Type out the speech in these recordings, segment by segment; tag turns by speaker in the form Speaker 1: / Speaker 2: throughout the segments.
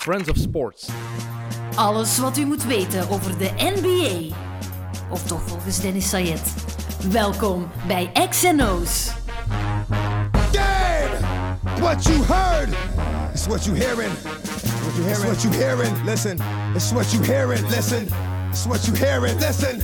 Speaker 1: Friends of Sports.
Speaker 2: Alles wat u moet weten over de NBA. Of toch volgens Dennis Sayed. Welkom bij XNO's.
Speaker 3: Damn! What you heard is what you hearing. What you hearing. It's what you hearing. Listen. It's what you hearing. Listen. It's what you hearing. Listen.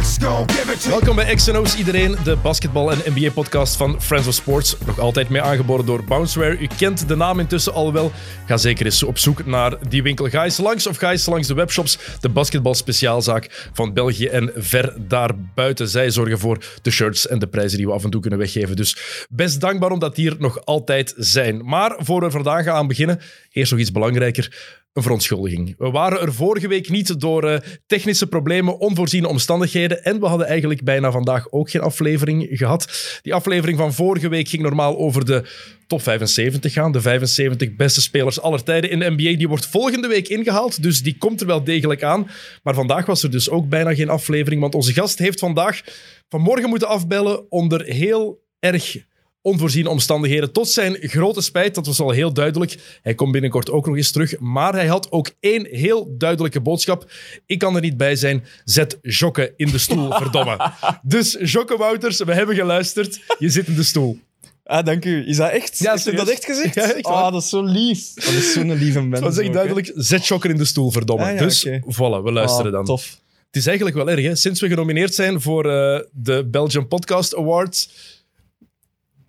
Speaker 3: X gon' give it to you.
Speaker 4: Welkom bij XNO's iedereen, de basketbal- en NBA-podcast van Friends of Sports. Nog altijd mee aangeboden door Bounceware. U kent de naam intussen al wel. Ga zeker eens op zoek naar die winkel. Ga eens langs of ga eens langs de webshops. De basketbalspeciaalzaak van België en ver daarbuiten. Zij zorgen voor de shirts en de prijzen die we af en toe kunnen weggeven. Dus best dankbaar omdat die er nog altijd zijn. Maar voor we vandaag gaan beginnen, eerst nog iets belangrijker. Een verontschuldiging. We waren er vorige week niet door eh, technische problemen, onvoorziene omstandigheden. En we hadden eigenlijk bijna vandaag ook geen aflevering gehad. Die aflevering van vorige week ging normaal over de top 75 gaan. De 75 beste spelers aller tijden in de NBA. Die wordt volgende week ingehaald, dus die komt er wel degelijk aan. Maar vandaag was er dus ook bijna geen aflevering, want onze gast heeft vandaag vanmorgen moeten afbellen onder heel erg onvoorziene omstandigheden. Tot zijn grote spijt, dat was al heel duidelijk. Hij komt binnenkort ook nog eens terug. Maar hij had ook één heel duidelijke boodschap. Ik kan er niet bij zijn. Zet Jokke in de stoel, verdomme. Dus Jokke Wouters, we hebben geluisterd. Je zit in de stoel.
Speaker 5: Ah, dank u. Is dat echt?
Speaker 4: Ja,
Speaker 5: Heeft u
Speaker 4: serieus.
Speaker 5: dat echt gezegd?
Speaker 4: Ja, echt waar.
Speaker 5: ah, dat is zo lief. Dat is zo'n lieve mens.
Speaker 4: Het was echt
Speaker 5: ook,
Speaker 4: duidelijk. Zet Jokke in de stoel, verdomme.
Speaker 5: Ah, ja,
Speaker 4: dus
Speaker 5: oké.
Speaker 4: voilà, we
Speaker 5: hè.
Speaker 4: luisteren
Speaker 5: Ah,
Speaker 4: dan.
Speaker 5: Tof.
Speaker 4: Het is eigenlijk wel erg, hè? Sinds we genomineerd zijn voor eh, de Belgian Podcast Awards,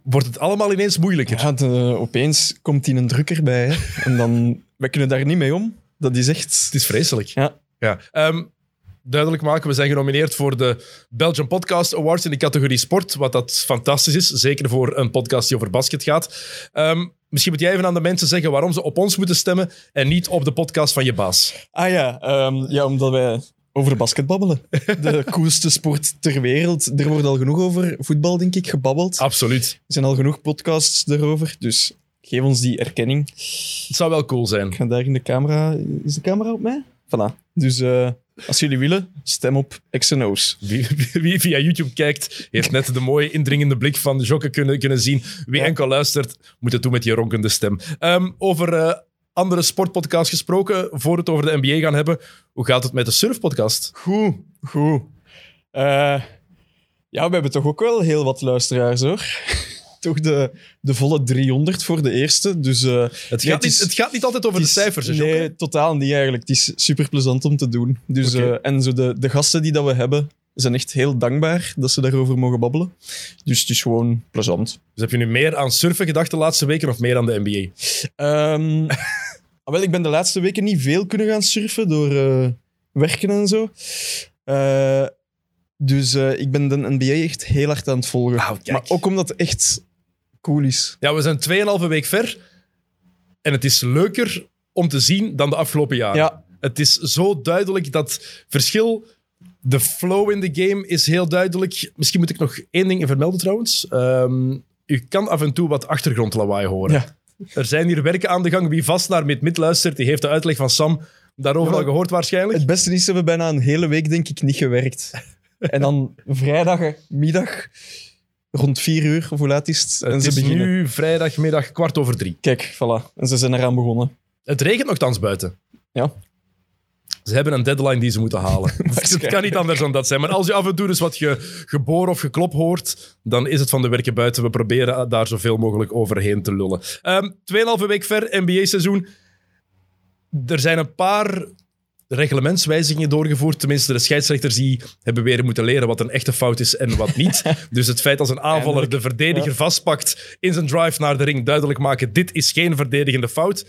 Speaker 4: wordt het allemaal ineens moeilijker.
Speaker 5: Ja, de- opeens komt hij een drukker bij. Hè? En dan... Wij kunnen daar niet mee om. Dat is echt...
Speaker 4: Het is vreselijk.
Speaker 5: Ja.
Speaker 4: Ja. Ehm, duidelijk maken, we zijn genomineerd voor de Belgian Podcast Awards in de categorie sport, wat dat fantastisch is, zeker voor een podcast die over basket gaat. Ehm, misschien moet jij even aan de mensen zeggen waarom ze op ons moeten stemmen en niet op de podcast van je baas.
Speaker 5: Ah ja, ehm, ja, omdat wij over basket babbelen. De coolste sport ter wereld. Er wordt al genoeg over voetbal, denk ik,
Speaker 4: Ah.
Speaker 5: gebabbeld.
Speaker 4: Absoluut.
Speaker 5: Er zijn al genoeg podcasts daarover, dus... Geef ons die erkenning.
Speaker 4: Het zou wel cool
Speaker 5: Ik
Speaker 4: zijn.
Speaker 5: ga daar in de camera... Is de camera op mij? Voilà. Dus eh, als jullie willen, stem op XNO's.
Speaker 4: Wie, wie via YouTube kijkt, heeft net de mooie indringende blik van Jokke kunnen, kunnen zien. Wie enkel luistert, moet het doen met die ronkende stem. Ehm, over eh, andere sportpodcasts gesproken, voor we het over de NBA gaan hebben, hoe gaat het met de surfpodcast?
Speaker 5: Goed, goed. Eh, ja, we hebben toch ook wel heel wat luisteraars, hoor. toch de, de volle 300 voor de eerste. Dus, eh,
Speaker 4: Het
Speaker 5: nee,
Speaker 4: gaat, niet,
Speaker 5: is-
Speaker 4: het gaat niet altijd over
Speaker 5: het
Speaker 4: de
Speaker 5: is-
Speaker 4: cijfers. dus hè,
Speaker 5: Nee,
Speaker 4: Jokke?
Speaker 5: totaal niet eigenlijk. Het is super plezant om te doen. Dus,
Speaker 4: Oké.
Speaker 5: eh, en zo de, de gasten die dat we hebben, zijn echt heel dankbaar dat ze daarover mogen babbelen. Dus het is gewoon plezant.
Speaker 4: Dus heb je nu meer aan surfen gedacht de laatste weken of meer aan de NBA?
Speaker 5: Ehm, ah, wel, ik ben de laatste weken niet veel kunnen gaan surfen door eh, werken en zo. Eh, dus eh, ik ben de NBA echt heel hard aan het volgen.
Speaker 4: Wauw, kijk.
Speaker 5: maar ook omdat het echt cool is.
Speaker 4: Ja, we zijn 2,5 week ver. En het is leuker om te zien dan de afgelopen jaren.
Speaker 5: Ja,
Speaker 4: Het is zo duidelijk dat verschil. De flow in de game is heel duidelijk. Misschien moet ik nog één ding vermelden trouwens. Ehm, u kan af en toe wat achtergrondlawaai horen.
Speaker 5: Ja.
Speaker 4: Er zijn hier werken aan de gang. Wie vast naar Mid-Mid luistert, die heeft de uitleg van Sam daarover
Speaker 5: Ja,
Speaker 4: al
Speaker 5: maar-
Speaker 4: gehoord waarschijnlijk.
Speaker 5: het beste is, ze hebben bijna een hele week denk ik niet gewerkt. En dan vrijdagmiddag rond vier uur, of hoe laat is het? En
Speaker 4: Het
Speaker 5: ze
Speaker 4: is
Speaker 5: beginnen.
Speaker 4: nu vrijdagmiddag kwart over drie.
Speaker 5: Kijk, voilà. En ze zijn eraan begonnen.
Speaker 4: Het regent nogthans buiten.
Speaker 5: Ja.
Speaker 4: Ze hebben een deadline die ze moeten halen. Dus het kan
Speaker 5: Waarschijnlijk.
Speaker 4: niet anders dan dat zijn. Maar als je af en toe dus wat ge, geboor of geklop hoort, dan is het van de werken buiten. We proberen daar zoveel mogelijk overheen te lullen. Ehm, Tweeënhalve week ver, NBA-seizoen. Er zijn een paar reglementswijzigingen doorgevoerd. Tenminste, de scheidsrechters die hebben weer moeten leren wat een echte fout is en wat niet. dus het feit als een aanvaller de verdediger vastpakt in zijn drive naar de ring, duidelijk maken, dit is geen verdedigende fout.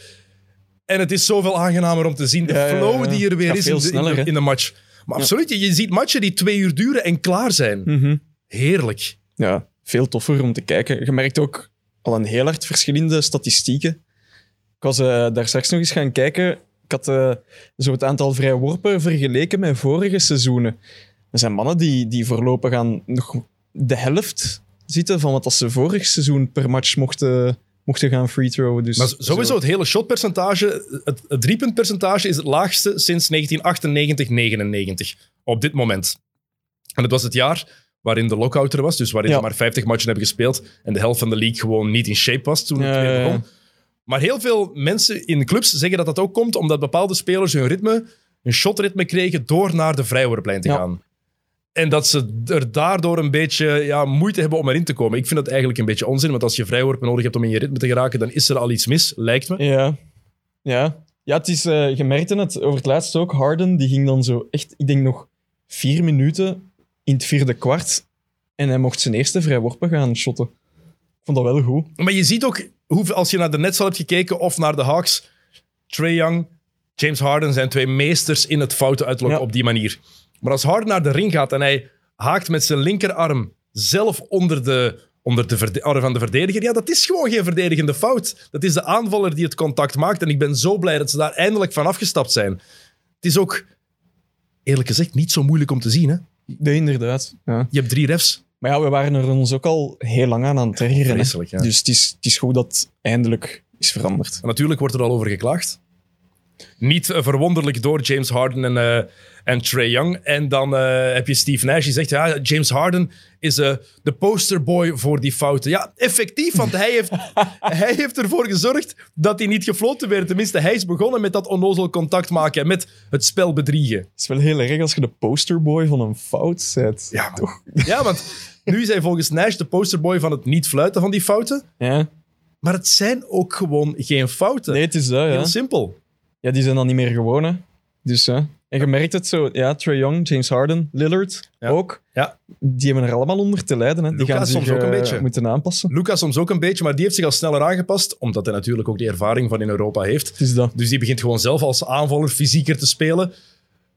Speaker 4: En het is zoveel aangenamer om te zien. De
Speaker 5: Ja, ja, ja.
Speaker 4: flow die er
Speaker 5: Het
Speaker 4: weer
Speaker 5: gaat
Speaker 4: is in
Speaker 5: veel
Speaker 4: de, in de-
Speaker 5: sneller, hè?
Speaker 4: in de match. Maar absoluut, je je ziet matchen die twee uur duren en klaar zijn.
Speaker 5: Mhm.
Speaker 4: Heerlijk.
Speaker 5: ja, veel toffer om te kijken. Je merkt ook al een heel hard verschillende statistieken. Ik was eh, daar straks nog eens gaan kijken. Ik had eh, zo het aantal vrijworpen vergeleken met vorige seizoenen. Er zijn mannen die, die voorlopig aan nog de helft zitten van wat als ze vorig seizoen per match mochten, mochten gaan free throwen. Dus
Speaker 4: Maar sowieso het hele shotpercentage, het, het driepuntpercentage is het laagste sinds 1998-99 op dit moment. En het was het jaar waarin de lockout er was, dus waarin
Speaker 5: Ja.
Speaker 4: ze maar 50 matchen hebben gespeeld en de helft van de league gewoon niet in shape was toen het
Speaker 5: Ja,
Speaker 4: weer
Speaker 5: ja, ja.
Speaker 4: begon. Maar heel veel mensen in clubs zeggen dat dat ook komt omdat bepaalde spelers hun ritme, hun shotritme kregen door naar de vrijwoordplein te
Speaker 5: Ja.
Speaker 4: gaan. En dat ze er daardoor een beetje ja, moeite hebben om erin te komen. Ik vind dat eigenlijk een beetje onzin, want als je vrijworpen nodig hebt om in je ritme te geraken, dan is er al iets mis, lijkt me.
Speaker 5: Ja. Ja. Ja, het is, eh je merkte het over het laatst ook. Harden die ging dan zo echt, ik denk nog vier minuten in het vierde kwart. En hij mocht zijn eerste vrijworpen gaan shotten. Ik vond dat wel goed.
Speaker 4: Maar je ziet ook, hoeveel, als je naar de Nets al hebt gekeken of naar de Hawks, Trae Young, James Harden zijn twee meesters in het fouten uitlokken
Speaker 5: Ja.
Speaker 4: op die manier. Maar als Harden naar de ring gaat en hij haakt met zijn linkerarm zelf onder de, onder de verde- arm van de verdediger, ja, dat is gewoon geen verdedigende fout. Dat is de aanvaller die het contact maakt. En ik ben zo blij dat ze daar eindelijk van afgestapt zijn. Het is ook, eerlijk gezegd, niet zo moeilijk om te zien. Hè?
Speaker 5: Nee, inderdaad. Ja.
Speaker 4: Je hebt drie refs.
Speaker 5: Maar ja, we waren er ons ook al heel lang aan aan het ergeren. hè.
Speaker 4: Vreselijk, ja.
Speaker 5: Dus het is, het is goed dat het eindelijk is veranderd.
Speaker 4: Maar natuurlijk wordt er al over geklaagd. Niet eh, verwonderlijk door James Harden en, eh, en Trae Young. En dan eh, heb je Steve Nash die zegt, ja, James Harden is eh, de posterboy voor die fouten. Ja, effectief, want hij heeft, hij heeft ervoor gezorgd dat hij niet gefloten werd. Tenminste, hij is begonnen met dat onnozel contact maken en met het spel bedriegen.
Speaker 5: Het is wel heel erg als je de posterboy van een fout bent.
Speaker 4: Ja, toch. Ja, want nu is hij volgens Nash de posterboy van het niet fluiten van die fouten.
Speaker 5: Ja.
Speaker 4: Maar het zijn ook gewoon geen fouten.
Speaker 5: Nee, het is dat,
Speaker 4: Heel
Speaker 5: ja.
Speaker 4: simpel.
Speaker 5: Ja, die zijn dan niet meer gewoon, hè. Dus ja. En je merkt het zo, ja, Trae Young, James Harden, Lillard
Speaker 4: Ja.
Speaker 5: ook.
Speaker 4: Ja.
Speaker 5: Die hebben er allemaal onder te lijden, hè. Die
Speaker 4: Luka
Speaker 5: gaan zich
Speaker 4: soms ook een
Speaker 5: eh,
Speaker 4: beetje.
Speaker 5: moeten aanpassen.
Speaker 4: Lucas soms ook een beetje, maar die heeft zich al sneller aangepast, omdat hij natuurlijk ook die ervaring van in Europa heeft.
Speaker 5: Het is dat.
Speaker 4: Dus die begint gewoon zelf als aanvaller fysieker te spelen.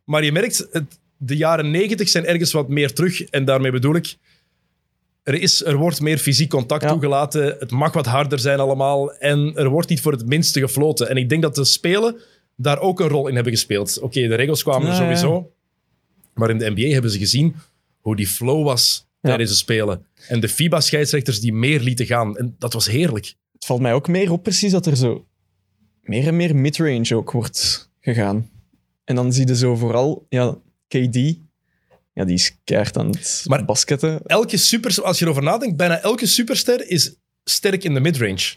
Speaker 4: Maar je merkt, het, de jaren negentig zijn ergens wat meer terug. En daarmee bedoel ik, er, is, er wordt meer fysiek contact
Speaker 5: Ja.
Speaker 4: toegelaten. Het mag wat harder zijn allemaal. En er wordt niet voor het minste gefloten. En ik denk dat de spelen daar ook een rol in hebben gespeeld. Oké, de regels kwamen er
Speaker 5: Ja, ja.
Speaker 4: sowieso. Maar in de NBA hebben ze gezien hoe die flow was
Speaker 5: Ja.
Speaker 4: tijdens de spelen. En de FIBA-scheidsrechters die meer lieten gaan. En dat was heerlijk.
Speaker 5: Het valt mij ook meer op precies dat er zo meer en meer midrange ook wordt gegaan. En dan zie je zo vooral, ja, KD. Ja, die is keihard aan het
Speaker 4: Maar-
Speaker 5: basketten.
Speaker 4: Elke super, als je erover nadenkt, bijna elke superster is sterk in de midrange.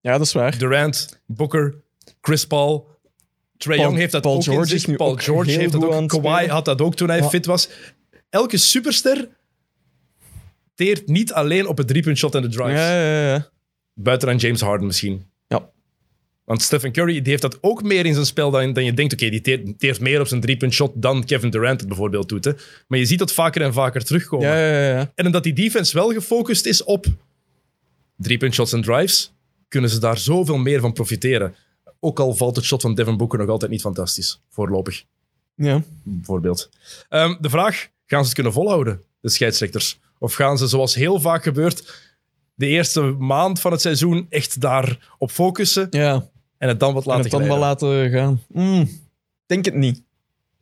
Speaker 5: Ja, dat is waar.
Speaker 4: Durant, Booker, Chris Paul. Trae
Speaker 5: Paul-
Speaker 4: Young heeft dat
Speaker 5: Paul
Speaker 4: ook
Speaker 5: George
Speaker 4: in
Speaker 5: is
Speaker 4: zich.
Speaker 5: nu
Speaker 4: Paul
Speaker 5: ook
Speaker 4: George
Speaker 5: heel
Speaker 4: heeft dat
Speaker 5: goed aan
Speaker 4: ook.
Speaker 5: het
Speaker 4: Kawhi
Speaker 5: spelen.
Speaker 4: had dat ook toen hij
Speaker 5: Ja.
Speaker 4: fit was. Elke superster teert niet alleen op het driepuntshot en de drives.
Speaker 5: Ja, ja, ja.
Speaker 4: Buiten aan James Harden misschien.
Speaker 5: Ja.
Speaker 4: Want Stephen Curry die heeft dat ook meer in zijn spel dan, dan je denkt. Oké, die teert, teert meer op zijn driepuntshot dan Kevin Durant het bijvoorbeeld doet. Hè. Maar je ziet dat vaker en vaker terugkomen.
Speaker 5: Ja, ja, ja, ja.
Speaker 4: En omdat die defense wel gefocust is op driepuntshots en drives, kunnen ze daar zoveel meer van profiteren. Ook al valt het shot van Devin Booker nog altijd niet fantastisch, voorlopig,
Speaker 5: ja.
Speaker 4: bijvoorbeeld. Ehm, de vraag, gaan ze het kunnen volhouden, de scheidsrechters? Of gaan ze, zoals heel vaak gebeurt, de eerste maand van het seizoen echt daarop focussen
Speaker 5: ja.
Speaker 4: en het dan wat
Speaker 5: En
Speaker 4: laten
Speaker 5: het dan wel
Speaker 4: glijden?
Speaker 5: laten gaan. Mm, denk het niet.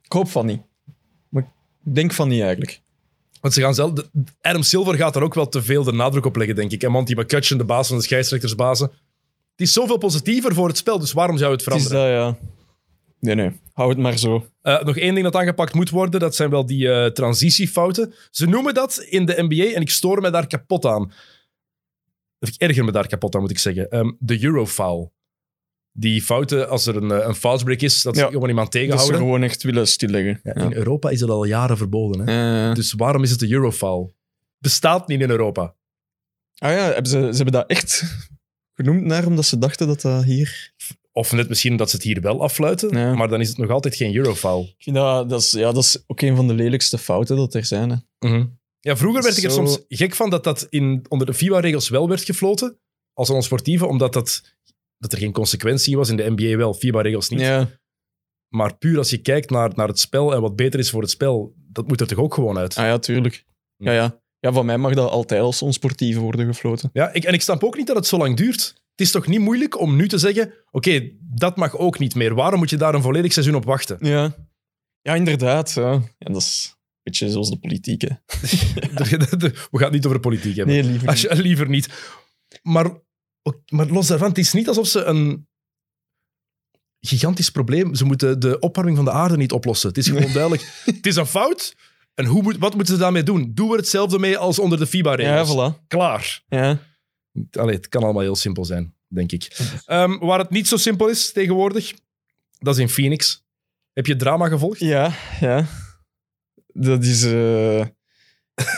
Speaker 5: Ik hoop van niet. Maar ik denk van niet eigenlijk.
Speaker 4: Want ze gaan zelf, de- Adam Silver gaat er ook wel te veel de nadruk op leggen, denk ik. En Monty McCutcheon, de baas van de scheidsrechtersbazen. Het is zoveel positiever voor het spel, dus waarom zou het
Speaker 5: Het is
Speaker 4: veranderen?
Speaker 5: dat, ja. Nee, nee. Hou het maar zo.
Speaker 4: Eh, nog één ding dat aangepakt moet worden, dat zijn wel die eh, transitiefouten. Ze noemen dat in de NBA en ik stoor me daar kapot aan. Of Ik erger me daar kapot aan, moet ik zeggen. Ehm, de Eurofoul. Die fouten, als er een, eh, een foutbreak is, dat ze
Speaker 5: Ja.
Speaker 4: gewoon iemand
Speaker 5: Dat ze
Speaker 4: tegenhouden.
Speaker 5: gewoon echt willen stilleggen. Ja.
Speaker 4: In Europa is dat al jaren verboden. Hè?
Speaker 5: Eh,
Speaker 4: Dus waarom is het de Eurofoul? Bestaat niet in Europa.
Speaker 5: ah ja, hebben ze, ze hebben dat echt genoemd naar omdat ze dachten dat dat hier...
Speaker 4: Of net misschien dat ze het hier wel affluiten,
Speaker 5: Ja.
Speaker 4: maar dan is het nog altijd geen Eurofoul.
Speaker 5: Ik vind dat, dat, is, ja, dat is ook een van de lelijkste fouten dat er zijn. Hè.
Speaker 4: Ja, vroeger werd ik er
Speaker 5: Zo-
Speaker 4: soms gek van dat dat in, onder de FIBA-regels wel werd gefloten, als een sportieve, omdat dat, dat er geen consequentie was in de NBA wel, FIBA-regels niet.
Speaker 5: Ja.
Speaker 4: Maar puur als je kijkt naar, naar het spel en wat beter is voor het spel, dat moet er toch ook gewoon uit.
Speaker 5: Ah ja, tuurlijk. Ja, ja. ja, van mij mag dat altijd als onsportief worden gefloten.
Speaker 4: Ja, ik, en ik snap ook niet dat het zo lang duurt. Het is toch niet moeilijk om nu te zeggen, oké, dat mag ook niet meer. Waarom moet je daar een volledig seizoen op wachten?
Speaker 5: Ja. Ja, inderdaad. Ja. Ja, dat is een beetje zoals de politiek, hè.
Speaker 4: We gaan het niet over politiek hebben.
Speaker 5: Nee, liever
Speaker 4: Als je, liever niet. Maar, ook- maar los daarvan, het is niet alsof ze een gigantisch probleem... Ze moeten de opwarming van de aarde niet oplossen. Het is gewoon duidelijk. Het is een fout. En hoe moet, wat moeten ze daarmee doen? Doen we hetzelfde mee als onder de
Speaker 5: Ja,
Speaker 4: FIBA-regels.
Speaker 5: voilà.
Speaker 4: Klaar.
Speaker 5: Ja.
Speaker 4: Allee, het kan allemaal heel simpel zijn. denk ik. Ehm, waar het niet zo simpel is tegenwoordig, dat is in Phoenix. Heb je het drama gevolgd?
Speaker 5: Ja, ja. Dat is... eh,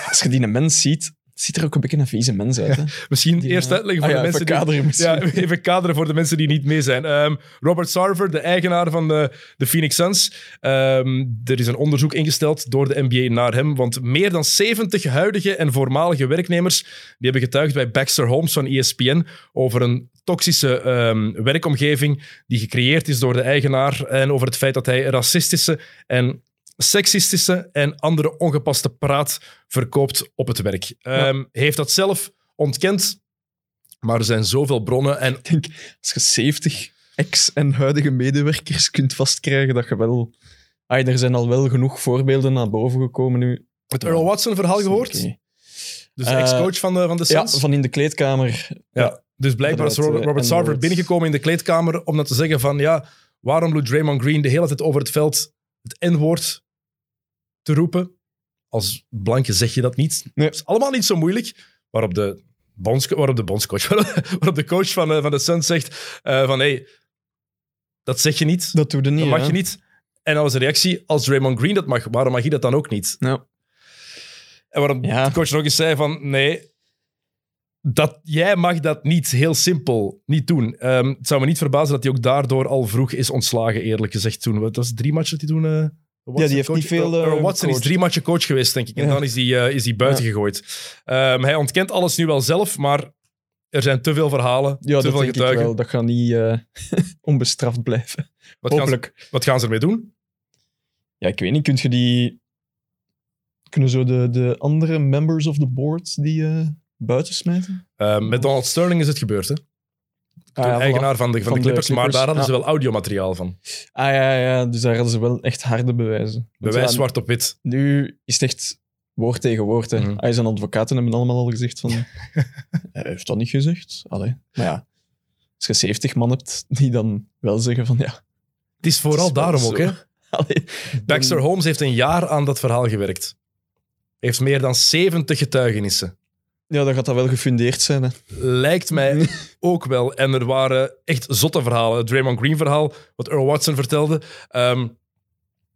Speaker 5: als je die een mens ziet, ziet er ook een beetje een vieze mens uit. Hè?
Speaker 4: Misschien
Speaker 5: Die,
Speaker 4: eerst
Speaker 5: eh,
Speaker 4: uitleggen voor
Speaker 5: ah
Speaker 4: de
Speaker 5: ja,
Speaker 4: mensen
Speaker 5: even kaderen
Speaker 4: die... Ja,
Speaker 5: misschien.
Speaker 4: even kaderen voor de mensen die niet mee zijn. Ehm, Robert Sarver, de eigenaar van de, de Phoenix Suns. ehm, er is een onderzoek ingesteld door de NBA naar hem, want meer dan 70 huidige en voormalige werknemers die hebben getuigd bij Baxter Holmes van E ESPN over een toxische ehm, werkomgeving die gecreëerd is door de eigenaar en over het feit dat hij racistische en seksistische en andere ongepaste praat verkoopt op het werk. Ehm, Heeft dat zelf ontkend, maar er zijn zoveel bronnen en
Speaker 5: Ik denk, als je 70 ex- en huidige medewerkers kunt vastkrijgen, dat je wel... Ai, er zijn al wel genoeg voorbeelden naar boven gekomen nu.
Speaker 4: het Earl Watson verhaal gehoord.
Speaker 5: Oké.
Speaker 4: Dus de
Speaker 5: Eh,
Speaker 4: ex-coach van de, van de
Speaker 5: Ja,
Speaker 4: Suns.
Speaker 5: van in de kleedkamer.
Speaker 4: Ja, dus blijkbaar is
Speaker 5: Inderdaad,
Speaker 4: Robert,
Speaker 5: eh,
Speaker 4: Robert
Speaker 5: en
Speaker 4: Sarver
Speaker 5: Lawrence.
Speaker 4: binnengekomen in de kleedkamer om dan te zeggen van ja, waarom doet Draymond Green de hele tijd over het veld het N-woord te roepen? Als blanke zeg je dat niet.
Speaker 5: Nee.
Speaker 4: Het is allemaal niet zo moeilijk. Waarop de, bonds, waarop de bondscoach, waarop de coach van, eh, van de Suns zegt eh, van hé, hey, dat zeg je niet,
Speaker 5: Dat doe je niet.
Speaker 4: dat mag
Speaker 5: hè?
Speaker 4: je niet. En dan was de reactie, als Draymond Green dat mag, waarom mag je dat dan ook niet?
Speaker 5: Nou,
Speaker 4: En waarom
Speaker 5: Ja.
Speaker 4: de coach nog eens zei van nee, dat, jij mag dat niet heel simpel niet doen. Ehm, het zou me niet verbazen dat hij ook daardoor al vroeg is ontslagen, eerlijk gezegd. Toen, Wat was het, drie matchen die toen... eh, Watson
Speaker 5: heeft
Speaker 4: coach-
Speaker 5: niet veel, eh,
Speaker 4: Earl Watson is
Speaker 5: gecoacht.
Speaker 4: drie matchen coach geweest, denk ik. En
Speaker 5: Ja.
Speaker 4: dan is hij eh, is hij buiten gegooid. Ehm, hij ontkent alles nu wel zelf, maar er zijn te veel verhalen,
Speaker 5: ja,
Speaker 4: te
Speaker 5: dat
Speaker 4: veel
Speaker 5: denk ik
Speaker 4: getuigen.
Speaker 5: wel. Dat gaat niet eh, onbestraft blijven.
Speaker 4: Wat gaan, ze,
Speaker 5: Hopelijk.
Speaker 4: wat gaan ze ermee doen?
Speaker 5: Ja, ik weet niet. Kun je die... Kunnen zo de, de andere members of the board die eh buiten smijten?
Speaker 4: Ehm, met Donald Sterling is het gebeurd, hè? Toen
Speaker 5: Ah, ja, voilà.
Speaker 4: eigenaar van de, van
Speaker 5: Van
Speaker 4: de
Speaker 5: de
Speaker 4: Clippers, maar
Speaker 5: Clippers,
Speaker 4: daar hadden ze
Speaker 5: ja.
Speaker 4: wel audiomateriaal van.
Speaker 5: Ah ja, ja, dus daar hadden ze wel echt harde bewijzen. Want
Speaker 4: Bewijs
Speaker 5: ja,
Speaker 4: zwart op wit.
Speaker 5: Nu is het echt woord tegen woord. Hè.
Speaker 4: Mhm.
Speaker 5: Hij zijn advocaten hebben allemaal al gezegd van... hij heeft dat niet gezegd. Allee. Maar ja, als je 70 man hebt die dan wel zeggen van ja...
Speaker 4: Het is vooral
Speaker 5: het is wel
Speaker 4: daarom
Speaker 5: zo. Mm.
Speaker 4: ook, hè?
Speaker 5: Allee,
Speaker 4: Baxter Holmes heeft een jaar aan dat verhaal gewerkt. Heeft meer dan 70 getuigenissen.
Speaker 5: Ja, dan gaat dat wel gefundeerd zijn. Hè.
Speaker 4: Lijkt
Speaker 5: Mm.
Speaker 4: mij ook wel. En er waren echt zotte verhalen. Het Draymond Green-verhaal, wat Earl Watson vertelde. Ehm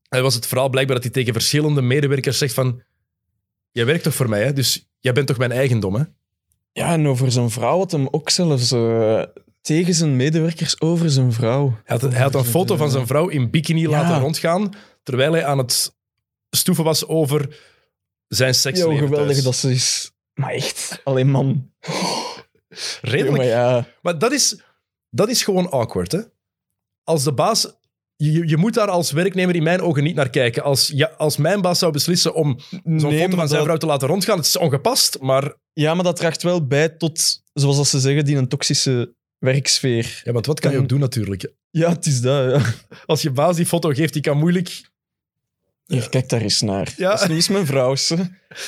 Speaker 4: er was het verhaal blijkbaar dat hij tegen verschillende medewerkers zegt van... Jij werkt toch voor mij, hè? Dus jij bent toch mijn eigendom, hè?
Speaker 5: Ja, en over zijn vrouw had hem ook zelfs eh, tegen zijn medewerkers over zijn vrouw.
Speaker 4: Hij had, hij had een foto van zijn vrouw in bikini laten rondgaan, terwijl hij aan het stoeven was over zijn
Speaker 5: Ja,
Speaker 4: seksleven
Speaker 5: hoe geweldig
Speaker 4: thuis.
Speaker 5: dat ze is. Maar echt, alleen man. Ja,
Speaker 4: Redelijk
Speaker 5: maar ja,
Speaker 4: Maar dat is, dat is gewoon awkward, hè? Als de baas... Je, je- je moet daar als werknemer in mijn ogen niet naar kijken. Als, ja, als mijn baas zou beslissen om zo'n
Speaker 5: nee,
Speaker 4: foto van
Speaker 5: maar
Speaker 4: zijn
Speaker 5: dat-
Speaker 4: vrouw te laten rondgaan, het is ongepast, maar...
Speaker 5: ja, maar dat draagt wel bij tot, zoals dat ze zeggen, die een toxische werksfeer.
Speaker 4: Ja, want wat kan je ook doen natuurlijk?
Speaker 5: Ja, het is dat. Ja.
Speaker 4: Als je baas die foto geeft, die kan moeilijk...
Speaker 5: Hier, kijk daar eens naar.
Speaker 4: Ja.
Speaker 5: Dat is niet eens mijn vrouw. ze.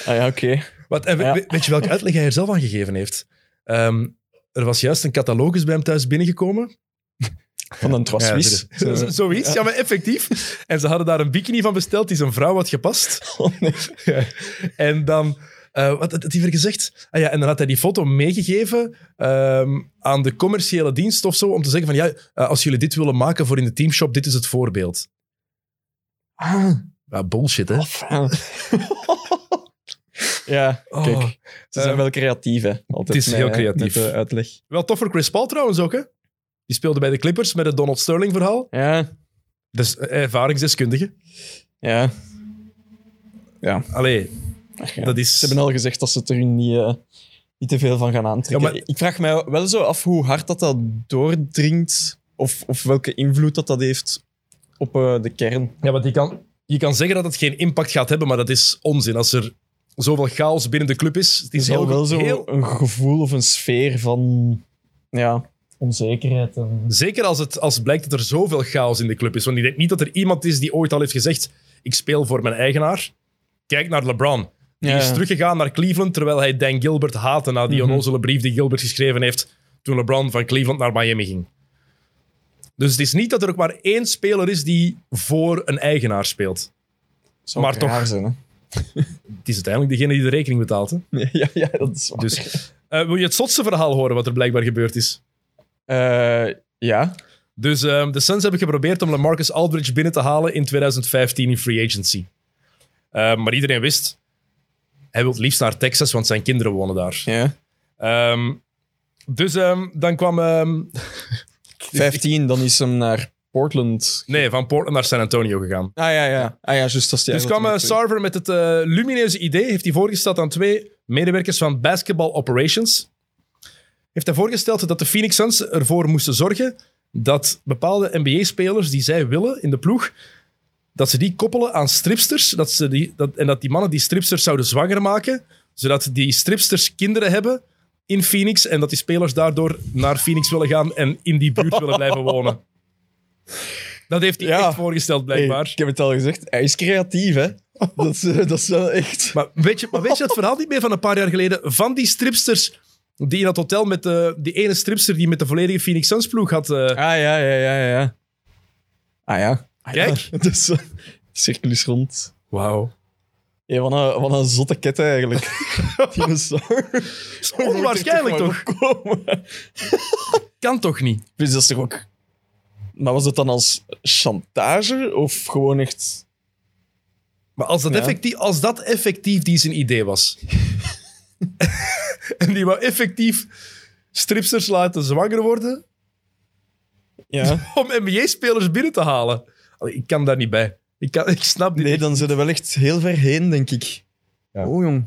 Speaker 5: Ah ja, oké.
Speaker 4: Wat, en we-
Speaker 5: Ja.
Speaker 4: we- Weet je welke uitleg hij er zelf aan gegeven heeft? Ehm, er was juist een catalogus bij hem thuis binnengekomen.
Speaker 5: Van een troswies.
Speaker 4: Ja, zo- zo- Zoiets, ja, maar effectief. En ze hadden daar een bikini van besteld die zijn vrouw had gepast.
Speaker 5: Oh, nee.
Speaker 4: Ja. En dan, eh, wat had hij weer gezegd? Ah ja, en dan had hij die foto meegegeven ehm, aan de commerciële dienst of zo, om te zeggen van, ja, eh, als jullie dit willen maken voor in de teamshop, dit is het voorbeeld.
Speaker 5: Ah,
Speaker 4: Ja, bullshit, hè?
Speaker 5: fijn. Ja, kijk.
Speaker 4: Oh.
Speaker 5: Ze zijn
Speaker 4: Eh,
Speaker 5: wel creatief, hè. Altijd
Speaker 4: het is
Speaker 5: met-
Speaker 4: heel creatief.
Speaker 5: Met de uitleg.
Speaker 4: Wel tof voor Chris Paul trouwens ook, hè? Die speelde bij de Clippers met het Donald Sterling-verhaal.
Speaker 5: Ja,
Speaker 4: Dus eh, ervaringsdeskundige.
Speaker 5: ja.
Speaker 4: Allee,
Speaker 5: ja.
Speaker 4: dat is...
Speaker 5: Ze hebben al gezegd dat ze het er niet, eh, niet te veel van gaan aantrekken.
Speaker 4: Ja, maar-
Speaker 5: Ik vraag mij wel zo af hoe hard dat, dat doordringt of, of welke invloed dat, dat heeft op eh, de kern.
Speaker 4: Ja, want je kan, je kan zeggen dat het geen impact gaat hebben, maar dat is onzin. Als er zoveel chaos binnen de club is, het
Speaker 5: Er
Speaker 4: is
Speaker 5: is al
Speaker 4: heel,
Speaker 5: wel zo
Speaker 4: heel-
Speaker 5: een gevoel of een sfeer van ja, onzekerheid. En...
Speaker 4: Zeker als het, als het blijkt dat er zoveel chaos in de club is. Want ik denk niet dat er iemand is die ooit al heeft gezegd: ik speel voor mijn eigenaar. Kijk naar LeBron. Die
Speaker 5: Ja. Mhm.
Speaker 4: is teruggegaan naar Cleveland terwijl hij Dan Gilbert haatte na die onnozele brief die Gilbert geschreven heeft toen LeBron van Cleveland naar Miami ging. Dus het is niet dat er ook maar één speler is die voor een eigenaar speelt.
Speaker 5: Zou
Speaker 4: maar
Speaker 5: ook
Speaker 4: toch-
Speaker 5: raar Zijn, hè?
Speaker 4: Het is uiteindelijk degene die de rekening betaalt. Hè?
Speaker 5: Ja, ja, ja, dat is waar.
Speaker 4: Dus, eh, wil je het zotste verhaal horen wat er blijkbaar gebeurd is?
Speaker 5: Eh, ja.
Speaker 4: Dus ehm, de Suns hebben geprobeerd om LaMarcus Aldridge binnen te halen in 2015 in free agency. Ehm, maar iedereen wist, hij wil het liefst naar Texas, want zijn kinderen wonen daar.
Speaker 5: ja.
Speaker 4: Ehm, dus ehm, dan kwam... ehm,
Speaker 5: 15, dan is hem naar Portland.
Speaker 4: nee, van Portland naar San Antonio gegaan.
Speaker 5: Ah ja, ja. Ah ja, juist. dat is die
Speaker 4: Dus kwam eh,
Speaker 5: eigenlijk met-
Speaker 4: Sarver met het eh, lumineuze idee, heeft hij voorgesteld aan twee medewerkers van Basketball Operations. Heeft hij voorgesteld dat de Phoenix Suns ervoor moesten zorgen dat bepaalde NBA-spelers die zij willen in de ploeg, dat ze die koppelen aan stripsters. Dat ze die, dat, en dat die mannen die stripsters zouden zwanger maken, zodat die stripsters kinderen hebben in Phoenix en dat die spelers daardoor naar Phoenix willen gaan en in die buurt willen blijven wonen. Dat heeft hij
Speaker 5: Ja.
Speaker 4: echt voorgesteld,
Speaker 5: Hey,
Speaker 4: blijkbaar.
Speaker 5: ik heb het al gezegd, hij is creatief, hè. Dat, is, eh, dat is wel echt...
Speaker 4: Maar weet, je, maar weet je het verhaal niet meer van een paar jaar geleden? Van die stripsters die in dat hotel met de, die ene stripster die met de volledige Phoenix Suns ploeg had. eh,
Speaker 5: Ah ja, ja, ja, ja, ja. Ah ja. Ah, ja.
Speaker 4: Kijk.
Speaker 5: Dus, eh, de cirkel is rond.
Speaker 4: Wauw.
Speaker 5: Hey, wat, een, wat een zotte ket eigenlijk. Die was zo-
Speaker 4: Onwaarschijnlijk
Speaker 5: Moet
Speaker 4: toch?
Speaker 5: er maar opkomen.
Speaker 4: Kan toch niet?
Speaker 5: Dus dat is toch ook... Maar was dat dan als chantage of gewoon echt...
Speaker 4: Maar als dat,
Speaker 5: Ja.
Speaker 4: effectief, als dat effectief die zijn idee was. en die wou effectief stripsters laten zwanger worden
Speaker 5: Ja.
Speaker 4: om NBA-spelers binnen te halen. Allee, Ik kan daar niet bij. Ik, kan, ik snap niet.
Speaker 5: Nee, dan zitten we wel echt heel ver heen, denk ik.
Speaker 4: Ja.
Speaker 5: Oh, jong.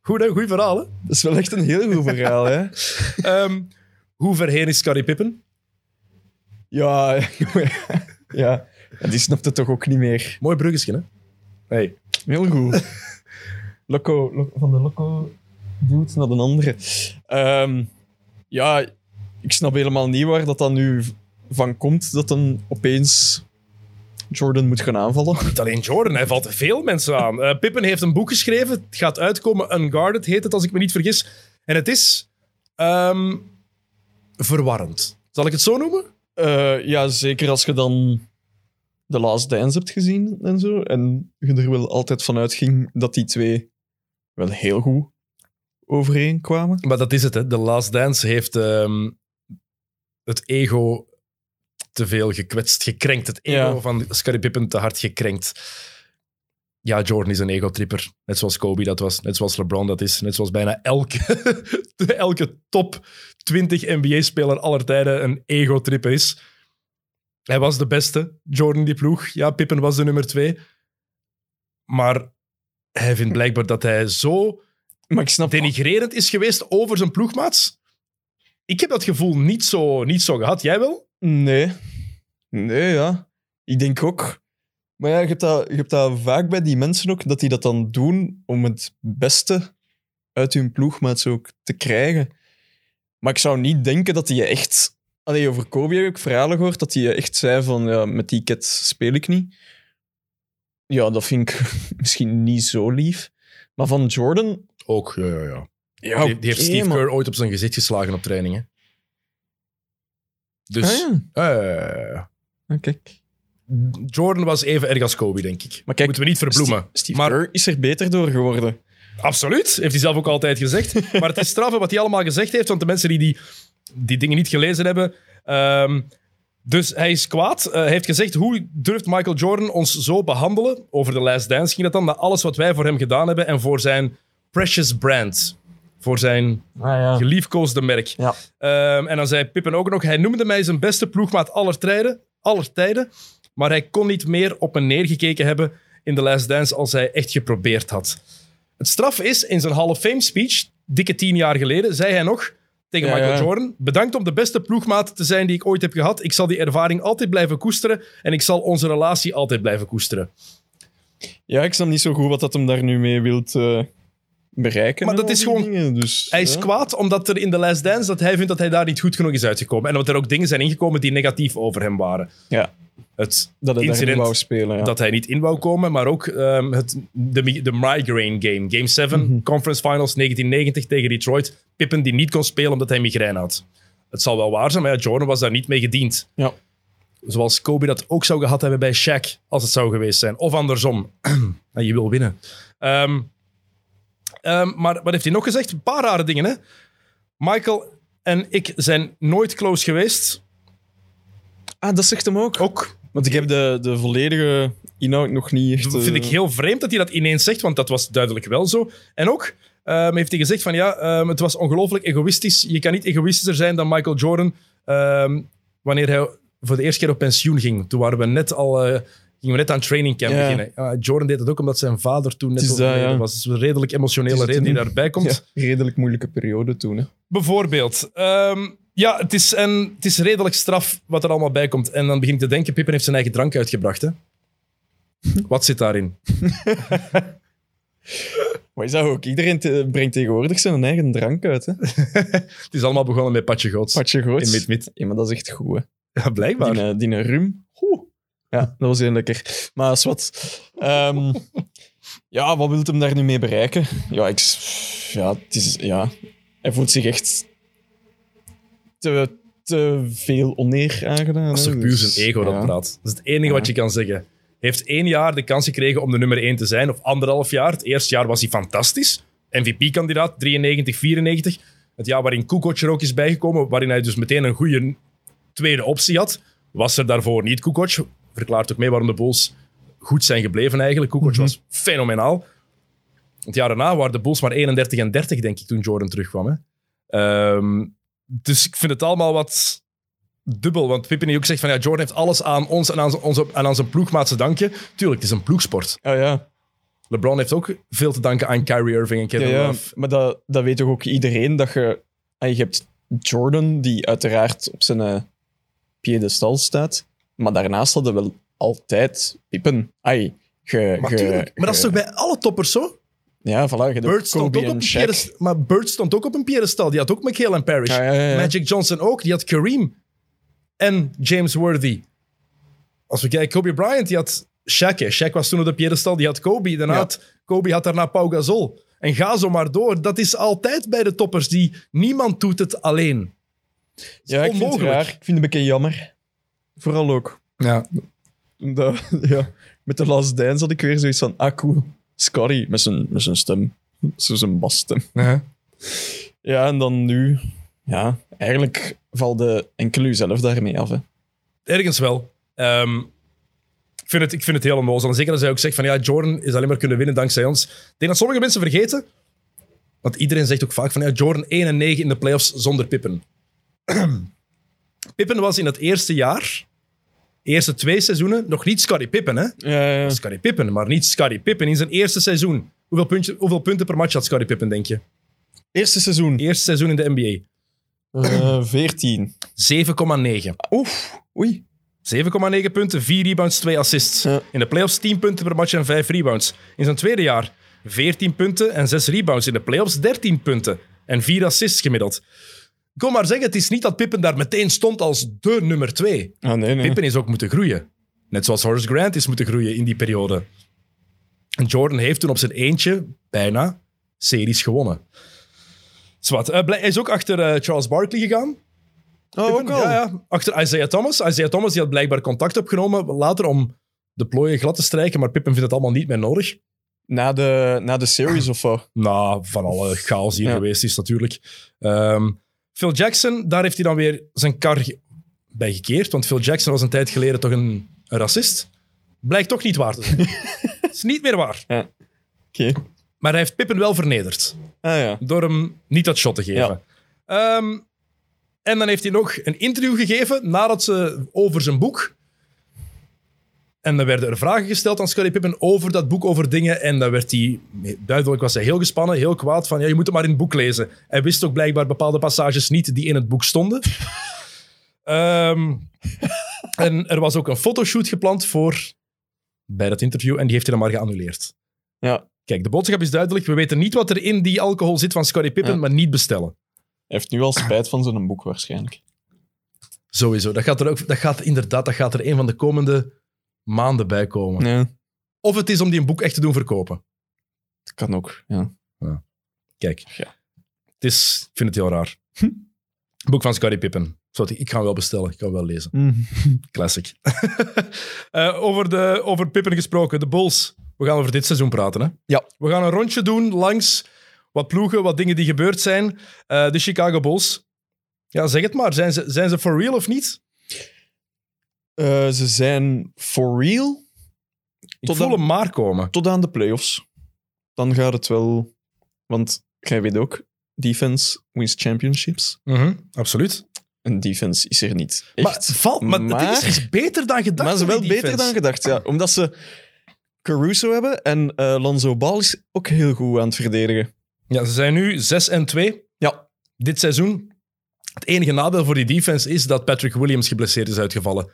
Speaker 4: Goed, hè? Goed verhaal, hè?
Speaker 5: Dat is wel echt een heel goed verhaal, hè?
Speaker 4: Ehm, hoe verheen is Scottie Pippen?
Speaker 5: Ja, ja. En die snapt het toch ook niet meer.
Speaker 4: Mooi bruggetje, hè? Hey.
Speaker 5: Heel goed. Loco, lo- van de loco dude naar de andere. Ehm, ja, ik snap helemaal niet waar dat dan nu van komt dat dan opeens Jordan moet gaan aanvallen.
Speaker 4: Niet alleen Jordan, hij valt veel mensen aan. Eh, Pippen heeft een boek geschreven. Het gaat uitkomen. Unguarded heet het, als ik me niet vergis. En het is ehm, verwarrend. Zal ik het zo noemen?
Speaker 5: Eh, ja, zeker als je dan The Last Dance hebt gezien en zo. En je er wel altijd van uitging dat die twee wel heel goed overeenkwamen.
Speaker 4: Maar dat is het, hè. The Last Dance heeft ehm, het ego te veel gekwetst, gekrenkt. Het ego
Speaker 5: Ja.
Speaker 4: van Scottie Pippen te hard gekrenkt. Ja, Jordan is een ego-tripper. Net zoals Kobe dat was, net zoals LeBron dat is, net zoals bijna elke, elke top 20 NBA-speler aller tijden een ego-tripper is. Hij was de beste, Jordan die ploeg. Ja, Pippen was de nummer twee. Maar hij vindt blijkbaar dat hij zo
Speaker 5: Maar ik snap
Speaker 4: denigrerend is geweest over zijn ploegmaats. Ik heb dat gevoel niet zo, niet zo gehad. Jij wel?
Speaker 5: Nee. Nee, ja. Ik denk ook. Maar ja, je hebt, dat, je hebt dat vaak bij die mensen ook, dat die dat dan doen om het beste uit hun ploegmaats ook te krijgen. Maar ik zou niet denken dat die je echt... Allee, over Kobe heb ik verhalen gehoord dat hij echt zei van, ja, met die cat speel ik niet. Ja, dat vind ik misschien niet zo lief. Maar van Jordan...
Speaker 4: Ook, ja, ja, ja.
Speaker 5: Ja,
Speaker 4: die, die heeft
Speaker 5: oké,
Speaker 4: Steve
Speaker 5: maar-
Speaker 4: Kerr ooit op zijn gezicht geslagen op trainingen. Dus,
Speaker 5: Ah, ja.
Speaker 4: eh,
Speaker 5: Ah, kijk.
Speaker 4: Jordan was even erg als Kobe, denk ik.
Speaker 5: Maar kijk,
Speaker 4: Moeten we niet verbloemen.
Speaker 5: Steve, Steve
Speaker 4: maar
Speaker 5: Kerr is er beter door geworden.
Speaker 4: Absoluut, heeft hij zelf ook altijd gezegd. Maar het is straffen wat hij allemaal gezegd heeft, want de mensen die die, die dingen niet gelezen hebben. ehm, dus hij is kwaad. Eh, Hij heeft gezegd: Hoe durft Michael Jordan ons zo behandelen? Over de Last Dance ging dat dan, na alles wat wij voor hem gedaan hebben en voor zijn precious brand. Voor zijn
Speaker 5: Ah
Speaker 4: geliefkoosde merk.
Speaker 5: Ja.
Speaker 4: Ehm, en dan zei Pippen ook nog: Hij noemde mij zijn beste ploegmaat aller tijden, aller tijden. Maar hij kon niet meer op me neergekeken hebben in de Last Dance als hij echt geprobeerd had. Het straf is, in zijn Hall of Fame speech, dikke tien jaar geleden, zei hij nog tegen
Speaker 5: Ja,
Speaker 4: Michael
Speaker 5: ja.
Speaker 4: Jordan: Bedankt om de beste ploegmaat te zijn die ik ooit heb gehad. Ik zal die ervaring altijd blijven koesteren en ik zal onze relatie altijd blijven koesteren.
Speaker 5: Ja, ik snap niet zo goed wat dat hem daar nu mee wilt eh, bereiken.
Speaker 4: Maar
Speaker 5: en
Speaker 4: dat
Speaker 5: al
Speaker 4: is
Speaker 5: die
Speaker 4: gewoon-
Speaker 5: dingen, dus,
Speaker 4: Hij is
Speaker 5: ja.
Speaker 4: kwaad omdat er in de Last Dance dat hij vindt dat hij daar niet goed genoeg is uitgekomen. En dat er ook dingen zijn ingekomen die negatief over hem waren.
Speaker 5: Ja,
Speaker 4: Het
Speaker 5: dat hij daar niet
Speaker 4: incident
Speaker 5: wou spelen. Ja.
Speaker 4: dat hij niet in wou komen, maar ook ehm, het, de, mi- de migraine game. Game 7,
Speaker 5: Mhm.
Speaker 4: Conference Finals 1990 tegen Detroit. Pippen die niet kon spelen omdat hij migraine had. Het zal wel waar zijn, maar ja, Jordan was daar niet mee gediend.
Speaker 5: Ja.
Speaker 4: Zoals Kobe dat ook zou gehad hebben bij Shaq, als het zou geweest zijn. Of andersom. en je wil winnen. Ehm, ehm, maar wat heeft hij nog gezegd? Een paar rare dingen, hè? Michael en ik zijn nooit close geweest.
Speaker 5: Ah, dat zegt hem ook.
Speaker 4: Ook
Speaker 5: Want ik heb de, de volledige inhoud nog niet echt...
Speaker 4: dat vind
Speaker 5: eh,
Speaker 4: ik heel vreemd dat hij dat ineens zegt, want dat was duidelijk wel zo. En ook ehm, heeft hij gezegd van ja, ehm, het was ongelooflijk egoïstisch. Je kan niet egoïstischer zijn dan Michael Jordan ehm, wanneer hij voor de eerste keer op pensioen ging. Toen waren we net al... eh, Gingen we net aan training camp
Speaker 5: Ja.
Speaker 4: beginnen. Ah, Jordan deed dat ook omdat zijn vader toen net
Speaker 5: Het is dat,
Speaker 4: overleden
Speaker 5: ja.
Speaker 4: was. Dus een redelijk emotionele
Speaker 5: Het is het
Speaker 4: reden die
Speaker 5: nu.
Speaker 4: daarbij komt.
Speaker 5: Ja, redelijk moeilijke periode toen. Hè.
Speaker 4: Bijvoorbeeld. Ehm, ja, het is, en, het is redelijk straf wat er allemaal bij komt. En dan begin ik te denken, Pippen heeft zijn eigen drank uitgebracht. Hè? Wat zit daarin?
Speaker 5: Maar is dat ook? Iedereen te- brengt tegenwoordig zijn eigen drank uit. Hè?
Speaker 4: Het is allemaal begonnen met Patje Goots.
Speaker 5: Patje
Speaker 4: In
Speaker 5: goots.
Speaker 4: mid-mid.
Speaker 5: Ja, maar dat is echt goed. Hè?
Speaker 4: Ja, blijkbaar.
Speaker 5: Die, eh, die rum. Oeh. Ja, dat was heel lekker. Maar is wat. Ehm, ja, wat wil hem daar nu mee bereiken? Ja, ik, s- ja, het is, ja. hij voelt zich echt te, te veel oneer aangedaan. dus-
Speaker 4: Dat is toch puur zijn ego dat praat. Dat is het enige wat je kan zeggen. Hij heeft één jaar de kans gekregen om de nummer één te zijn, of anderhalf jaar. Het eerste jaar was hij fantastisch. MVP-kandidaat, 93, 94. Het jaar waarin Kukoc er ook is bijgekomen, waarin hij dus meteen een goede tweede optie had, was er daarvoor niet Kukoc. Verklaart ook mee waarom de Bulls goed zijn gebleven eigenlijk. Kukoc was fenomenaal. Het jaar daarna waren de Bulls maar 31 en 30, denk ik, toen Jordan terugkwam. Hè? Ehm, dus ik vind het allemaal wat dubbel. Want Pippen die ook zegt van ja, Jordan heeft alles aan ons en aan, z- onze, en aan zijn ploegmaat te danken. Tuurlijk, het is een ploegsport.
Speaker 5: Oh ja,
Speaker 4: LeBron heeft ook veel te danken aan Kyrie Irving en
Speaker 5: ja,
Speaker 4: Kevin
Speaker 5: ja.
Speaker 4: Love.
Speaker 5: maar dat, dat weet toch ook iedereen dat je. ah, Je hebt Jordan, die uiteraard op zijn eh, piedestal staat. Maar daarnaast hadden we altijd Pippen. Ai, ge,
Speaker 4: Maar,
Speaker 5: ge-
Speaker 4: tuurlijk, maar dat is
Speaker 5: ge-
Speaker 4: toch bij alle toppers zo?
Speaker 5: Ja, voilà. Je hebt ook
Speaker 4: Bird stond
Speaker 5: Kobe
Speaker 4: ook op
Speaker 5: en
Speaker 4: een
Speaker 5: Shaq.
Speaker 4: piedestal. Maar Bird stond ook op een piedestal. Die had ook McHale en Parrish.
Speaker 5: Ja, ja, ja, ja.
Speaker 4: Magic Johnson ook. Die had Kareem en James Worthy. Als we kijken, Kobe Bryant, die had Shaq. hè. Shaq was toen op de piedestal, die had Kobe. Daarna
Speaker 5: Ja.
Speaker 4: had, Kobe had daarna Pau Gasol. En ga zo maar door. Dat is altijd bij de toppers. Die, niemand doet het alleen.
Speaker 5: Ja, ik vind het
Speaker 4: Onmogelijk.
Speaker 5: raar. Ik vind het een beetje jammer. Vooral ook.
Speaker 4: Ja.
Speaker 5: Omdat, ja, met de Last Dance had ik weer zoiets van, ah cool, Scotty met zijn, met zijn stem. Zo zijn basstem. Ja, en dan nu. Ja, eigenlijk valt de enkel jezelf daarmee af. Hè.
Speaker 4: Ergens wel. Ehm, ik, vind het, ik vind het heel onnozel. En zeker als hij ook zegt van ja, Jordan is alleen maar kunnen winnen dankzij ons. Ik denk dat sommige mensen vergeten. Want iedereen zegt ook vaak van ja, Jordan 1 en 9 in de playoffs zonder Pippen. Pippen was in het eerste jaar, eerste twee seizoenen, nog niet Scottie Pippen. Hè?
Speaker 5: Ja, ja.
Speaker 4: Scottie Pippen, maar niet Scottie Pippen in zijn eerste seizoen. Hoeveel, puntje, hoeveel punten per match had Scottie Pippen, denk je?
Speaker 5: Eerste seizoen.
Speaker 4: Eerste seizoen in de NBA.
Speaker 5: eh 14.
Speaker 4: 7,9.
Speaker 5: Oef. Oei.
Speaker 4: 7,9 punten, 4 rebounds, 2 assists.
Speaker 5: Ja.
Speaker 4: In de playoffs 10 punten per match en 5 rebounds. In zijn tweede jaar 14 punten en 6 rebounds. In de playoffs 13 punten en 4 assists gemiddeld. Kom maar zeggen, het is niet dat Pippen daar meteen stond als de nummer 2.
Speaker 5: Ah, nee, nee.
Speaker 4: Pippen is ook moeten groeien. Net zoals Horace Grant is moeten groeien in die periode. En Jordan heeft toen op zijn eentje bijna series gewonnen. Zwat. Eh, blij- hij is ook achter eh, Charles Barkley gegaan.
Speaker 5: Oh, ook al.
Speaker 4: Ja, ja. Achter Isaiah Thomas. Isaiah Thomas die had blijkbaar contact opgenomen later om de plooien glad te strijken, maar Pippen vindt het allemaal niet meer nodig.
Speaker 5: Na, de, na de series of wat?
Speaker 4: Na van alle chaos die er
Speaker 5: Ja.
Speaker 4: geweest is natuurlijk. Ehm, Phil Jackson, daar heeft hij dan weer zijn kar ge- bij gekeerd, want Phil Jackson was een tijd geleden toch een, een racist. Blijkt toch niet waar te zijn. Het is niet meer waar.
Speaker 5: Oké.
Speaker 4: Maar hij heeft Pippen wel vernederd.
Speaker 5: Ah ja.
Speaker 4: door hem niet dat shot te geven. Ehm, en dan heeft hij nog een interview gegeven nadat ze over zijn boek. En dan werden er vragen gesteld aan Scottie Pippen over dat boek, over dingen. En dan werd hij, duidelijk was hij heel gespannen, heel kwaad. Van ja, je moet het maar in het boek lezen. Hij wist ook blijkbaar bepaalde passages niet die in het boek stonden. Ehm, en er was ook een fotoshoot gepland voor bij dat interview. En die heeft hij dan maar geannuleerd.
Speaker 5: Ja.
Speaker 4: Kijk, de boodschap is duidelijk. We weten niet wat er in die alcohol zit van Scottie Pippen,
Speaker 5: Ja.
Speaker 4: maar niet bestellen.
Speaker 5: Hij heeft nu al spijt van zijn boek waarschijnlijk.
Speaker 4: Sowieso. Dat gaat er ook, dat gaat inderdaad, dat gaat er een van de komende maanden bij komen.
Speaker 5: Ja.
Speaker 4: Of het is om die een boek echt te doen verkopen.
Speaker 5: Dat kan ook, ja.
Speaker 4: Kijk,
Speaker 5: Ja. Hm.
Speaker 4: het is, ik vind het heel raar. Boek van Scottie Pippen. Zodat ik, ik ga hem wel bestellen, ik ga hem wel lezen.
Speaker 5: Hm.
Speaker 4: Classic. Eh, over, de, over Pippen gesproken, de Bulls. We gaan over dit seizoen praten. Hè?
Speaker 5: Ja.
Speaker 4: We gaan een rondje doen langs wat ploegen, wat dingen die gebeurd zijn. Eh, de Chicago Bulls. Ja, zeg het maar. Zijn ze, zijn ze for real of niet?
Speaker 5: Eh, ze zijn for real
Speaker 4: Ik
Speaker 5: Tot
Speaker 4: voel
Speaker 5: dan-
Speaker 4: hem maar komen.
Speaker 5: tot aan de playoffs. Dan gaat het wel. Want jij weet ook, defense wins championships.
Speaker 4: Mhm, Absoluut.
Speaker 5: En defense is er niet. Echt.
Speaker 4: Maar, valt, maar, het
Speaker 5: Maar-
Speaker 4: is iets beter dan gedacht.
Speaker 5: maar ze
Speaker 4: hoor,
Speaker 5: wel
Speaker 4: die
Speaker 5: beter
Speaker 4: defense.
Speaker 5: dan gedacht, ja. Omdat ze Caruso hebben en eh Lonzo Ball is ook heel goed aan het verdedigen.
Speaker 4: Ja, ze zijn nu 6 en 2
Speaker 5: Ja,
Speaker 4: dit seizoen. Het enige nadeel voor die defense is dat Patrick Williams geblesseerd is uitgevallen.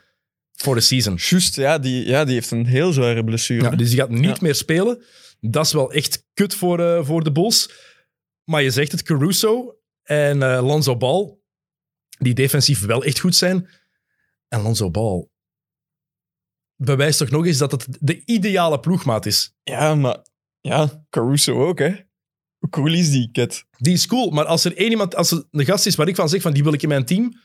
Speaker 4: Voor de season.
Speaker 5: juist. Ja die, ja, die heeft een heel zware blessure.
Speaker 4: Ja, dus die gaat niet
Speaker 5: Ja.
Speaker 4: meer spelen. Dat is wel echt kut voor, eh, voor de Bulls. Maar je zegt het, Caruso en eh, Lonzo Ball, die defensief wel echt goed zijn. En Lonzo Ball bewijst toch nog eens dat het de ideale ploegmaat is.
Speaker 5: Ja, maar ja, Caruso ook, hè. Hoe cool is die cat?
Speaker 4: Die is cool, maar als er één iemand, als er een gast is waar ik van zeg, van die wil ik in mijn team,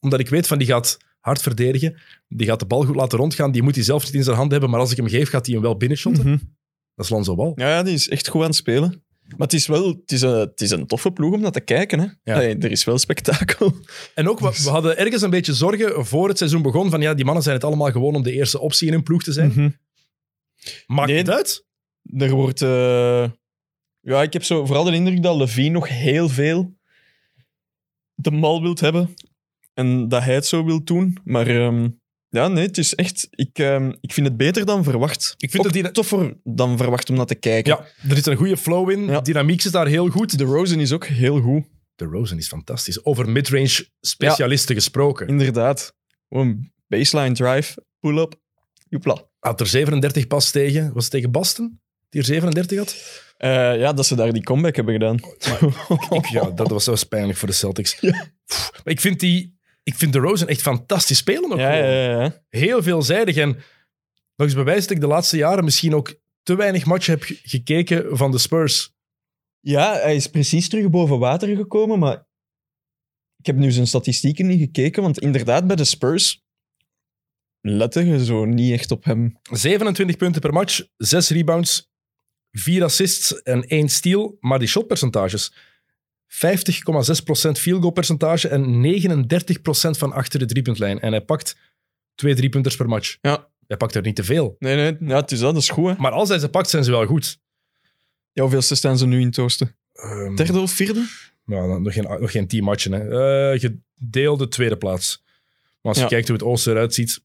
Speaker 4: omdat ik weet van die gaat hard verdedigen, die gaat de bal goed laten rondgaan, die moet hij zelf niet in zijn hand hebben, maar als ik hem geef, gaat hij hem wel binnenshotten. Dat is Lonzo Ball.
Speaker 5: Mhm. Ja, ja, die is echt goed aan het spelen. Maar het is wel het is een, het is een toffe ploeg om naar te kijken, hè. Allee, er is wel spektakel.
Speaker 4: En ook, we, we hadden ergens een beetje zorgen voor het seizoen begon van ja, die mannen zijn het allemaal gewoon om de eerste optie in hun ploeg te zijn. Maakt
Speaker 5: Mhm. Nee.
Speaker 4: het uit?
Speaker 5: Er wordt... eh, ja, ik heb zo vooral de indruk dat Levine nog heel veel de mal wilt hebben. En dat hij het zo wil doen. Maar ehm, ja, nee, het is echt... Ik, ehm, ik vind het beter dan verwacht.
Speaker 4: Ik vind
Speaker 5: Ook
Speaker 4: dat die-
Speaker 5: toffer dan verwacht om naar te kijken.
Speaker 4: Ja, er zit een goede flow in.
Speaker 5: Ja.
Speaker 4: Dynamiek zit daar heel goed.
Speaker 5: De Rosen is ook heel goed.
Speaker 4: De Rosen is fantastisch. Over midrange specialisten gesproken.
Speaker 5: Inderdaad. Gewoon baseline drive, pull-up, joepla.
Speaker 4: Had er 37 pas tegen. Was het tegen Basten? Die er 37 had?
Speaker 5: Eh, ja, dat ze daar die comeback hebben gedaan.
Speaker 4: Ik, ja, dat was zo pijnlijk voor de Celtics. Pff, maar ik vind, die, ik vind de Rosen echt fantastisch spelen. Ook
Speaker 5: ja, ja,
Speaker 4: gewoon.
Speaker 5: ja, ja.
Speaker 4: heel veelzijdig. En nog eens bewijs dat ik de laatste jaren misschien ook te weinig matchen heb ge- gekeken van de Spurs.
Speaker 5: Ja, hij is precies terug boven water gekomen, maar ik heb nu zijn statistieken niet gekeken, want inderdaad, bij de Spurs letten je zo niet echt op hem.
Speaker 4: 27 punten per match, 6 rebounds, 4 assists en 1 steal. Maar die shotpercentages, 50,6% field goal percentage en 39% van achter de driepuntlijn. En hij pakt twee driepunters per match.
Speaker 5: Ja.
Speaker 4: Hij pakt er niet te veel.
Speaker 5: Nee, nee, ja, het is dat, dat is goed, hè.
Speaker 4: Maar als hij ze pakt, zijn ze wel goed.
Speaker 5: Ja, hoeveelste staan ze nu in toosten?
Speaker 4: Ehm,
Speaker 5: Derde of vierde?
Speaker 4: Nou, nog geen, nog geen tien matchen. Hè. Eh, gedeelde tweede plaats. Maar als je
Speaker 5: Ja.
Speaker 4: kijkt hoe het Oosten eruit ziet.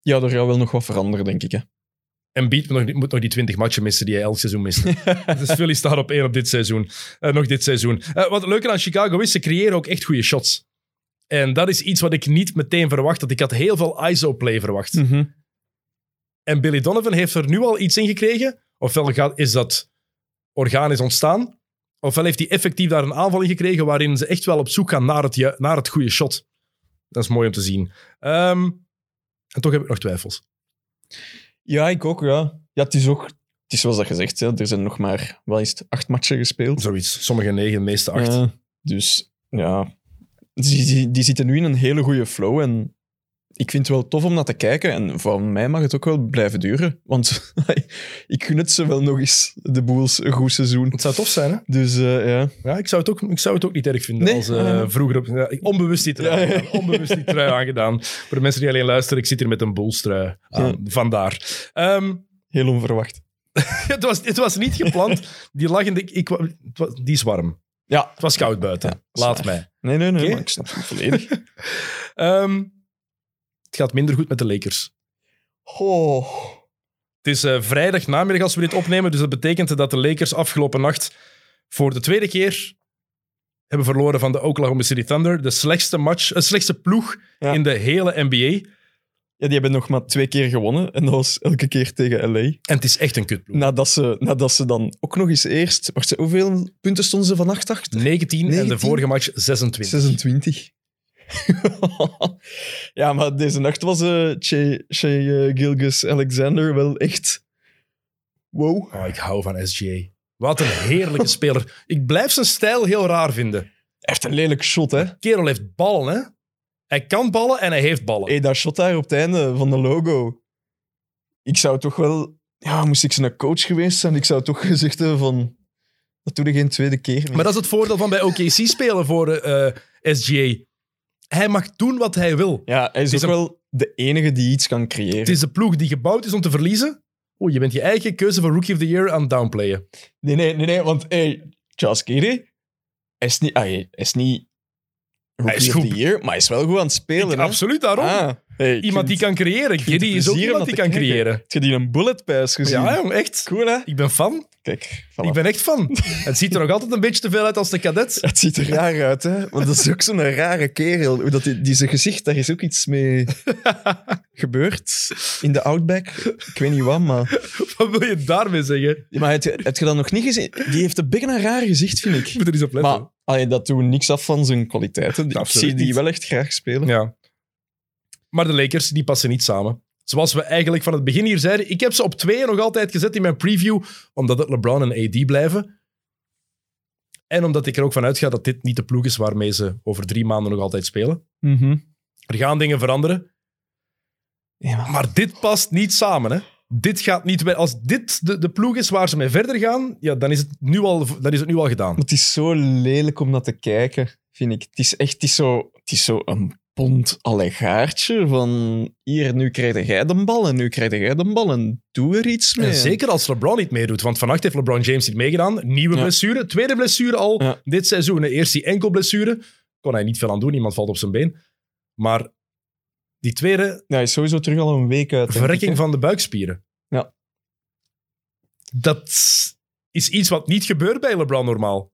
Speaker 5: Ja, er gaat wel nog wat veranderen, denk ik, hè.
Speaker 4: En Beat moet nog, die- moet nog die 20 matchen missen die hij elk seizoen miste. dus Philly staat op één op dit seizoen. Eh, nog dit seizoen. Eh, wat leuker aan Chicago is, ze creëren ook echt goede shots. En dat is iets wat ik niet meteen verwacht had. Ik had heel veel ISO-play verwacht.
Speaker 5: Hm. Mhm.
Speaker 4: En Billy Donovan heeft er nu al iets in gekregen. Ofwel gaat, is dat organisch ontstaan. Ofwel heeft hij effectief daar een aanval in gekregen waarin ze echt wel op zoek gaan naar het, ju- naar het goede shot. Dat is mooi om te zien. Ehm, en toch heb ik nog twijfels.
Speaker 5: Ja, ik ook, ja. Ja, het is ook... Het is zoals dat gezegd, hè. er zijn nog maar, wel eens acht matchen gespeeld.
Speaker 4: Zoiets. Sommige negen, de meeste acht.
Speaker 5: Ja, dus ja, die, die, die zitten nu in een hele goede flow. En ik vind het wel tof om naar te kijken. En voor mij mag het ook wel blijven duren. Want ik gun het ze wel nog eens, de Boels, een goed seizoen.
Speaker 4: Het zou tof zijn, hè?
Speaker 5: Dus eh, ja.
Speaker 4: Ja, ik, zou het ook, ik zou het ook niet erg vinden
Speaker 5: Nee,
Speaker 4: als eh,
Speaker 5: eh.
Speaker 4: vroeger... Op, ja, ik- onbewust die trui
Speaker 5: Ja, ja.
Speaker 4: aangedaan. Onbewust die trui aangedaan. Voor de mensen die alleen luisteren, ik zit hier met een boelstrui aan.
Speaker 5: Ja.
Speaker 4: Vandaar. Ehm,
Speaker 5: Heel onverwacht.
Speaker 4: het, was, het was niet gepland. Die lag in de... Ik, wa- het was- die is warm.
Speaker 5: Ja.
Speaker 4: Het was koud buiten.
Speaker 5: Ja, dat is
Speaker 4: Laat
Speaker 5: waar.
Speaker 4: mij.
Speaker 5: Nee, nee, nee.
Speaker 4: Oké.
Speaker 5: maar ik snap het volledig.
Speaker 4: Ehm, het gaat minder goed met de Lakers.
Speaker 5: Oh.
Speaker 4: Het is eh vrijdag namiddag als we dit opnemen, dus dat betekent dat de Lakers afgelopen nacht voor de tweede keer hebben verloren van de Oklahoma City Thunder. De slechtste, match, eh, slechtste ploeg
Speaker 5: Ja.
Speaker 4: in de hele NBA.
Speaker 5: Ja, die hebben nog maar twee keer gewonnen. En dat was elke keer tegen LA.
Speaker 4: En het is echt een kutploeg.
Speaker 5: Nadat ze, nadat ze dan ook nog eens eerst... Wacht, hoeveel punten stonden ze vannacht achter?
Speaker 4: 19, en de
Speaker 5: 19?
Speaker 4: vorige match 26.
Speaker 5: 26. ja, maar deze nacht was eh Che, che eh, Gilgis Alexander wel echt. Wow.
Speaker 4: Oh, ik hou van SGA. Wat een heerlijke speler. Ik blijf zijn stijl heel raar vinden.
Speaker 5: Echt een lelijk shot, hè?
Speaker 4: Kerel heeft ballen, hè? Hij kan ballen en hij heeft ballen.
Speaker 5: Hey, dat shot daar op het einde van de logo. Ik zou toch wel. Ja, moest ik zijn coach geweest zijn, ik zou toch gezegd hebben van. Dat doe je geen tweede keer. Meer.
Speaker 4: Maar dat is het voordeel van bij OKC spelen voor eh, eh, SGA. Hij mag doen wat hij wil.
Speaker 5: Ja, hij is
Speaker 4: Het
Speaker 5: ook
Speaker 4: is
Speaker 5: wel de enige die iets kan
Speaker 4: Het
Speaker 5: creëren.
Speaker 4: is de ploeg die gebouwd is om te verliezen. Oeh, je bent je eigen keuze voor Rookie of the Year aan het downplayen.
Speaker 5: Nee, nee, nee, nee, want hey, Charles Kiri is niet, ah, hij is niet rookie
Speaker 4: is
Speaker 5: of
Speaker 4: goed.
Speaker 5: the year, maar hij is wel goed aan het spelen. hè?
Speaker 4: Absoluut, daarom.
Speaker 5: Ah, hey, ik
Speaker 4: iemand die
Speaker 5: vind-
Speaker 4: kan creëren.
Speaker 5: vind
Speaker 4: Giddy
Speaker 5: het
Speaker 4: is ook
Speaker 5: plezier om
Speaker 4: iemand
Speaker 5: dat
Speaker 4: die
Speaker 5: te
Speaker 4: kan
Speaker 5: kijken.
Speaker 4: creëren.
Speaker 5: Heb je die een bullet pass gezien?
Speaker 4: Ja, jong, echt.
Speaker 5: Cool, hè?
Speaker 4: Ik ben fan.
Speaker 5: Kijk, voilà.
Speaker 4: Ik ben echt fan. Het ziet er nog altijd een beetje te veel uit als de kadet.
Speaker 5: Het ziet er raar uit, hè? Want dat is ook zo'n rare kerel. Hoe Dat die, die zijn gezicht, daar is ook iets mee gebeurd. In de Outback. Ik weet niet wat, maar...
Speaker 4: Wat wil je daarmee zeggen?
Speaker 5: Ja, Maar heb je, heb je dat nog niet gezien? Die heeft een beetje een raar gezicht, vind
Speaker 4: Ik
Speaker 5: ik.
Speaker 4: moet er eens op letten.
Speaker 5: Maar allee, dat doet niks af van zijn kwaliteiten. Ik
Speaker 4: Absoluut
Speaker 5: zie die
Speaker 4: niet.
Speaker 5: wel echt graag spelen.
Speaker 4: Ja. Maar de Lakers, die passen niet samen. Zoals we eigenlijk van het begin hier zeiden, ik heb ze op tweeën nog altijd gezet in mijn preview, omdat het LeBron en AD blijven. En omdat ik er ook van uitga dat dit niet de ploeg is waarmee ze over drie maanden nog altijd spelen.
Speaker 5: Mhm.
Speaker 4: Er gaan dingen veranderen,
Speaker 5: Ja, maar-
Speaker 4: maar dit past niet samen. Hè? Dit gaat niet bij. Als dit de, de ploeg is waar ze mee verder gaan, ja, dan, is het nu al, dan is het nu al gedaan.
Speaker 5: Maar het is zo lelijk om naar te kijken, vind ik. Het is echt het is zo, het is zo een bond allegaartje van hier, nu krijg jij de bal en nu krijg jij de bal en doe er iets mee.
Speaker 4: En zeker als LeBron niet meedoet. Want vannacht heeft LeBron James niet meegedaan. Nieuwe
Speaker 5: Ja.
Speaker 4: blessure. Tweede blessure al
Speaker 5: Ja.
Speaker 4: dit seizoen. Eerst die enkel blessure. Kon hij niet veel aan doen. Iemand valt op zijn been. Maar die tweede,
Speaker 5: Ja, Nou, hij is sowieso terug al een week uit. denk ik,
Speaker 4: verrekking
Speaker 5: hè.
Speaker 4: van de buikspieren.
Speaker 5: Ja.
Speaker 4: Dat is iets wat niet gebeurt bij LeBron normaal.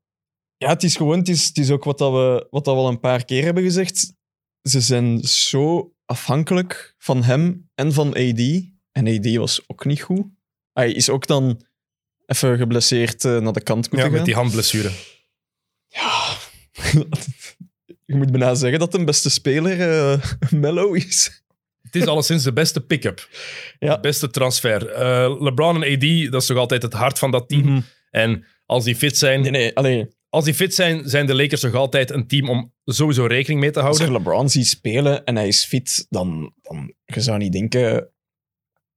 Speaker 5: Ja, het is gewoon, het is, het is ook wat, dat we, wat dat we al een paar keer hebben gezegd. Ze zijn zo afhankelijk van hem en van AD. En AD was ook niet goed. Hij is ook dan even geblesseerd eh, naar de kant moeten
Speaker 4: Ja, met
Speaker 5: gaan.
Speaker 4: die handblessure.
Speaker 5: Ja. Je moet bijna zeggen dat de beste speler eh, Mello is.
Speaker 4: Het is alleszins de beste pick-up.
Speaker 5: Ja.
Speaker 4: De beste transfer. Eh, LeBron en AD, dat is toch altijd het hart van dat team.
Speaker 5: Mhm.
Speaker 4: En als die fit zijn,
Speaker 5: Nee, nee, alleen
Speaker 4: als die fit zijn, zijn de Lakers nog altijd een team om sowieso rekening mee te
Speaker 5: als je
Speaker 4: houden.
Speaker 5: LeBron ziet spelen en hij is fit, dan, dan je zou niet denken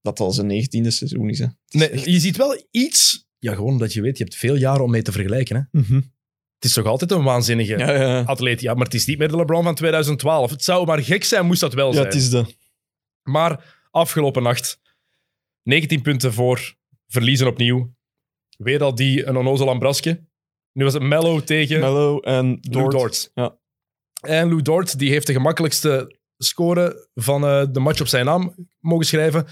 Speaker 5: dat dat zijn negentiende seizoen is. Hè.
Speaker 4: Nee, je ziet wel iets. Ja, gewoon omdat je weet, je hebt veel jaren om mee te vergelijken. Hè? Het is toch altijd een waanzinnige
Speaker 5: Ja, ja, ja.
Speaker 4: atleet. Ja, maar het is niet meer de LeBron van 2012. Het zou maar gek zijn, moest dat wel
Speaker 5: ja,
Speaker 4: zijn.
Speaker 5: het is de...
Speaker 4: Maar afgelopen nacht, 19 punten voor, verliezen opnieuw. Weer al die een onnozel Ambraske. Nu was het Mello tegen
Speaker 5: Mello en
Speaker 4: Lou
Speaker 5: Dort.
Speaker 4: Dort.
Speaker 5: Ja.
Speaker 4: En Lou Dort die heeft de gemakkelijkste score van eh, de match op zijn naam mogen schrijven.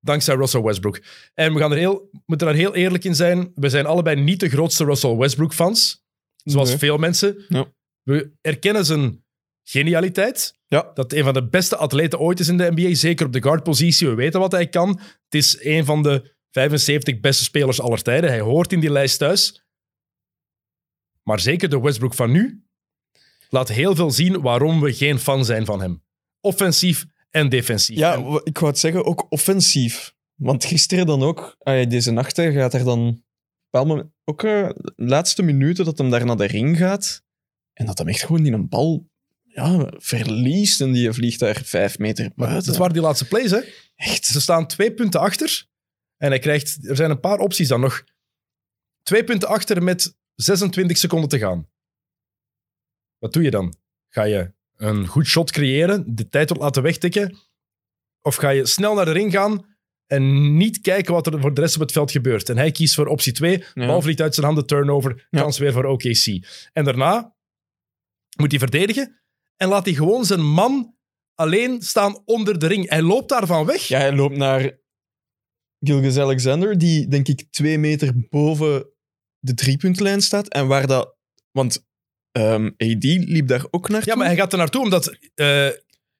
Speaker 4: Dankzij Russell Westbrook. En we gaan er heel, moeten daar heel eerlijk in zijn. We zijn allebei niet de grootste Russell Westbrook-fans. Zoals
Speaker 5: Nee.
Speaker 4: veel mensen.
Speaker 5: Ja.
Speaker 4: We erkennen zijn genialiteit.
Speaker 5: Ja.
Speaker 4: Dat een van de beste atleten ooit is in de NBA. Zeker op de guardpositie. We weten wat hij kan. Het is een van de 75 beste spelers aller tijden. Hij hoort in die lijst thuis. Maar zeker de Westbrook van nu laat heel veel zien waarom we geen fan zijn van hem. Offensief en defensief.
Speaker 5: Ja,
Speaker 4: En
Speaker 5: w- ik wou het zeggen, ook offensief. Want gisteren dan ook, ah ja, deze nacht hè, gaat er dan op een bepaald moment, ook eh, de laatste minuten dat hem daar naar de ring gaat en dat hem echt gewoon in een bal ja, verliest en die vliegt daar vijf meter buiten.
Speaker 4: dat waren die laatste plays, hè?
Speaker 5: echt.
Speaker 4: Ze staan twee punten achter. En hij krijgt, er zijn een paar opties dan nog. Twee punten achter met 26 seconden te gaan. Wat doe je dan? Ga je een goed shot creëren, de tijd wordt laten wegtikken? Of ga je snel naar de ring gaan en niet kijken wat er voor de rest op het veld gebeurt? En hij kiest voor optie 2.
Speaker 5: Ja.
Speaker 4: Bal vliegt uit zijn handen, turnover,
Speaker 5: Ja.
Speaker 4: kans weer voor OKC. En daarna moet hij verdedigen en laat hij gewoon zijn man alleen staan onder de ring. Hij loopt daarvan weg.
Speaker 5: Ja, hij loopt naar Gilgis Alexander, die denk ik twee meter boven de driepuntlijn staat en waar dat... Want ehm AD liep daar ook naartoe.
Speaker 4: Ja, maar hij gaat er naartoe omdat. eh, SGA,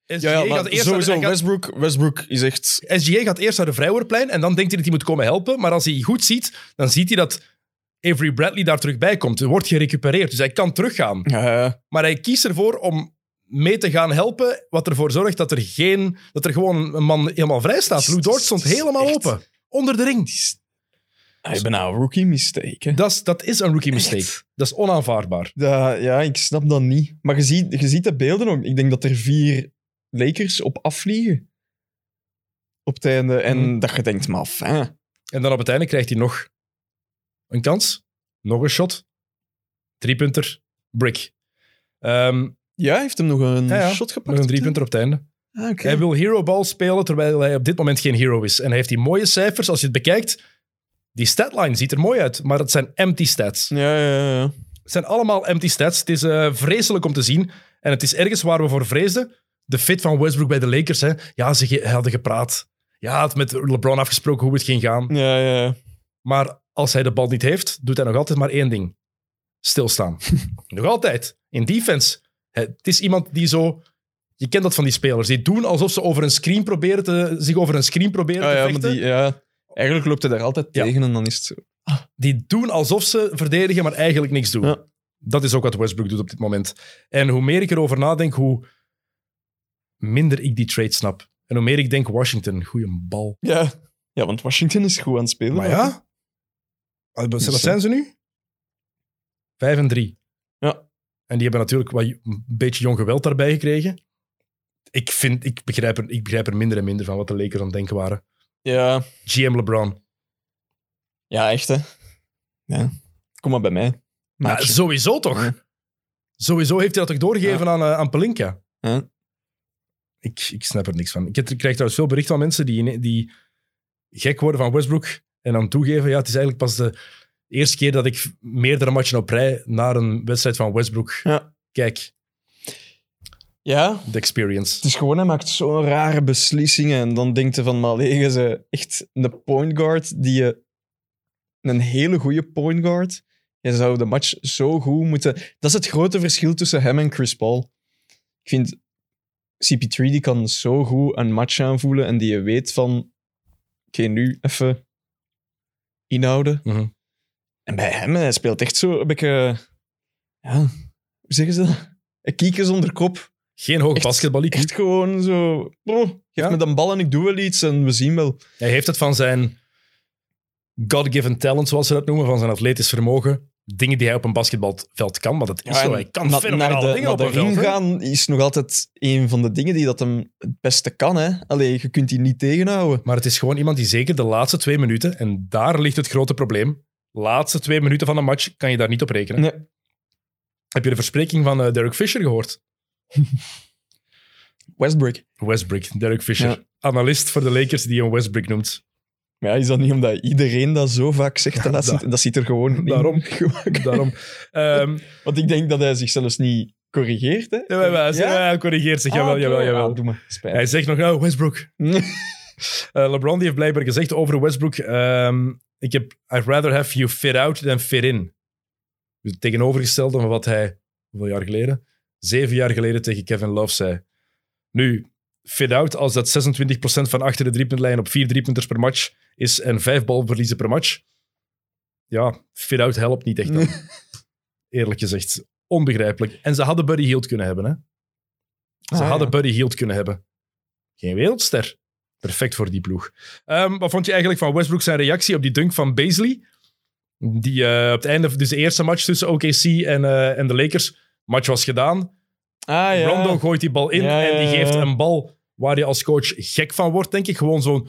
Speaker 5: ja, ja, maar
Speaker 4: gaat eerst naar
Speaker 5: sowieso,
Speaker 4: de, hij
Speaker 5: Westbrook, Westbrook is echt...
Speaker 4: gaat- SGA gaat eerst naar de Vrijwoordplein en dan denkt hij dat hij moet komen helpen. Maar als hij goed ziet, dan ziet hij dat Avery Bradley daar terug bij komt. Er wordt gerecupereerd, dus hij kan teruggaan.
Speaker 5: Ja,
Speaker 4: Maar hij kiest ervoor om mee te gaan helpen, wat ervoor zorgt dat er, geen, dat er gewoon een man helemaal vrij staat.
Speaker 5: Het is-
Speaker 4: Lou Dort
Speaker 5: het is-
Speaker 4: stond
Speaker 5: het is
Speaker 4: helemaal
Speaker 5: echt-
Speaker 4: open, onder de ring.
Speaker 5: Hij ben nou een rookie mistake. Hè?
Speaker 4: Dat is, dat is een rookie mistake.
Speaker 5: Echt?
Speaker 4: Dat is onaanvaardbaar.
Speaker 5: Da- ja, ik snap dat niet. Maar je ziet, je ziet de beelden ook. Ik denk dat er vier Lakers op afvliegen. Op het einde. En
Speaker 4: Mhm.
Speaker 5: dat je denkt, maar fijn.
Speaker 4: En dan op het einde krijgt hij nog een kans. Nog een shot. Driepunter. Brick. Ehm,
Speaker 5: Ja, hij heeft hem nog een
Speaker 4: Ja, ja.
Speaker 5: shot
Speaker 4: Nog
Speaker 5: gepakt.
Speaker 4: een driepunter op het einde.
Speaker 5: Ah, oké.
Speaker 4: Hij wil Hero Ball spelen terwijl hij op dit moment geen hero is. En hij heeft die mooie cijfers. Als je het bekijkt, die statline ziet er mooi uit. Maar het zijn empty stats.
Speaker 5: Ja, ja, ja.
Speaker 4: Het zijn allemaal empty stats. Het is eh, vreselijk om te zien. En het is ergens waar we voor vreesden. De fit van Westbrook bij de Lakers. Hè. Ja, ze ge- hadden gepraat. Ja, had met LeBron afgesproken hoe het ging gaan.
Speaker 5: Ja, ja, ja.
Speaker 4: Maar als hij de bal niet heeft, doet hij nog altijd maar één ding. Stilstaan. nog altijd. In defense. Het is iemand die zo... Je kent dat van die spelers. Die doen alsof ze over een screen proberen te, zich over een screen proberen
Speaker 5: Ah,
Speaker 4: te
Speaker 5: ja, maar
Speaker 4: vechten.
Speaker 5: die,
Speaker 4: die...
Speaker 5: ja. Eigenlijk loopt hij daar altijd
Speaker 4: Ja.
Speaker 5: tegen en dan is het...
Speaker 4: doen alsof ze verdedigen, maar eigenlijk niks doen.
Speaker 5: Ja.
Speaker 4: Dat is ook wat Westbrook doet op dit moment. En hoe meer ik erover nadenk, hoe minder ik die trade snap. En hoe meer ik denk, Washington, goeie bal.
Speaker 5: Ja. ja, want Washington is goed aan het spelen.
Speaker 4: Maar ja, wat
Speaker 5: Dus,
Speaker 4: zijn ze nu? Vijf en drie.
Speaker 5: Ja.
Speaker 4: En die hebben natuurlijk wat, een beetje jong geweld daarbij gekregen. Ik, vind, ik, begrijp er, ik begrijp er minder en minder van wat de Lakers aan het denken waren.
Speaker 5: Ja,
Speaker 4: GM LeBron.
Speaker 5: ja echt hè. Ja. Kom maar bij mij.
Speaker 4: Maar
Speaker 5: Maatje.
Speaker 4: sowieso toch?
Speaker 5: Ja.
Speaker 4: Sowieso heeft hij dat toch doorgegeven aan, eh, aan Pelinka?
Speaker 5: Ja.
Speaker 4: Ik, ik snap er niks van. Ik, heb- ik krijg trouwens veel berichten van mensen die, die gek worden van Westbrook en dan toegeven, ja, het is eigenlijk pas de eerste keer dat ik meerdere matchen op rij naar een wedstrijd van Westbrook
Speaker 5: Ja.
Speaker 4: kijk.
Speaker 5: ja,
Speaker 4: De experience.
Speaker 5: Het is gewoon, hij maakt zo'n rare beslissingen. En dan denkt hij van, maar liggen ze echt een point guard die je... Een hele goede point guard. Je zou de match zo goed moeten... Dat is het grote verschil tussen hem en Chris Paul. Ik vind, CP3 die kan zo goed een match aanvoelen en die je weet van... Oké, nu even inhouden.
Speaker 4: Mhm.
Speaker 5: En bij hem, hij speelt echt zo een beetje... Ja, hoe zeggen ze dat? Een kiekers onder kop.
Speaker 4: Geen hoog
Speaker 5: Echt-
Speaker 4: basketballiek.
Speaker 5: Echt gewoon zo. oh, geef
Speaker 4: Ja?
Speaker 5: me dan bal en ik doe wel iets en we zien wel.
Speaker 4: Hij heeft het van zijn God-given talent, zoals ze dat noemen, van zijn atletisch vermogen. Dingen die hij op een basketbalveld kan, want dat is zo. Hij kan
Speaker 5: na-
Speaker 4: fenomenale
Speaker 5: de,
Speaker 4: dingen op
Speaker 5: de
Speaker 4: een veld.
Speaker 5: ring
Speaker 4: hè.
Speaker 5: gaan is nog altijd een van de dingen die dat hem het beste kan. Hè? Allee, je kunt die niet tegenhouden.
Speaker 4: Maar het is gewoon iemand die zeker de laatste twee minuten, en daar ligt het grote probleem, laatste twee minuten van een match kan je daar niet op rekenen.
Speaker 5: Nee.
Speaker 4: Heb je de verspreking van eh, Derek Fisher gehoord?
Speaker 5: Westbrook.
Speaker 4: Westbrook, Derek Fisher.
Speaker 5: Ja.
Speaker 4: Analist voor de Lakers die hem Westbrook noemt.
Speaker 5: Maar ja, is dat niet omdat iedereen dat zo vaak zegt? de laatste-
Speaker 4: da-
Speaker 5: dat zit er gewoon in.
Speaker 4: daarom. Daarom. Ehm,
Speaker 5: Want ik denk dat hij zich zelfs niet corrigeert. Hè?
Speaker 4: jawel, jawel,
Speaker 5: Ja?
Speaker 4: ja, hij corrigeert zich.
Speaker 5: Ah,
Speaker 4: Jawel, jawel,
Speaker 5: oké.
Speaker 4: jawel.
Speaker 5: Ah, doe maar. Spijt.
Speaker 4: Hij zegt nog, oh, Westbrook. Eh, LeBron die heeft blijkbaar gezegd over Westbrook: ehm, ik heb, I'd rather have you fit out than fit in. Dus het tegenovergestelde van wat hij, hoeveel jaar geleden? Zeven jaar geleden tegen Kevin Love zei. Nu, fit out, als dat 26% van achter de driepuntlijn op vier driepunters per match is en vijf balverliezen per match. Ja, fit out helpt niet echt. dan. Eerlijk gezegd, onbegrijpelijk. En ze hadden Buddy Hield kunnen hebben, hè? Ze
Speaker 5: Ah,
Speaker 4: hadden
Speaker 5: ja.
Speaker 4: Buddy Hield kunnen hebben. Geen wereldster. Perfect voor die ploeg. Ehm, wat vond je eigenlijk van Westbrook zijn reactie op die dunk van Beasley? Die eh, op het einde, dus de eerste match tussen OKC en, eh, en de Lakers. Match was gedaan.
Speaker 5: Ah, ja.
Speaker 4: Rondo gooit die bal in
Speaker 5: Ja, ja,
Speaker 4: en die
Speaker 5: ja, ja.
Speaker 4: geeft een bal waar je als coach gek van wordt, denk ik. Gewoon zo'n een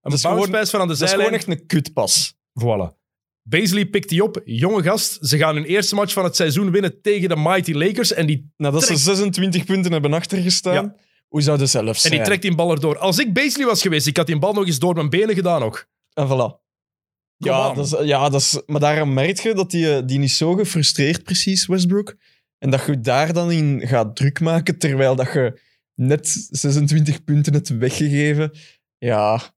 Speaker 5: Dat is
Speaker 4: bounce
Speaker 5: gewoon-
Speaker 4: pass van aan de
Speaker 5: Dat is gewoon
Speaker 4: zijlijn.
Speaker 5: echt een kutpas.
Speaker 4: Voilà. Beasley pikt die op. Jonge gast. Ze gaan hun eerste match van het seizoen winnen tegen de Mighty Lakers. En die,
Speaker 5: Nadat Nou, ze 26 punten hebben achtergestaan,
Speaker 4: Ja.
Speaker 5: hoe zouden ze zelf
Speaker 4: en
Speaker 5: zijn?
Speaker 4: die trekt die bal erdoor. Als ik Beasley was geweest, ik had die bal nog eens door mijn benen gedaan ook.
Speaker 5: En voilà. Ja
Speaker 4: on.
Speaker 5: dat, is, ja, dat is... Maar daarom merk je dat die, eh, die niet zo gefrustreerd precies, Westbrook. En dat je daar dan in gaat druk maken, terwijl dat je net 26 punten hebt weggegeven. Ja...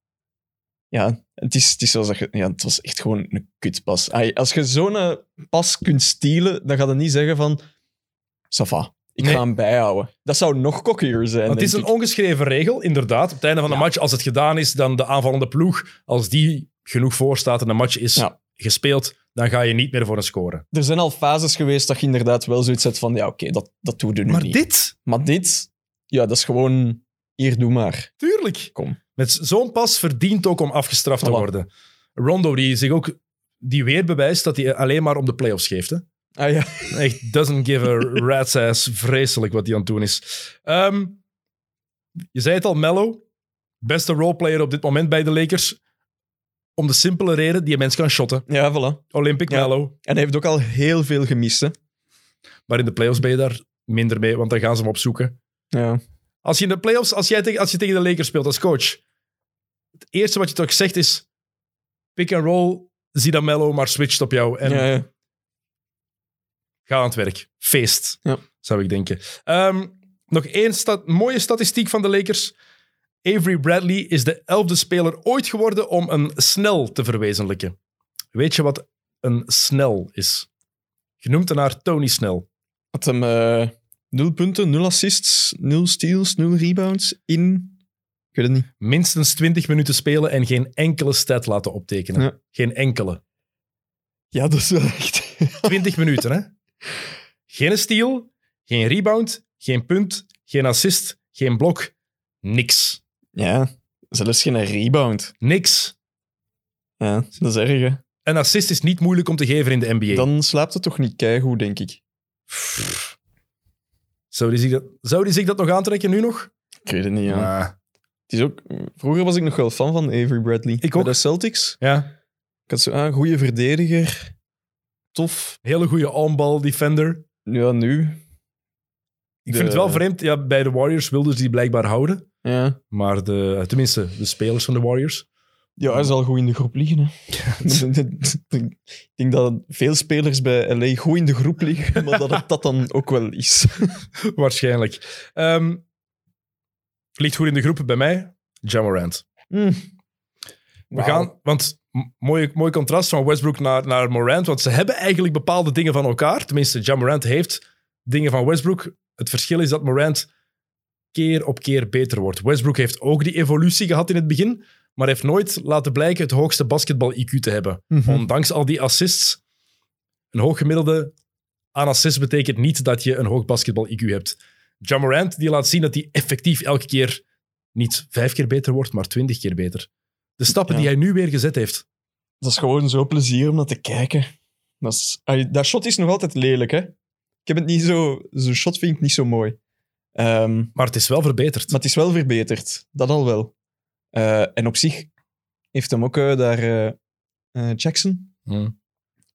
Speaker 5: Ja, het is, het is zoals dat je... Ja, het was echt gewoon een kutpas. Ai, Als je zo'n eh, pas kunt stelen, dan ga je niet zeggen van... Ça va, ik
Speaker 4: Nee.
Speaker 5: ga hem bijhouden. Dat zou nog cockier zijn,
Speaker 4: Want het is
Speaker 5: denk
Speaker 4: een ongeschreven regel, inderdaad. Op het einde van de
Speaker 5: Ja.
Speaker 4: match, als het gedaan is, dan de aanvallende ploeg, als die genoeg voorstaat en de match is
Speaker 5: Ja.
Speaker 4: gespeeld, dan ga je niet meer voor een scoren.
Speaker 5: er zijn al fases geweest dat je inderdaad wel zoiets hebt van, ja, oké, dat, dat doen we nu
Speaker 4: Maar
Speaker 5: niet.
Speaker 4: dit,
Speaker 5: Maar dit, ja, dat is gewoon, hier, doe maar.
Speaker 4: tuurlijk.
Speaker 5: Kom.
Speaker 4: Met zo'n pas verdient ook om afgestraft te
Speaker 5: Voilà.
Speaker 4: worden. Rondo, die zich ook die weer bewijst dat hij alleen maar om de playoffs geeft. Hè?
Speaker 5: Ah ja.
Speaker 4: Echt, doesn't give a rat's ass. Vreselijk wat hij aan het doen is. Ehm, je zei het al, Mello. Beste roleplayer op dit moment bij de Lakers. Om de simpele reden, die mens kan shotten.
Speaker 5: Ja, voilà.
Speaker 4: Olympic
Speaker 5: Ja.
Speaker 4: Mello.
Speaker 5: En hij heeft ook al heel veel gemist, hè.
Speaker 4: Maar in de playoffs ben je daar minder mee, want dan gaan ze hem opzoeken.
Speaker 5: Ja.
Speaker 4: Als je in de playoffs, als, jij tegen, als je tegen de Lakers speelt als coach, het eerste wat je toch zegt is: pick and roll, zie dat Mello maar switcht op jou. En
Speaker 5: ja, ja.
Speaker 4: ga aan het werk. Feest,
Speaker 5: Ja.
Speaker 4: zou ik denken. Ehm, nog één sta- mooie statistiek van de Lakers. Avery Bradley is de elfde speler ooit geworden om een snel te verwezenlijken. Weet je wat een snel is? Genoemd naar Tony Snell.
Speaker 5: Had hem eh 0 punten, 0 assists, 0 steals, 0 rebounds in. Ik weet het niet.
Speaker 4: Minstens 20 minuten spelen en geen enkele stat laten optekenen.
Speaker 5: Ja.
Speaker 4: Geen enkele.
Speaker 5: Ja, dat is wel echt.
Speaker 4: 20 minuten, hè? Geen steal, geen rebound, geen punt, geen assist, geen blok. Niks.
Speaker 5: ja, zelfs geen rebound.
Speaker 4: Niks.
Speaker 5: Ja, dat is erg, hè.
Speaker 4: Een assist is niet moeilijk om te geven in de NBA.
Speaker 5: Dan slaapt het toch niet keigoed, denk ik.
Speaker 4: Zou, die zich dat, zou die zich dat nog aantrekken nu nog?
Speaker 5: Ik weet het niet, ja.
Speaker 4: Ah.
Speaker 5: Het is ook, vroeger was ik nog wel fan van Avery Bradley.
Speaker 4: Ik
Speaker 5: Bij
Speaker 4: ook.
Speaker 5: de Celtics.
Speaker 4: Ja.
Speaker 5: Ik had zo, ah, goede verdediger. Tof.
Speaker 4: Hele goede onbal defender.
Speaker 5: Ja, nu.
Speaker 4: Ik
Speaker 5: De-
Speaker 4: vind het wel vreemd. Ja, bij de Warriors wilden ze die blijkbaar houden.
Speaker 5: Ja.
Speaker 4: Maar de, eh, tenminste, de spelers van de Warriors.
Speaker 5: Ja, hij zal goed in de groep liggen. Hè. ik denk dat veel spelers bij LA goed in de groep liggen, maar dat het dat dan ook wel is.
Speaker 4: Waarschijnlijk. Ehm, ligt goed in de groep bij mij. Jamorant.
Speaker 5: Hmm.
Speaker 4: We
Speaker 5: Wauw.
Speaker 4: gaan, want m- mooi, mooi contrast van Westbrook naar, naar Morant. Want ze hebben eigenlijk bepaalde dingen van elkaar. Tenminste, Jamorant heeft dingen van Westbrook. Het verschil is dat Morant keer op keer beter wordt. Westbrook heeft ook die evolutie gehad in het begin. Maar heeft nooit laten blijken het hoogste basketbal-IQ te hebben.
Speaker 5: Mhm.
Speaker 4: Ondanks al die assists. Een hoog gemiddelde aan assists betekent niet dat je een hoog basketbal-IQ hebt. Jamorant die laat zien dat hij effectief elke keer niet vijf keer beter wordt, maar twintig keer beter. De stappen
Speaker 5: Ja.
Speaker 4: die hij nu weer gezet heeft.
Speaker 5: Dat is gewoon zo plezier om naar te kijken. Dat, is, ai, dat shot is nog altijd lelijk, hè? Ik heb het niet zo... Zo'n shot vind ik niet zo mooi. Ehm,
Speaker 4: Maar het is wel verbeterd.
Speaker 5: Maar het is wel verbeterd. Dat al wel. Eh, en op zich heeft hem ook eh, daar eh, eh, Jackson
Speaker 4: Hmm.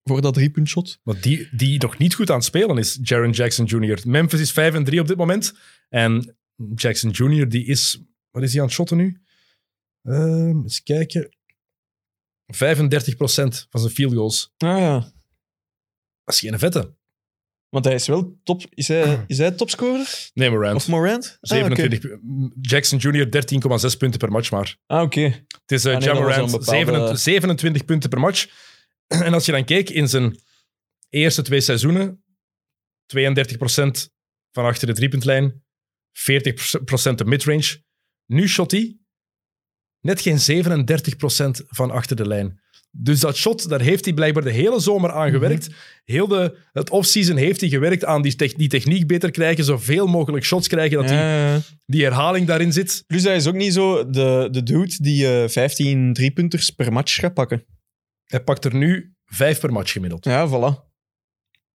Speaker 5: voor dat driepuntshot.
Speaker 4: Want die, die nog niet goed aan het spelen is, Jaron Jackson Jr. Memphis is 5 en 3 op dit moment. En Jackson Jr. die is... Wat is hij aan het shotten nu? Ehm, eens kijken. 35% van zijn field goals.
Speaker 5: Ah ja.
Speaker 4: Dat is geen vette.
Speaker 5: Want hij is wel top. Is hij, is hij topscorer?
Speaker 4: Nee, Morant.
Speaker 5: Of Morant? Ah,
Speaker 4: 27, Jackson Jr. 13,6 punten per match maar.
Speaker 5: Ah, oké. Ah, oké.
Speaker 4: Het is eh
Speaker 5: Ah, nee,
Speaker 4: Ja
Speaker 5: dat was
Speaker 4: Morant,
Speaker 5: een bepaalde-
Speaker 4: 27, 27 punten per match. En als je dan keek in zijn eerste twee seizoenen, 32% van achter de driepuntlijn, 40% de midrange. Nu shot hij net geen 37% van achter de lijn. Dus dat shot, daar heeft hij blijkbaar de hele zomer aan
Speaker 5: Mhm.
Speaker 4: gewerkt. Heel de, het offseason heeft hij gewerkt aan die, tech- die techniek beter krijgen, zoveel mogelijk shots krijgen, dat die,
Speaker 5: Ja, ja.
Speaker 4: die herhaling daarin zit.
Speaker 5: Plus hij is ook niet zo de, de dude die eh 15 driepunters per match gaat pakken.
Speaker 4: Hij pakt er nu vijf per match gemiddeld.
Speaker 5: Ja, voilà.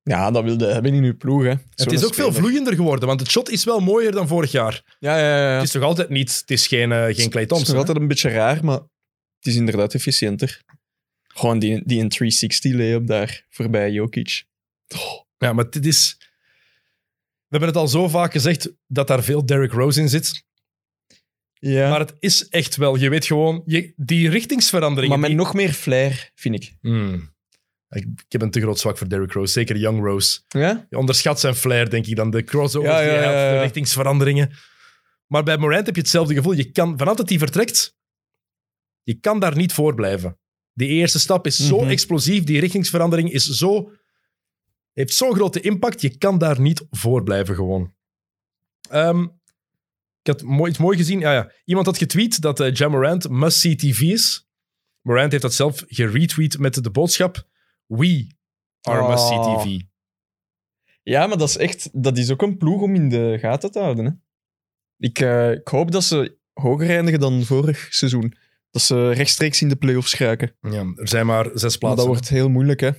Speaker 5: Ja, dat wilde hebben in uw ploeg. Hè.
Speaker 4: Het is ook veel vloeiender geworden, want het shot is wel mooier dan vorig jaar.
Speaker 5: Ja, ja, ja. ja.
Speaker 4: Het is toch altijd niet... Het is geen, eh, geen Clay
Speaker 5: Het is
Speaker 4: Thompson.
Speaker 5: nog
Speaker 4: hè?
Speaker 5: altijd een beetje raar, maar het is inderdaad efficiënter. Gewoon die, die in 360 layup daar voorbij Jokic.
Speaker 4: Ja, maar dit is... We hebben het al zo vaak gezegd dat daar veel Derrick Rose in zit.
Speaker 5: Ja,
Speaker 4: Maar
Speaker 5: maar,
Speaker 4: het is echt wel... Je weet gewoon... Je, die richtingsverandering...
Speaker 5: met nog meer flair, vind ik.
Speaker 4: ik, ik heb een te groot zwak voor Derrick Rose. Zeker Young Rose.
Speaker 5: Ja?
Speaker 4: Je onderschat zijn flair, denk ik, dan de crossovers
Speaker 5: Ja,
Speaker 4: die hij
Speaker 5: ja,
Speaker 4: had,
Speaker 5: ja,
Speaker 4: de
Speaker 5: ja.
Speaker 4: richtingsveranderingen. Maar bij Morant heb je hetzelfde gevoel. Je kan, vanaf dat hij vertrekt, je kan daar niet voor blijven. Die eerste stap is zo
Speaker 5: Mhm.
Speaker 4: explosief, die richtingsverandering is zo, heeft zo'n grote impact, je kan daar niet voor blijven gewoon. Ehm, ik had mooi, iets mooi gezien. Ah Ja, ja. Iemand had getweet dat eh Ja Morant must-see TV is. Morant heeft dat zelf geretweet met de boodschap We are
Speaker 5: Oh.
Speaker 4: must-see TV.
Speaker 5: ja, maar dat is echt... Dat is ook een ploeg om in de gaten te houden. Hè? Ik, eh, ik hoop dat ze hoger eindigen dan vorig seizoen. Dat ze rechtstreeks in de playoffs geraken.
Speaker 4: Ja, er zijn maar zes
Speaker 5: Maar dat
Speaker 4: plaatsen.
Speaker 5: wordt heel moeilijk, hè. Ik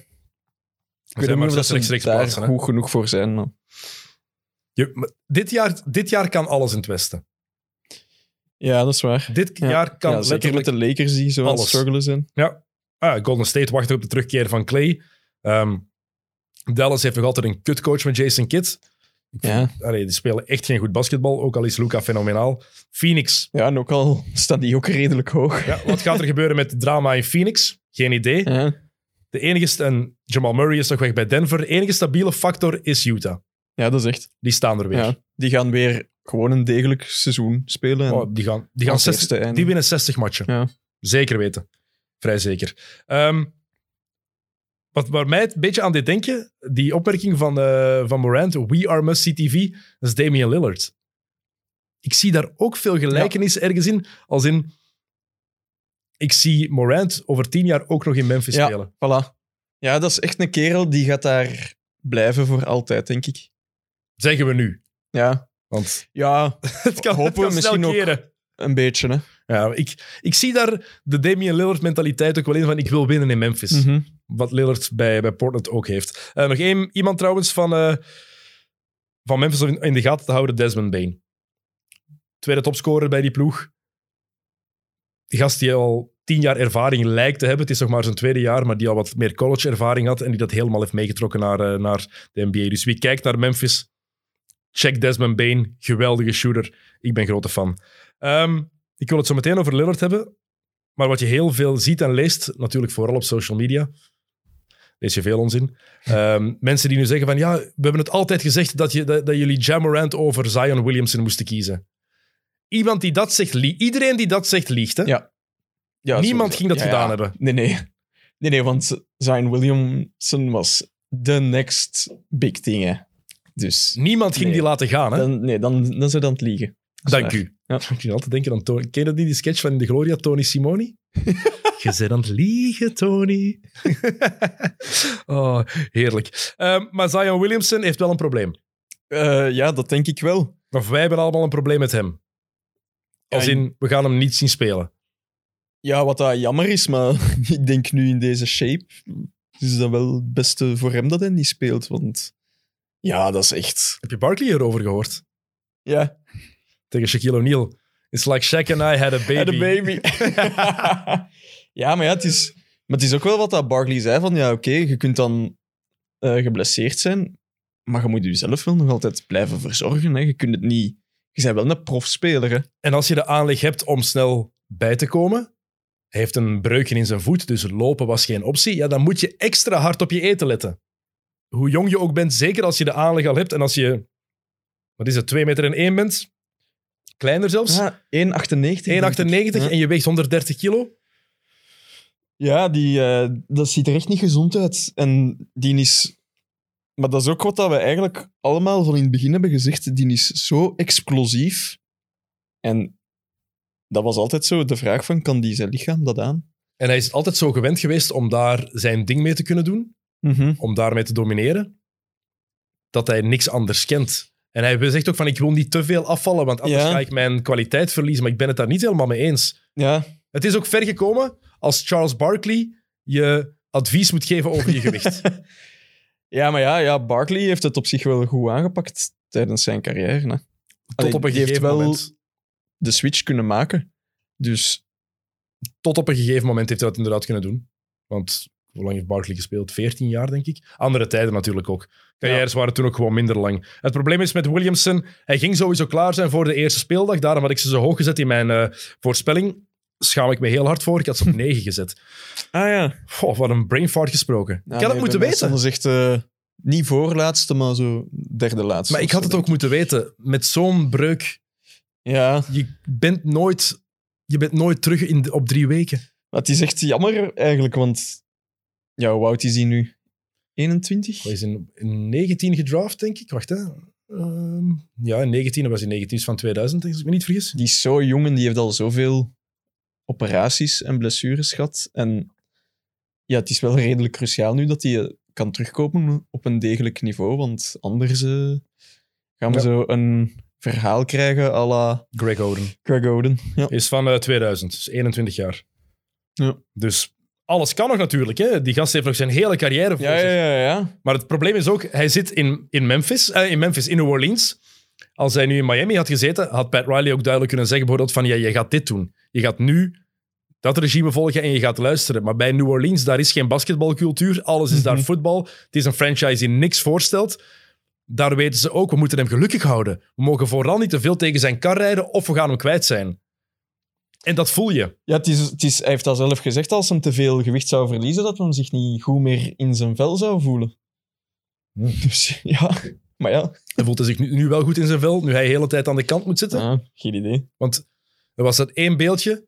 Speaker 4: zijn maar
Speaker 5: weet niet of dat ze
Speaker 4: rechtstreeks
Speaker 5: daar
Speaker 4: plaatsen, hè.
Speaker 5: goed genoeg voor zijn. Maar...
Speaker 4: Je- maar dit, jaar, dit jaar kan alles in het Westen.
Speaker 5: Ja, dat is waar.
Speaker 4: Dit
Speaker 5: Ja.
Speaker 4: jaar kan
Speaker 5: Ja, zeker
Speaker 4: letterlijk...
Speaker 5: met de Lakers die zo aan het
Speaker 4: alles.
Speaker 5: struggelen zijn.
Speaker 4: Ah, Golden State wacht op de terugkeer van Clay. Ehm, Dallas heeft nog altijd een kutcoach met Jason Kidd.
Speaker 5: Ja.
Speaker 4: Allee, die spelen echt geen goed basketbal, ook al is Luca fenomenaal. Phoenix.
Speaker 5: ja, en ook al staat die ook redelijk hoog.
Speaker 4: Ja, wat gaat er gebeuren met het drama in Phoenix? Geen idee.
Speaker 5: Ja,
Speaker 4: De enige, st- en Jamal Murray is nog weg bij Denver. De enige stabiele factor is Utah.
Speaker 5: ja dat is echt.
Speaker 4: Die staan er weer.
Speaker 5: Ja. Die gaan weer gewoon een degelijk seizoen spelen. En-
Speaker 4: Oh, die gaan, die, gaan
Speaker 5: Als
Speaker 4: 60
Speaker 5: eerste en-
Speaker 4: die winnen 60 matchen.
Speaker 5: Ja.
Speaker 4: Zeker weten. Vrij zeker. Ehm, wat waar mij het een beetje aan deed denken, die opmerking van, eh, van Morant, We Are Must See TV, dat is Damian Lillard. Ik zie daar ook veel gelijkenis ergens in, als in ik zie Morant over tien jaar ook nog in Memphis
Speaker 5: Ja.
Speaker 4: spelen.
Speaker 5: Voilà. Ja, dat is echt een kerel die gaat daar blijven voor altijd, denk ik.
Speaker 4: Zeggen we nu.
Speaker 5: Ja,
Speaker 4: Want
Speaker 5: ja
Speaker 4: het kan,
Speaker 5: Hopen
Speaker 4: het kan
Speaker 5: we
Speaker 4: snel
Speaker 5: misschien ook.
Speaker 4: keren.
Speaker 5: een beetje. Hè.
Speaker 4: Ja, ik, ik zie daar de Damian Lillard mentaliteit ook wel in van ik wil winnen in Memphis.
Speaker 5: Mhm.
Speaker 4: Wat Lillard bij, bij Portland ook heeft. Eh, nog één, iemand trouwens van, eh, van Memphis om in, in de gaten te houden, Desmond Bain. Tweede topscorer bij die ploeg. Die gast die al tien jaar ervaring lijkt te hebben. Het is nog maar zijn tweede jaar, maar die al wat meer college-ervaring had. En die dat helemaal heeft meegetrokken naar, eh, naar de NBA. Dus wie kijkt naar Memphis, check Desmond Bain. Geweldige shooter. Ik ben grote fan. Ehm, ik wil het zo meteen over Lillard hebben. Maar wat je heel veel ziet en leest, natuurlijk vooral op social media, lees je veel onzin. Ehm, mensen die nu zeggen van ja, we hebben het altijd gezegd dat, je, dat, dat jullie Jamorant over Zion Williamson moesten kiezen. Iemand die dat zegt, lie- iedereen die dat zegt, liegt. Hè?
Speaker 5: Ja, Ja,
Speaker 4: Niemand
Speaker 5: sowieso.
Speaker 4: ging dat
Speaker 5: Ja,
Speaker 4: gedaan
Speaker 5: ja.
Speaker 4: hebben.
Speaker 5: Nee, nee. Nee, nee, want Zion Williamson was the next big thing, hè. Dus
Speaker 4: Niemand ging
Speaker 5: Nee.
Speaker 4: die laten gaan. Hè?
Speaker 5: dan, nee, dan, dan zijn ze dan het liegen. Dat is
Speaker 4: Dank
Speaker 5: waar.
Speaker 4: u.
Speaker 5: Ja.
Speaker 4: Ik ging altijd denken aan Tony. Ken je dat niet, die sketch van In de Gloria, Tony Simoni? je bent aan het liegen, Tony. oh, heerlijk. Ehm, maar Zion Williamson heeft wel een probleem.
Speaker 5: Eh, ja, dat denk ik wel.
Speaker 4: Of wij hebben allemaal een probleem met hem. Als
Speaker 5: Ja,
Speaker 4: in, we gaan hem niet zien spelen.
Speaker 5: Ja, wat dat jammer is, maar ik denk nu in deze shape is dat wel het beste voor hem dat hij niet speelt, want ja, dat is echt...
Speaker 4: Heb je Barkley hierover gehoord?
Speaker 5: Ja,
Speaker 4: Tegen Shaquille O'Neal. It's like Shaq and I had a baby.
Speaker 5: de baby. ja, maar ja, het is, maar het is ook wel wat dat Barkley zei, van ja, oké, je kunt dan eh, geblesseerd zijn, maar je moet jezelf wel nog altijd blijven verzorgen. Hè. Je kunt het niet... Je bent wel een profspeler, hè.
Speaker 4: En als je de aanleg hebt om snel bij te komen, hij heeft een breukje in zijn voet, dus lopen was geen optie, ja, dan moet je extra hard op je eten letten. Hoe jong je ook bent, zeker als je de aanleg al hebt en als je, wat is het, 2 meter en 1 bent, kleiner zelfs,
Speaker 5: Ja, 1,98.
Speaker 4: 1,98
Speaker 5: Ja.
Speaker 4: en je weegt 130 kilo,
Speaker 5: Ja, die, eh, dat ziet er echt niet gezond uit. En die is... Maar dat is ook wat dat we eigenlijk allemaal van in het begin hebben gezegd. Die is zo explosief. En dat was altijd zo de vraag van, kan die zijn lichaam dat aan?
Speaker 4: en hij is altijd zo gewend geweest om daar zijn ding mee te kunnen doen, om daarmee te domineren, dat hij niks anders kent. En hij zegt ook van, ik wil niet te veel afvallen, want anders
Speaker 5: Ja.
Speaker 4: ga ik mijn kwaliteit verliezen. Maar ik ben het daar niet helemaal mee eens.
Speaker 5: Ja,
Speaker 4: Het is ook ver gekomen als Charles Barkley je advies moet geven over je gewicht.
Speaker 5: ja maar ja, ja, Barkley heeft het op zich wel goed aangepakt tijdens zijn carrière. Hè.
Speaker 4: tot,
Speaker 5: Allee,
Speaker 4: op een
Speaker 5: die heeft
Speaker 4: gegeven
Speaker 5: wel
Speaker 4: moment,
Speaker 5: de switch kunnen maken. Dus
Speaker 4: tot op een gegeven moment heeft hij dat inderdaad kunnen doen. Want hoe lang heeft Barkley gespeeld? 14 jaar, denk ik. Andere tijden natuurlijk ook. Carrières waren toen ook gewoon minder lang. Het probleem is met Williamson, hij ging sowieso klaar zijn voor de eerste speeldag. Daarom had ik ze zo hoog gezet in mijn eh, voorspelling. Schaam ik me heel hard voor. Ik had ze op 9 gezet.
Speaker 5: ah ja.
Speaker 4: Goh, wat een brain fart gesproken. ik had het moeten weten.
Speaker 5: Dat is echt eh, niet voorlaatste, maar zo derde laatste.
Speaker 4: Maar ik
Speaker 5: of
Speaker 4: had
Speaker 5: zo,
Speaker 4: het ook moeten weten. Met zo'n breuk,
Speaker 5: Ja,
Speaker 4: je bent nooit, je bent nooit terug in, de- op drie weken.
Speaker 5: maar het is echt jammer eigenlijk, want ja, hoe oud is hij nu? 21?
Speaker 4: Hij is in, in 19 gedraft, denk ik. Wacht, hè. Ehm, ja, in 19 was hij 19 is van 2000, als ik me niet vergis.
Speaker 5: Die is zo jong en die heeft al zoveel operaties en blessures gehad. En ja, het is wel redelijk cruciaal nu dat hij eh, kan terugkomen op een degelijk niveau, want anders eh, gaan we
Speaker 4: Ja.
Speaker 5: zo een verhaal krijgen à la
Speaker 4: Greg Oden.
Speaker 5: Craig Oden. Ja.
Speaker 4: Is van eh, 2000, dus 21 jaar.
Speaker 5: Ja.
Speaker 4: Dus alles kan nog natuurlijk. Hè? Die gast heeft nog zijn hele carrière voor
Speaker 5: Ja,
Speaker 4: zich.
Speaker 5: ja, ja, ja.
Speaker 4: Maar het probleem is ook, hij zit in, in Memphis, eh, in Memphis, in New Orleans. Als hij nu in Miami had gezeten, had Pat Riley ook duidelijk kunnen zeggen bijvoorbeeld van, ja, je gaat dit doen. Je gaat nu dat regime volgen en je gaat luisteren. Maar bij New Orleans, daar is geen basketbalcultuur. Alles is daar
Speaker 5: Mhm.
Speaker 4: voetbal. Het is een franchise die niks voorstelt. Daar weten ze ook, we moeten hem gelukkig houden. We mogen vooral niet te veel tegen zijn kar rijden of we gaan hem kwijt zijn. En dat voel je.
Speaker 5: Ja, het is, het is, hij heeft dat zelf gezegd. Als hem te veel gewicht zou verliezen, dat hem zich niet goed meer in zijn vel zou voelen. Dus ja, maar ja,
Speaker 4: Hij voelt hij zich nu, nu wel goed in zijn vel, nu hij de hele tijd aan de kant moet zitten.
Speaker 5: ah, geen idee.
Speaker 4: Want er was dat één beeldje,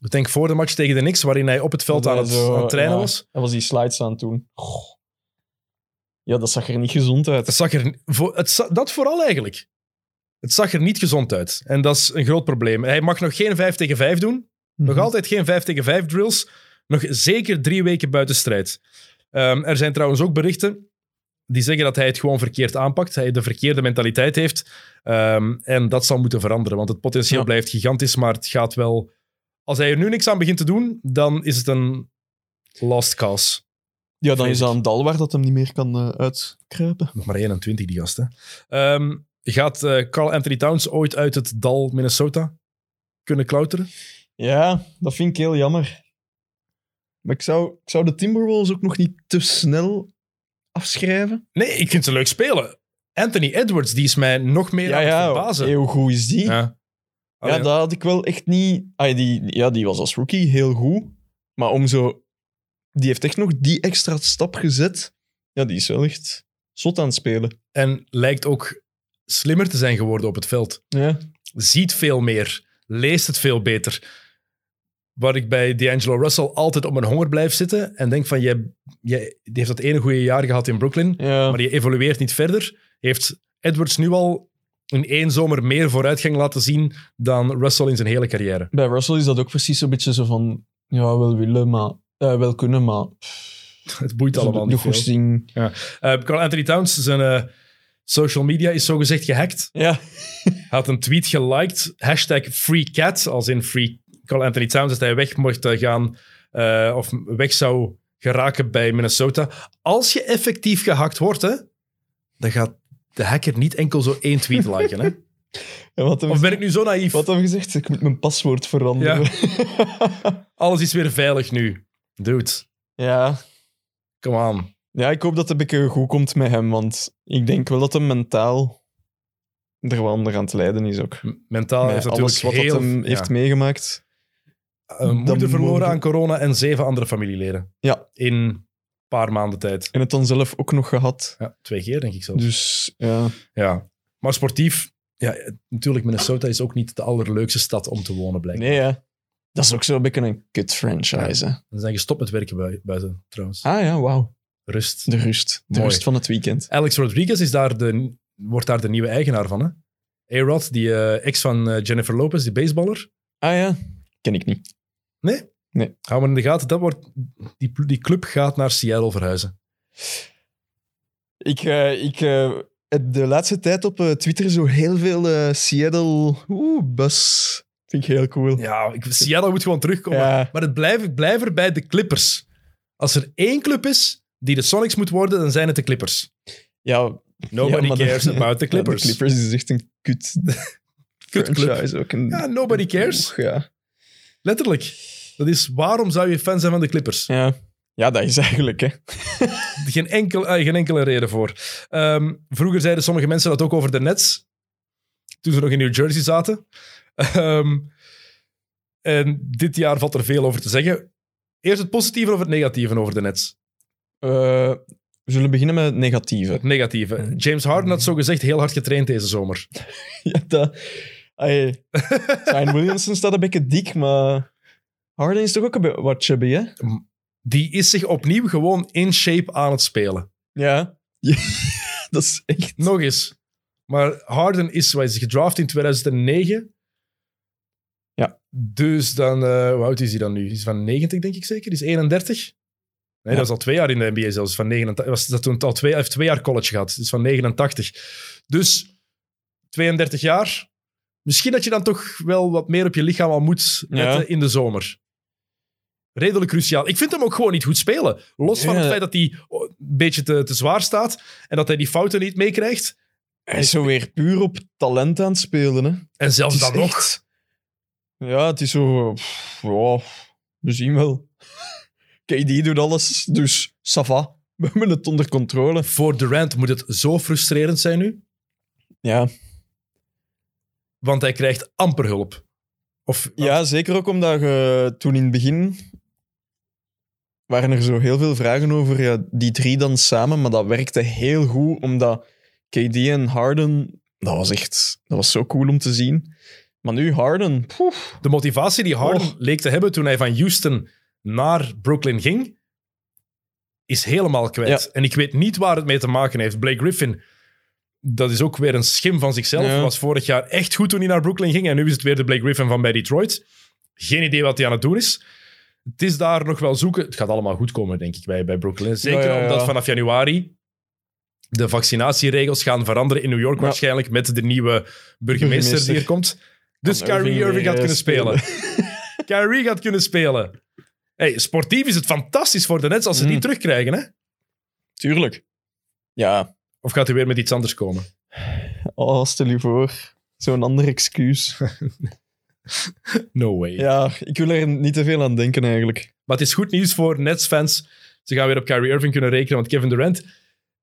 Speaker 4: ik denk voor de match tegen de Knicks, waarin hij op het veld
Speaker 5: Dat
Speaker 4: aan
Speaker 5: hij
Speaker 4: het,
Speaker 5: zo,
Speaker 4: aan het trainen
Speaker 5: ja,
Speaker 4: was.
Speaker 5: Hij was die slides aan het doen. Goh. Ja, dat zag er niet gezond uit.
Speaker 4: Het zag er, voor, het, za- dat vooral eigenlijk. Het zag er niet gezond uit. En dat is een groot probleem. Hij mag nog geen 5 tegen 5 doen. Nog altijd geen 5 tegen 5 drills. Nog zeker drie weken buiten strijd. Ehm, er zijn trouwens ook berichten die zeggen dat hij het gewoon verkeerd aanpakt. Hij de verkeerde mentaliteit heeft. Ehm, en dat zal moeten veranderen, want het potentieel
Speaker 5: Ja.
Speaker 4: blijft gigantisch. Maar het gaat wel. Als hij er nu niks aan begint te doen, dan is het een lost cause.
Speaker 5: Ja, dan is
Speaker 4: Vrees ik.
Speaker 5: dat een dal waar dat hem niet meer kan eh, uitkruipen.
Speaker 4: Nog maar 21, die gast. Hè. Ehm, gaat eh, Carl Anthony Towns ooit uit het dal Minnesota kunnen klauteren?
Speaker 5: Ja, dat vind ik heel jammer. Maar ik zou, ik zou de Timberwolves ook nog niet te snel afschrijven.
Speaker 4: Nee, ik vind ze leuk spelen. Anthony Edwards, die is mij nog meer aan het verbazen.
Speaker 5: heel goed is die. Ja,
Speaker 4: Ja. Allee,
Speaker 5: dat had ik wel echt niet... Ah, die, ja, die was als rookie heel goed. Maar om zo... Die heeft echt nog die extra stap gezet. Ja, die is wel echt zot aan het spelen.
Speaker 4: En lijkt ook slimmer te zijn geworden op het veld.
Speaker 5: Ja.
Speaker 4: Ziet veel meer, leest het veel beter. Waar ik bij D'Angelo Russell altijd op mijn honger blijf zitten en denk van, jij, jij, die heeft dat ene goede jaar gehad in Brooklyn,
Speaker 5: ja.
Speaker 4: maar je evolueert niet verder. Heeft Edwards nu al in één zomer meer vooruitgang laten zien dan Russell in zijn hele carrière.
Speaker 5: Bij Russell is dat ook precies zo'n beetje zo van... Ja, wel willen, maar... eh, wel kunnen, maar...
Speaker 4: Het boeit allemaal
Speaker 5: de,
Speaker 4: niet
Speaker 5: de
Speaker 4: veel.
Speaker 5: goesting...
Speaker 4: Eh, Carl Anthony Towns, zijn eh, social media is zogezegd gehackt.
Speaker 5: Ja.
Speaker 4: Hij had een tweet geliked, hashtag free cat, als in free Carl Anthony Towns, dat hij weg mocht eh, gaan eh, of weg zou geraken bij Minnesota. Als je effectief gehackt wordt, hè, dan gaat de hacker niet enkel zo één tweet liken. Hè?
Speaker 5: En wat hem
Speaker 4: Of ben ik nu zo naïef?
Speaker 5: Wat hebben we gezegd? Ik moet mijn paswoord veranderen. Ja.
Speaker 4: Alles is weer veilig nu. Dude,
Speaker 5: ja.
Speaker 4: come on.
Speaker 5: ik hoop dat het een beetje goed komt met hem, want ik denk wel dat hem mentaal er wel onder aan te lijden is ook.
Speaker 4: M- Mentaal
Speaker 5: Met
Speaker 4: heeft
Speaker 5: alles
Speaker 4: Ah, natuurlijk
Speaker 5: wat
Speaker 4: heel...
Speaker 5: dat hem
Speaker 4: ja,
Speaker 5: heeft meegemaakt.
Speaker 4: een moeder
Speaker 5: dan
Speaker 4: verloren
Speaker 5: mogen-
Speaker 4: aan corona en zeven andere familieleden.
Speaker 5: Ja.
Speaker 4: In een paar maanden tijd.
Speaker 5: En het dan zelf ook nog gehad.
Speaker 4: Ja, twee keer, denk ik zelfs.
Speaker 5: Dus ja.
Speaker 4: Ja, maar sportief. Ja, eh, natuurlijk, Minnesota is ook niet de allerleukste stad om te wonen, blijkbaar.
Speaker 5: Nee, ja. Dat is ook zo'n beetje een kut franchise. hè.
Speaker 4: Ze zijn gestopt met werken bui- buiten, trouwens.
Speaker 5: Ah ja, wauw.
Speaker 4: Rust.
Speaker 5: De rust. De
Speaker 4: Mooi.
Speaker 5: rust van het weekend.
Speaker 4: Alex Rodriguez is daar de, wordt daar de nieuwe eigenaar van, hè? A-Rod, die eh, ex van eh, Jennifer Lopez, die baseballer.
Speaker 5: Ah ja. Ken ik niet.
Speaker 4: Hou maar in de gaten, dat wordt, die, pl- die club gaat naar Seattle verhuizen.
Speaker 5: Ik, eh, ik eh, heb de laatste tijd op eh, Twitter zo heel veel eh, Seattle... Oeh, bus. Vind ik heel cool.
Speaker 4: Ja, ik, Seattle moet gewoon terugkomen.
Speaker 5: Ja.
Speaker 4: Maar het blijf, ik blijf erbij, de Clippers. Als er één club is die de Sonics moet worden, dan zijn het de Clippers.
Speaker 5: Ja,
Speaker 4: Nobody
Speaker 5: maar dat-
Speaker 4: cares about the Clippers.
Speaker 5: de Clippers is echt een kut
Speaker 4: Kutclub.
Speaker 5: franchise. Ook een,
Speaker 4: Ja, nobody cares.
Speaker 5: Oeh, Ja.
Speaker 4: Letterlijk. Dat is waarom zou je fan zijn van de Clippers?
Speaker 5: Ja. ja, dat is eigenlijk. Hè.
Speaker 4: Geen, enkel, eh, geen enkele reden voor. Ehm, vroeger zeiden sommige mensen dat ook over de Nets. Toen ze nog in New Jersey zaten. Ehm, en dit jaar valt er veel over te zeggen. Eerst het positieve of het negatieve over de Nets?
Speaker 5: Eh, we zullen beginnen met het negatieve.
Speaker 4: Het negatieve. James Harden had zogezegd heel hard getraind deze zomer.
Speaker 5: Ja, dat... Ai, Zion Williamson staat een beetje dik, maar Harden is toch ook een beetje wat chubby, hè?
Speaker 4: Die is zich opnieuw gewoon in shape aan het spelen.
Speaker 5: Ja. Ja, dat is echt...
Speaker 4: Nog eens. Maar Harden is, wat is hij, gedraft in 2009.
Speaker 5: Ja.
Speaker 4: Dus dan, eh, hoe oud is hij dan nu? Hij is van 90, denk ik zeker. Hij is 31. Nee,
Speaker 5: Ja.
Speaker 4: dat is al twee jaar in de NBA zelfs. Van 89, was dat toen al twee, hij heeft twee jaar college gehad. Dus van 89. Dus 32 jaar. Misschien dat je dan toch wel wat meer op je lichaam al moet letten
Speaker 5: Ja.
Speaker 4: in de zomer. Redelijk cruciaal. Ik vind hem ook gewoon niet goed spelen. Los van
Speaker 5: Ja.
Speaker 4: het feit dat hij oh, een beetje te, te zwaar staat en dat hij die fouten niet meekrijgt.
Speaker 5: Hij is zo weer puur op talent aan het spelen, hè?
Speaker 4: En
Speaker 5: Het
Speaker 4: zelfs
Speaker 5: is
Speaker 4: dan nog.
Speaker 5: echt- Ja, het is zo... eh, pff, ja, we zien wel. KD doet alles, dus sava. we hebben het onder controle.
Speaker 4: Voor Durant moet het zo frustrerend zijn nu,
Speaker 5: Ja,
Speaker 4: want hij krijgt amper hulp. Of,
Speaker 5: ja zeker ook omdat je toen in het begin waren er zo heel veel vragen over ja, die drie dan samen, maar dat werkte heel goed omdat KD en Harden, dat was echt dat was zo cool om te zien. Maar nu Harden, poef,
Speaker 4: De motivatie die Harden
Speaker 5: Och.
Speaker 4: leek te hebben toen hij van Houston naar Brooklyn ging, is helemaal kwijt. En ik weet niet waar het mee te maken heeft. Blake Griffin, dat is ook weer een schim van zichzelf.
Speaker 5: Ja.
Speaker 4: Was vorig jaar echt goed toen hij naar Brooklyn ging. En nu is het weer de Blake Griffin van bij Detroit. Geen idee wat hij aan het doen is. Het is daar nog wel zoeken. Het gaat allemaal goed komen, denk ik, bij, bij Brooklyn. Zeker
Speaker 5: ja, ja.
Speaker 4: omdat vanaf januari de vaccinatieregels gaan veranderen in New York
Speaker 5: Ja.
Speaker 4: waarschijnlijk met de nieuwe burgemeester die
Speaker 5: Burgemeester.
Speaker 4: er komt. Dus
Speaker 5: Kan Irving
Speaker 4: Kyrie Irving
Speaker 5: weer,
Speaker 4: gaat
Speaker 5: eh,
Speaker 4: kunnen spelen. Kyrie gaat kunnen spelen. Hey, sportief is het fantastisch voor de Nets als ze die
Speaker 5: Mm.
Speaker 4: terugkrijgen, hè?
Speaker 5: tuurlijk. Ja,
Speaker 4: Of gaat hij weer met iets anders komen?
Speaker 5: oh, stel je voor, zo'n ander excuus.
Speaker 4: No way.
Speaker 5: Ja, ik wil er niet te veel aan denken eigenlijk.
Speaker 4: Maar het is goed nieuws voor Nets-fans. Ze gaan weer op Kyrie Irving kunnen rekenen, want Kevin Durant...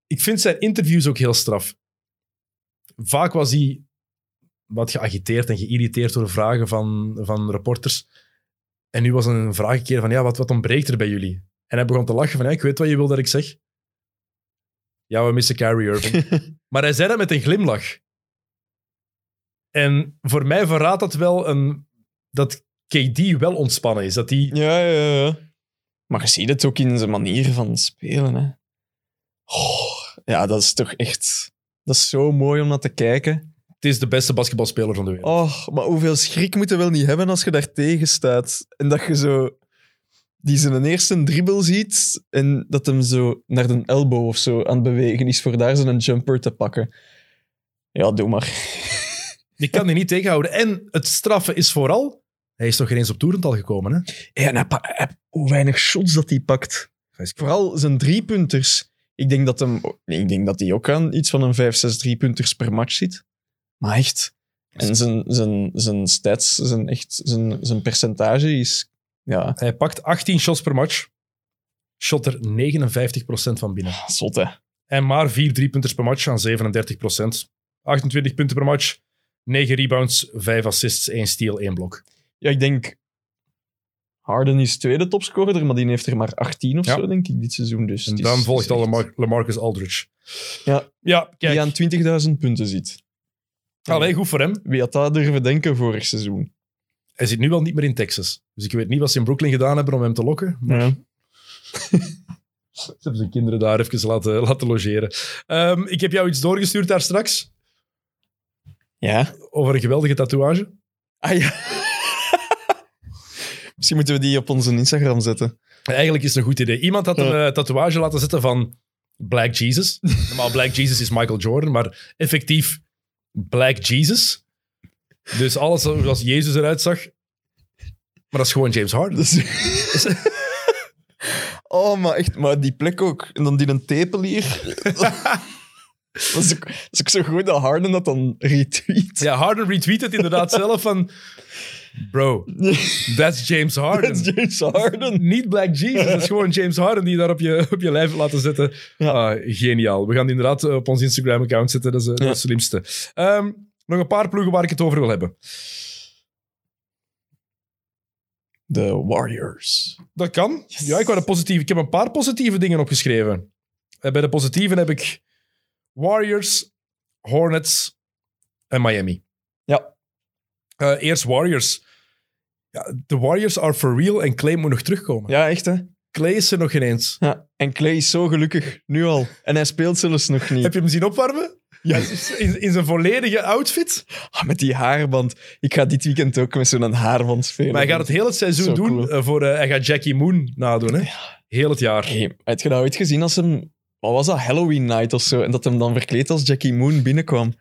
Speaker 4: Ik vind zijn interviews ook heel straf. Vaak was hij wat geagiteerd en geïrriteerd door vragen van, van reporters. En nu was een vraag een keer van, ja, wat, wat ontbreekt er bij jullie? En hij begon te lachen van, ja, ik weet wat je wil dat ik zeg. Ja, we missen Kyrie Irving. maar hij zei dat met een glimlach. En voor mij verraadt dat wel een, dat KD wel ontspannen is. Dat hij
Speaker 5: Ja, ja, ja. Maar je ziet het ook in zijn manier van spelen. Hè. Oh, ja, dat is toch echt... Dat is zo mooi om naar te kijken.
Speaker 4: Het is de beste basketbalspeler van de wereld.
Speaker 5: Oh, maar hoeveel schrik moet je wel niet hebben als je daar tegen staat. En dat je zo... Die zijn eerste dribbel ziet en dat hem zo naar de elbow of zo aan het bewegen is voor daar zijn jumper te pakken. Ja, doe maar.
Speaker 4: Die kan die niet tegenhouden. En het straffen is vooral... Hij is toch geen eens op toerend al gekomen, hè?
Speaker 5: Ja, en hij pa- hij- hoe weinig shots dat hij pakt. Vooral zijn driepunters. Ik denk dat hem, nee, ik denk dat hij ook aan iets van een 5, 6 driepunters per match zit. Maar echt. En zijn, zijn, zijn stats, zijn, echt, zijn, zijn percentage is. Ja,
Speaker 4: Hij pakt 18 shots per match. Shot er 59% van binnen.
Speaker 5: zot hè.
Speaker 4: En maar 4 driepunters per match aan 37%. 28 punten per match. 9 rebounds, 5 assists, 1 steal, 1 blok.
Speaker 5: Ja, ik denk. Harden is tweede topscorer, maar die heeft er maar 18 of
Speaker 4: Ja.
Speaker 5: zo, denk ik, dit seizoen. Dus
Speaker 4: En
Speaker 5: het is-
Speaker 4: dan
Speaker 5: is
Speaker 4: volgt al
Speaker 5: echt-
Speaker 4: Lamar- LaMarcus Aldridge.
Speaker 5: Ja.
Speaker 4: Ja, kijk.
Speaker 5: Die aan 20.000 punten zit.
Speaker 4: Allee, goed voor hem.
Speaker 5: Wie had dat durven denken vorig seizoen?
Speaker 4: Hij zit nu wel niet meer in Texas. Dus ik weet niet wat ze in Brooklyn gedaan hebben om hem te lokken. Maar Ze hebben zijn kinderen daar even laten, laten logeren. Ehm, ik heb jou iets doorgestuurd daar straks
Speaker 5: ja.
Speaker 4: over een geweldige tatoeage.
Speaker 5: Ah ja. Misschien moeten we die op onze Instagram zetten.
Speaker 4: Eigenlijk is het een goed idee. Iemand had een eh, tatoeage laten zetten van Black Jesus. Normaal Black Jesus is Michael Jordan, maar effectief Black Jesus. Dus alles zoals Jezus eruit zag. Maar dat is gewoon James Harden.
Speaker 5: Dus- oh, maar echt, maar die plek ook. En dan die een tepel hier. dat, is ook, dat is ook zo goed dat Harden dat dan retweet.
Speaker 4: Ja, Harden retweet het inderdaad zelf van... Bro, that's James Harden.
Speaker 5: Dat is James Harden.
Speaker 4: Niet Black Jesus, dat is gewoon James Harden die daar op je, op je lijf laten zetten. Ah, geniaal. We gaan die inderdaad eh, op ons Instagram-account zetten, dat is eh, dat is het slimste. Ehm, nog een paar ploegen waar ik het over wil hebben.
Speaker 5: De Warriors.
Speaker 4: Dat kan. Ja, ik, wou de positieve, ik heb een paar positieve dingen opgeschreven. En bij de positieve heb ik Warriors, Hornets en Miami.
Speaker 5: Ja.
Speaker 4: Eh, eerst Warriors. Ja, de Warriors are for real en Clay moet nog terugkomen.
Speaker 5: Ja, echt hè?
Speaker 4: Clay is er nog geen eens.
Speaker 5: Ja. En Clay is zo gelukkig, nu al. En hij speelt zelfs nog niet.
Speaker 4: Heb je hem zien opwarmen?
Speaker 5: Ja.
Speaker 4: Hij is In, in zijn volledige outfit.
Speaker 5: Ah, met die haarband. Ik ga dit weekend ook met zo'n haarband spelen.
Speaker 4: Maar hij gaat het heel het seizoen
Speaker 5: Zo
Speaker 4: doen.
Speaker 5: cool.
Speaker 4: eh, voor, eh, hij gaat Jackie Moon nadoen. Hè? Heel het jaar.
Speaker 5: Hey, had je dat ooit gezien als hem... Wat was dat? Halloween night of zo. En dat hem dan verkleed als Jackie Moon binnenkwam.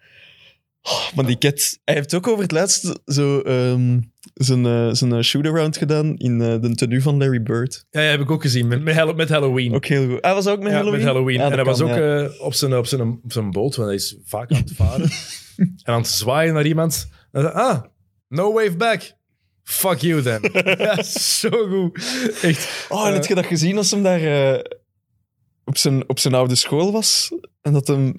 Speaker 5: Oh, maar die cat... Hij heeft ook over het laatst zo, ehm, zijn, eh, zijn eh, shoot-around gedaan in eh, de tenue van Larry Bird.
Speaker 4: Ja, heb ik ook gezien. Met, met, Hall- met Halloween.
Speaker 5: Ook heel goed. Hij was ook met
Speaker 4: Ja,
Speaker 5: Halloween?
Speaker 4: met Halloween.
Speaker 5: Ja,
Speaker 4: en hij
Speaker 5: dat
Speaker 4: was
Speaker 5: kan,
Speaker 4: ook
Speaker 5: ja.
Speaker 4: eh, op, zijn, op, zijn, op zijn boot, want hij is vaak aan het varen. en aan het zwaaien naar iemand. En dan, ah, no wave back. Fuck you then. ja, zo goed. Echt.
Speaker 5: Oh, en had je dat gezien als hem daar... eh, op zijn, op zijn oude school was en dat hem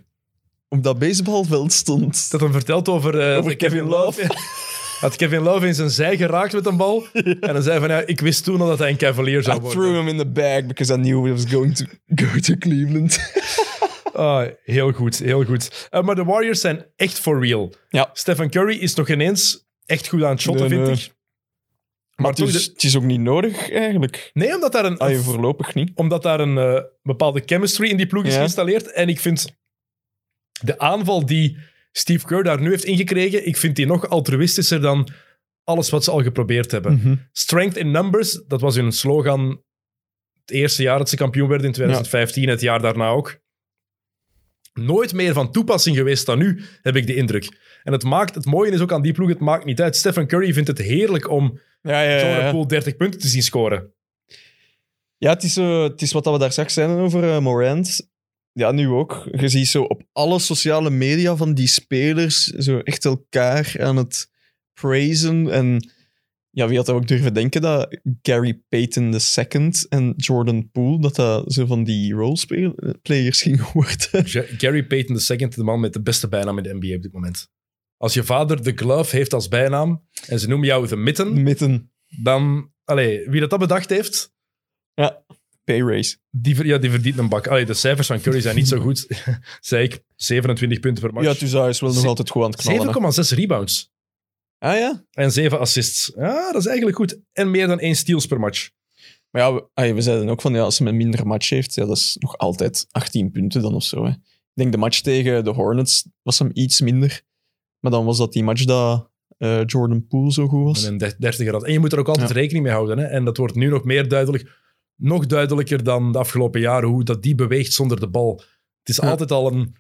Speaker 5: op dat baseballveld stond.
Speaker 4: Dat hem vertelt over, eh,
Speaker 5: Over Kevin Love.
Speaker 4: Had Kevin Love in zijn zij geraakt met een bal. En dan zei van ja, ik wist toen al dat hij een cavalier zou
Speaker 5: I
Speaker 4: worden.
Speaker 5: threw him in the bag because I knew he was going to go to Cleveland.
Speaker 4: Ah, heel goed, heel goed. Eh, maar de Warriors zijn echt for real.
Speaker 5: Ja.
Speaker 4: Stephen Curry is nog ineens echt goed aan het shotten,
Speaker 5: Nee,
Speaker 4: vind
Speaker 5: nee.
Speaker 4: ik.
Speaker 5: Maar
Speaker 4: toch
Speaker 5: het is,
Speaker 4: de-
Speaker 5: het is ook niet nodig, eigenlijk.
Speaker 4: Nee, omdat daar een,
Speaker 5: Ah, je voorlopig niet.
Speaker 4: omdat daar een eh, bepaalde chemistry in die ploeg is
Speaker 5: Ja.
Speaker 4: geïnstalleerd. En ik vind de aanval die Steve Kerr daar nu heeft ingekregen, ik vind die nog altruïstischer dan alles wat ze al geprobeerd hebben.
Speaker 5: Mhm.
Speaker 4: Strength in numbers, dat was hun slogan het eerste jaar dat ze kampioen werden in 2015, het jaar daarna ook. Nooit meer van toepassing geweest dan nu, heb ik de indruk. En het, maakt, het mooie is ook aan die ploeg, het maakt niet uit. Stephen Curry vindt het heerlijk om
Speaker 5: Ja, ja,
Speaker 4: zo'n
Speaker 5: ja, ja.
Speaker 4: pool 30 punten te zien scoren.
Speaker 5: Ja, het is, zo- het is wat dat we daar straks zeiden over eh, Morant. Ja, nu ook. Je ziet zo op alle sociale media van die spelers zo echt elkaar aan het praisen. En ja, wie had dat ook durven denken dat Gary Payton II en Jordan Poole, dat dat zo van die roleplayers gingen worden.
Speaker 4: Ja, Gary Payton II, de man met de beste bijnaam in de NBA op dit moment. Als je vader de glove heeft als bijnaam en ze noemen jou de mitten,
Speaker 5: Mitten.
Speaker 4: dan... Allee, wie dat, dat bedacht heeft,
Speaker 5: Ja, pay race.
Speaker 4: die, ver- ja, die verdient een bak. Allee, de cijfers van Curry zijn niet zo goed. zei ik, 27 punten per
Speaker 5: Ja,
Speaker 4: match.
Speaker 5: dus hij is wel nog
Speaker 4: Ze-
Speaker 5: altijd goed aan het knallen. hè.
Speaker 4: 7,6 rebounds
Speaker 5: Ah ja?
Speaker 4: en 7 assists. Ja, dat is eigenlijk goed. En meer dan 1 steals per match.
Speaker 5: Maar ja, we, ah, we zeiden ook van ja, als ze een minder match heeft, ja, dat is nog altijd 18 punten dan of zo. Hè. Ik denk de match tegen de Hornets was hem iets minder. Maar dan was dat die match dat eh, Jordan Poole zo goed was.
Speaker 4: En een der- 30 grad. En je moet er ook altijd rekening mee houden. Hè? En dat wordt nu nog meer duidelijk. Nog duidelijker dan de afgelopen jaren hoe dat die beweegt zonder de bal. Het is
Speaker 5: Ja.
Speaker 4: altijd al een,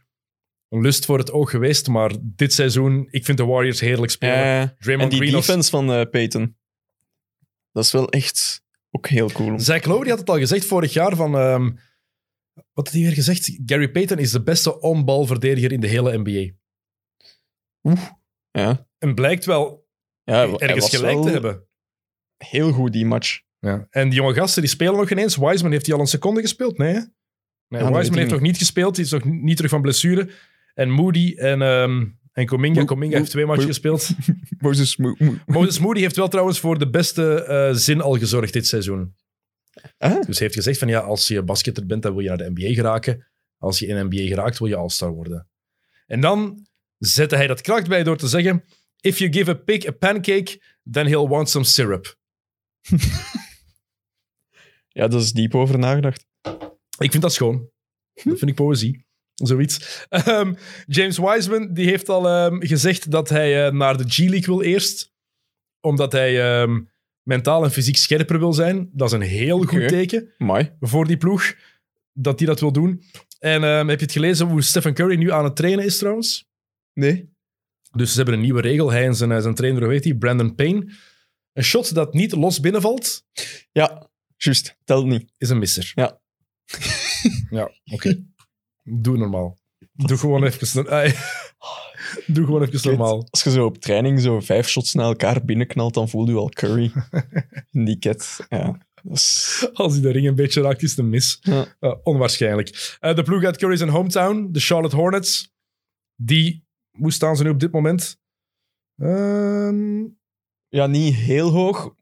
Speaker 4: een lust voor het oog geweest. Maar dit seizoen, ik vind de Warriors heerlijk spelen.
Speaker 5: Ja, ja. En
Speaker 4: Draymond
Speaker 5: die
Speaker 4: Green als-
Speaker 5: defense van eh Peyton, dat is wel echt ook heel cool. om-
Speaker 4: Zach Lowe die had het al gezegd vorig jaar van... ehm, wat had hij weer gezegd? Gary Payton is de beste onbalverdediger in de hele NBA.
Speaker 5: Ja.
Speaker 4: En blijkt wel
Speaker 5: Ja, hij
Speaker 4: ergens
Speaker 5: was
Speaker 4: gelijk
Speaker 5: wel
Speaker 4: te hebben.
Speaker 5: Heel goed die match.
Speaker 4: Ja. En die jonge gasten die spelen nog ineens. Wiseman heeft hij al een seconde gespeeld? Nee, hè? Nee,
Speaker 5: dat weet ik
Speaker 4: Wiseman heeft nog
Speaker 5: niet.
Speaker 4: niet gespeeld. Die is nog ni- niet terug van blessure. En Moody en, ehm en Cominga.
Speaker 5: Moe-
Speaker 4: Cominga
Speaker 5: Moe-
Speaker 4: heeft twee matchen
Speaker 5: Moe-
Speaker 4: gespeeld.
Speaker 5: Moses Mo- Mo-
Speaker 4: Moses Moody heeft wel trouwens voor de beste eh, zin al gezorgd dit seizoen.
Speaker 5: Ah.
Speaker 4: Dus hij heeft gezegd van ja, als je basketter bent, dan wil je naar de NBA geraken. Als je in de NBA geraakt, wil je All-Star worden. En dan zette hij dat kracht bij door te zeggen... If you give a pig a pancake, then he'll want some syrup.
Speaker 5: Ja, dat is diep over nagedacht.
Speaker 4: Ik vind dat schoon. Dat vind ik poëzie. Zoiets. Ehm, James Wiseman die heeft al ehm, gezegd dat hij eh, naar de G-League wil eerst. Omdat hij ehm, mentaal en fysiek scherper wil zijn. Dat is een heel
Speaker 5: Oké.
Speaker 4: goed teken
Speaker 5: Mooi.
Speaker 4: voor die ploeg. Dat hij dat wil doen. En ehm, heb je het gelezen hoe Stephen Curry nu aan het trainen is trouwens?
Speaker 5: Nee.
Speaker 4: Dus ze hebben een nieuwe regel. Hij en zijn, eh, zijn trainer, hoe heet hij? Brandon Payne. Een shot dat niet los binnenvalt,
Speaker 5: Ja, juist. Telt niet.
Speaker 4: is een misser.
Speaker 5: Ja.
Speaker 4: ja, oké. Doe normaal. Doe gewoon even... no- Ai. Doe gewoon even
Speaker 5: Kid,
Speaker 4: normaal.
Speaker 5: Als je zo op training zo vijf shots na elkaar binnenknalt, dan voel je al curry. In die ket. Ja. Dat is-
Speaker 4: Als hij de ring een beetje raakt, is het een mis.
Speaker 5: Ja.
Speaker 4: Eh, onwaarschijnlijk. Eh, de ploeg uit Curry's en hometown, de Charlotte Hornets. Die, hoe staan ze nu op dit moment? Ehm,
Speaker 5: ja, niet heel hoog,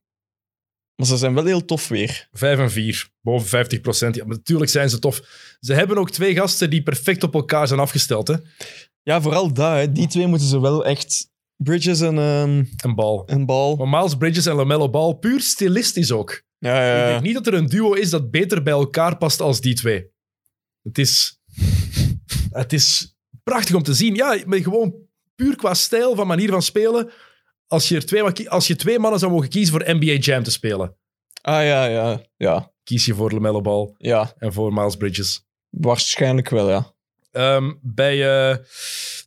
Speaker 5: maar ze zijn wel heel tof weer.
Speaker 4: 5 en 4, boven 50 Ja, maar natuurlijk zijn ze tof. Ze hebben ook twee gasten die perfect op elkaar zijn afgesteld. Hè?
Speaker 5: Ja, vooral dat. Hè. Die twee moeten ze wel echt... Bridges en, ehm
Speaker 4: Een bal.
Speaker 5: en bal.
Speaker 4: Maar Miles Bridges en LaMelo Ball, puur stilistisch ook.
Speaker 5: Ja, ja,
Speaker 4: Ik
Speaker 5: ja.
Speaker 4: denk niet dat er een duo is dat beter bij elkaar past als die twee. Het is, het is prachtig om te zien. Ja, maar gewoon puur qua stijl, van manier van spelen. Als je, er twee, mag kie- als je twee mannen zou mogen kiezen voor NBA Jam te spelen,
Speaker 5: Ah, ja, ja. Ja,
Speaker 4: kies je voor LaMelo Ball
Speaker 5: ja.
Speaker 4: en voor Miles Bridges.
Speaker 5: Waarschijnlijk wel, ja.
Speaker 4: Ehm, bij eh,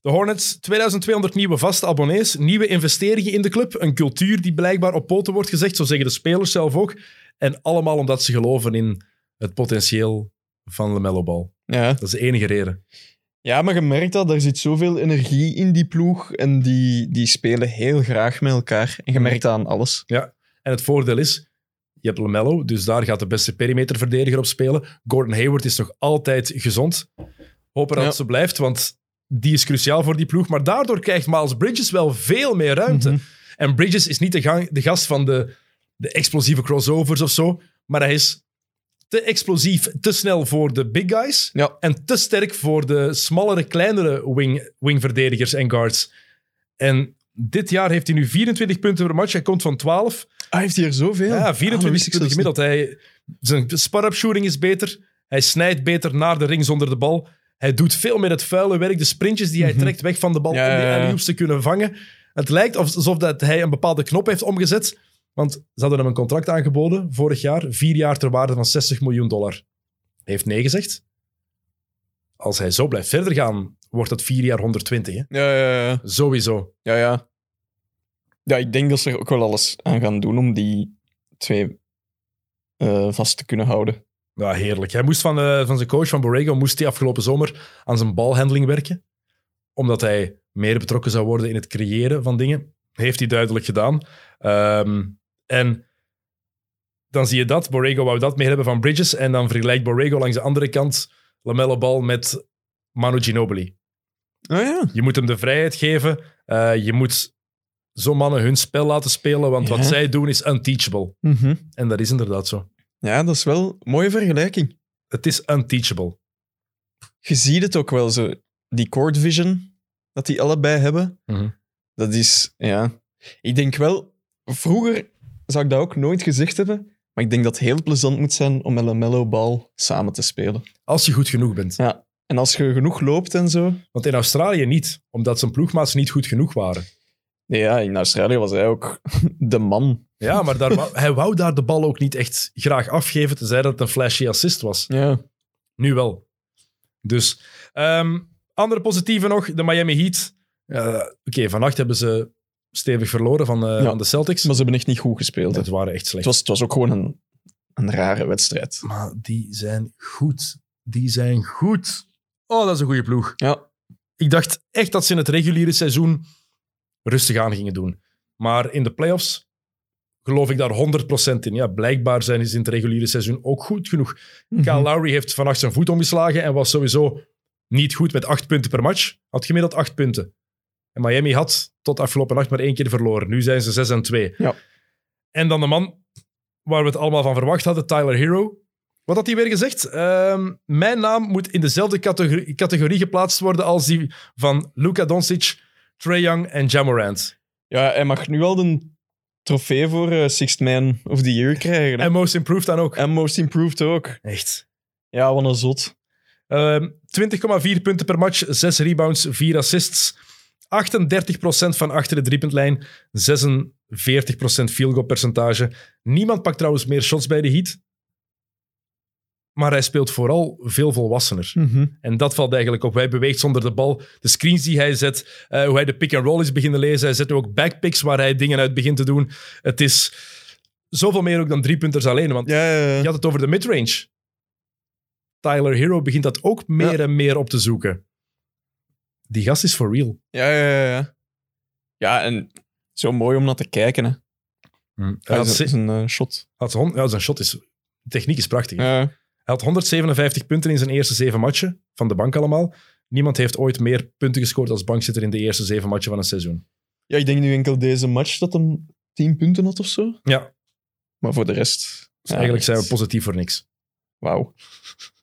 Speaker 4: de Hornets 2200 nieuwe vaste abonnees, nieuwe investeringen in de club, een cultuur die blijkbaar op poten wordt gezegd, zo zeggen de spelers zelf ook. En allemaal omdat ze geloven in het potentieel van LaMelo Ball.
Speaker 5: Ja,
Speaker 4: Dat is de enige reden.
Speaker 5: ja maar je merkt dat. Er zit zoveel energie in die ploeg. En die, die spelen heel graag met elkaar. En je merkt dat aan alles.
Speaker 4: En het voordeel is, Je hebt LaMelo, dus daar gaat de beste perimeterverdediger op spelen. Gordon Hayward is nog altijd gezond. Hopen dat
Speaker 5: Ja.
Speaker 4: ze blijft, want die is cruciaal voor die ploeg. Maar daardoor krijgt Miles Bridges wel veel meer ruimte.
Speaker 5: Mhm.
Speaker 4: En Bridges is niet de, gang, de gast van de, de explosieve crossovers of zo, maar hij is te explosief, te snel voor de big guys
Speaker 5: Ja.
Speaker 4: en te sterk voor de smallere, kleinere wing, wingverdedigers en guards. En dit jaar heeft hij nu 24 punten per match. Hij komt van 12.
Speaker 5: Ah, heeft hij er zoveel?
Speaker 4: Ja,
Speaker 5: Ah, dat
Speaker 4: 24
Speaker 5: wist ik
Speaker 4: punten
Speaker 5: zelfs niet.
Speaker 4: gemiddeld. Hij, zijn spar-up shooting is beter. Hij snijdt beter naar de ring zonder de bal. Hij doet veel meer het vuile werk. De sprintjes die hij trekt weg van de bal
Speaker 5: Mhm. Ja,
Speaker 4: om die
Speaker 5: ja, ja.
Speaker 4: alley-oops te kunnen vangen. Het lijkt of- alsof dat hij een bepaalde knop heeft omgezet. Want ze hadden hem een contract aangeboden vorig jaar. Vier jaar ter waarde van 60 miljoen dollar. Hij heeft nee gezegd. Als hij zo blijft verder gaan, wordt dat vier jaar 120. Hè?
Speaker 5: Ja, ja, ja.
Speaker 4: Sowieso.
Speaker 5: Ja, ja. Ja, ik denk dat ze er ook wel alles aan gaan doen om die twee eh, vast te kunnen houden.
Speaker 4: Ja, heerlijk. Hij moest van, eh, van zijn coach, van Borrego, moest hij afgelopen zomer aan zijn balhandeling werken. Omdat hij meer betrokken zou worden in het creëren van dingen. Heeft hij duidelijk gedaan. Ehm, en dan zie je dat. Borrego wou dat meer hebben van Bridges. En dan vergelijkt Borrego langs de andere kant Lamello Ball met Manu Ginobili.
Speaker 5: Oh ja.
Speaker 4: Je moet hem de vrijheid geven. Eh, je moet zo'n mannen hun spel laten spelen. Want
Speaker 5: Ja.
Speaker 4: wat zij doen is unteachable. En dat is inderdaad zo.
Speaker 5: Ja, dat is wel een mooie vergelijking.
Speaker 4: Het is unteachable.
Speaker 5: Je ziet het ook wel zo. Die court vision, dat die allebei hebben,
Speaker 4: Mhm.
Speaker 5: dat is, ja. Ik denk wel, vroeger zou ik dat ook nooit gezegd hebben, maar ik denk dat het heel plezant moet zijn om met LaMelo Ball samen te spelen.
Speaker 4: Als je goed genoeg bent.
Speaker 5: Ja. En als je genoeg loopt en zo.
Speaker 4: Want in Australië niet, omdat zijn ploegmaats niet goed genoeg waren.
Speaker 5: Nee, ja, in Australië was hij ook de man.
Speaker 4: Ja, maar daar wou- hij wou daar de bal ook niet echt graag afgeven, tenzij dat het een flashy assist was.
Speaker 5: Ja.
Speaker 4: Nu wel. Dus, ehm, andere positieve nog, de Miami Heat. Eh, Oké, vannacht hebben ze stevig verloren van, eh,
Speaker 5: Ja.
Speaker 4: van de Celtics.
Speaker 5: Maar ze hebben echt niet goed gespeeld. hè.
Speaker 4: dat waren echt
Speaker 5: Het,
Speaker 4: slecht.
Speaker 5: was, het was ook gewoon een, een rare wedstrijd.
Speaker 4: Maar die zijn goed. Die zijn goed. Oh, dat is een goede ploeg.
Speaker 5: Ja.
Speaker 4: Ik dacht echt dat ze in het reguliere seizoen rustig aan gingen doen. Maar in de playoffs geloof ik daar 100% in. Ja, blijkbaar zijn ze in het reguliere seizoen ook goed genoeg. Kyle Lowry heeft vannacht zijn voet omgeslagen en was sowieso niet goed met acht punten per match. Had gemiddeld acht punten. En Miami had tot afgelopen nacht maar één keer verloren. Nu zijn ze 6 en 2.
Speaker 5: Ja.
Speaker 4: En dan de man waar we het allemaal van verwacht hadden, Tyler Hero. Wat had hij weer gezegd? Ehm, mijn naam moet in dezelfde categorie, categorie geplaatst worden als die van Luka Doncic, Trae Young en Jamorant.
Speaker 5: Ja, hij mag nu al een trofee voor eh, Sixth Man of the Year krijgen. hè.
Speaker 4: En Most Improved dan ook.
Speaker 5: En Most Improved ook.
Speaker 4: Echt.
Speaker 5: Ja, wat een zot.
Speaker 4: Ehm, 20,4 punten per match, 6 rebounds, 4 assists. 38% van achter de driepuntlijn, 46% field goal percentage. Niemand pakt trouwens meer shots bij de Heat. Maar hij speelt vooral veel volwassener. En dat valt eigenlijk op. Hij beweegt zonder de bal. De screens die hij zet, eh, hoe hij de pick-and-roll is beginnen lezen. Hij zet ook backpicks waar hij dingen uit begint te doen. Het is zoveel meer ook dan driepunters alleen. Want
Speaker 5: Ja, ja, ja.
Speaker 4: je had het over de midrange. Tyler Hero begint dat ook meer en meer op te zoeken. Die gast is for real.
Speaker 5: Ja, ja, ja, ja. Ja, en zo mooi om naar te kijken. Hè.
Speaker 4: Hij
Speaker 5: Ja,
Speaker 4: had,
Speaker 5: dat Hm. is
Speaker 4: ze-
Speaker 5: een eh, shot.
Speaker 4: had hon- ja, zijn shot is... de techniek is prachtig.
Speaker 5: Ja.
Speaker 4: Hij had 157 punten in zijn eerste zeven matchen. Van de bank allemaal. Niemand heeft ooit meer punten gescoord als bankzitter in de eerste zeven matchen van een seizoen.
Speaker 5: ja, ik denk nu enkel deze match dat hem 10 punten had of zo.
Speaker 4: Ja, dus
Speaker 5: Maar voor de rest. ja,
Speaker 4: eigenlijk zijn we
Speaker 5: echt.
Speaker 4: positief voor niks.
Speaker 5: Wauw.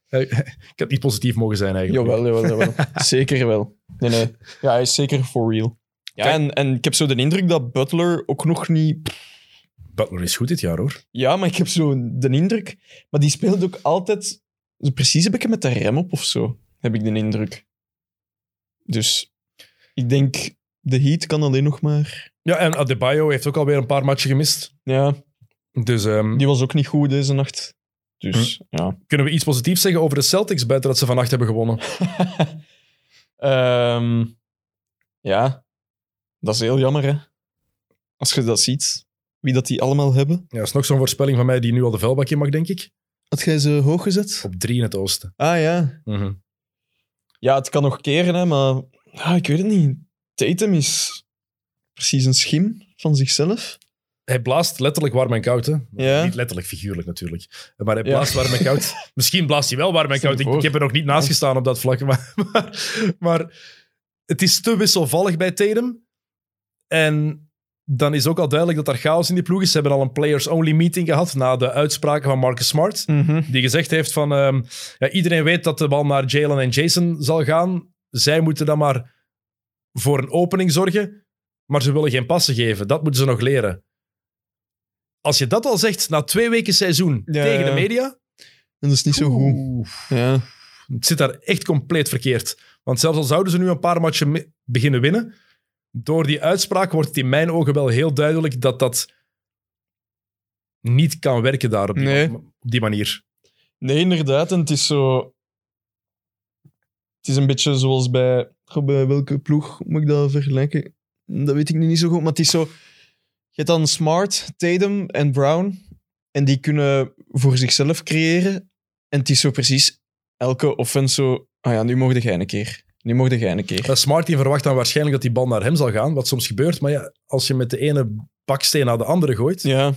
Speaker 4: Eh, Ik had niet positief mogen zijn eigenlijk.
Speaker 5: Jawel, jawel, jawel. zeker wel. Nee, nee. Ja, hij is zeker for real. Ja,
Speaker 4: Kijk.
Speaker 5: en, en ik heb zo de indruk dat Butler ook nog niet...
Speaker 4: Butler is goed dit jaar hoor.
Speaker 5: Ja, maar ik heb zo de indruk... Maar die speelt ook altijd zo precies een beetje met de rem op of zo, heb ik de indruk. Dus ik denk, de Heat kan alleen nog maar...
Speaker 4: Ja, en Adebayo heeft ook alweer een paar matchen gemist.
Speaker 5: Ja,
Speaker 4: Dus ehm,
Speaker 5: die was ook niet goed deze nacht. Dus, ja.
Speaker 4: kunnen we iets positiefs zeggen over de Celtics buiten dat ze vannacht hebben gewonnen?
Speaker 5: Ehm, ja, dat is heel jammer, hè. Als je dat ziet, wie dat die allemaal hebben.
Speaker 4: Ja, dat is nog zo'n voorspelling van mij die nu al de vuilbak in mag, denk ik.
Speaker 5: Had jij ze hoog gezet?
Speaker 4: Op drie in het oosten.
Speaker 5: Ah, ja. Ja, het kan nog keren, hè, maar ah, ik weet het niet. Tatum is precies een schim van zichzelf.
Speaker 4: Hij blaast letterlijk warm en koud, hè?
Speaker 5: Ja.
Speaker 4: Niet letterlijk, figuurlijk natuurlijk. Maar hij
Speaker 5: Ja.
Speaker 4: blaast warm en koud. Misschien blaast hij wel warm en
Speaker 5: Stel je
Speaker 4: koud. Ik,
Speaker 5: voor.
Speaker 4: ik heb er nog niet naast gestaan op dat vlak. Maar, maar, maar het is te wisselvallig bij Tatum. En dan is ook al duidelijk dat er chaos in die ploeg is. Ze hebben al een players-only meeting gehad na de uitspraken van Marcus Smart. Die gezegd heeft van... ehm, ja, iedereen weet dat de bal naar Jalen en Jason zal gaan. Zij moeten dan maar voor een opening zorgen. Maar ze willen geen passen geven. Dat moeten ze nog leren. Als je dat al zegt na twee weken seizoen
Speaker 5: Ja,
Speaker 4: tegen de
Speaker 5: ja.
Speaker 4: media...
Speaker 5: En dat is niet zo goed.
Speaker 4: oeh,
Speaker 5: Ja.
Speaker 4: het zit daar echt compleet verkeerd. Want zelfs al zouden ze nu een paar matchen me- beginnen winnen, door die uitspraak wordt het in mijn ogen wel heel duidelijk dat dat niet kan werken daar op die,
Speaker 5: Nee.
Speaker 4: op die manier.
Speaker 5: Nee, inderdaad. En het is zo... Het is een beetje zoals bij... Goh, bij welke ploeg moet ik dat vergelijken? Dat weet ik nu niet zo goed, maar het is zo... Je hebt dan Smart, Tatum en Brown. En die kunnen voor zichzelf creëren. En het is zo precies elke offense zo... Ah ja, nu mocht jij een keer. Nu mocht jij een keer.
Speaker 4: Ja, Smart die verwacht dan waarschijnlijk dat die bal naar hem zal gaan, wat soms gebeurt. Maar ja, als je met de ene baksteen naar de andere gooit,
Speaker 5: Ja,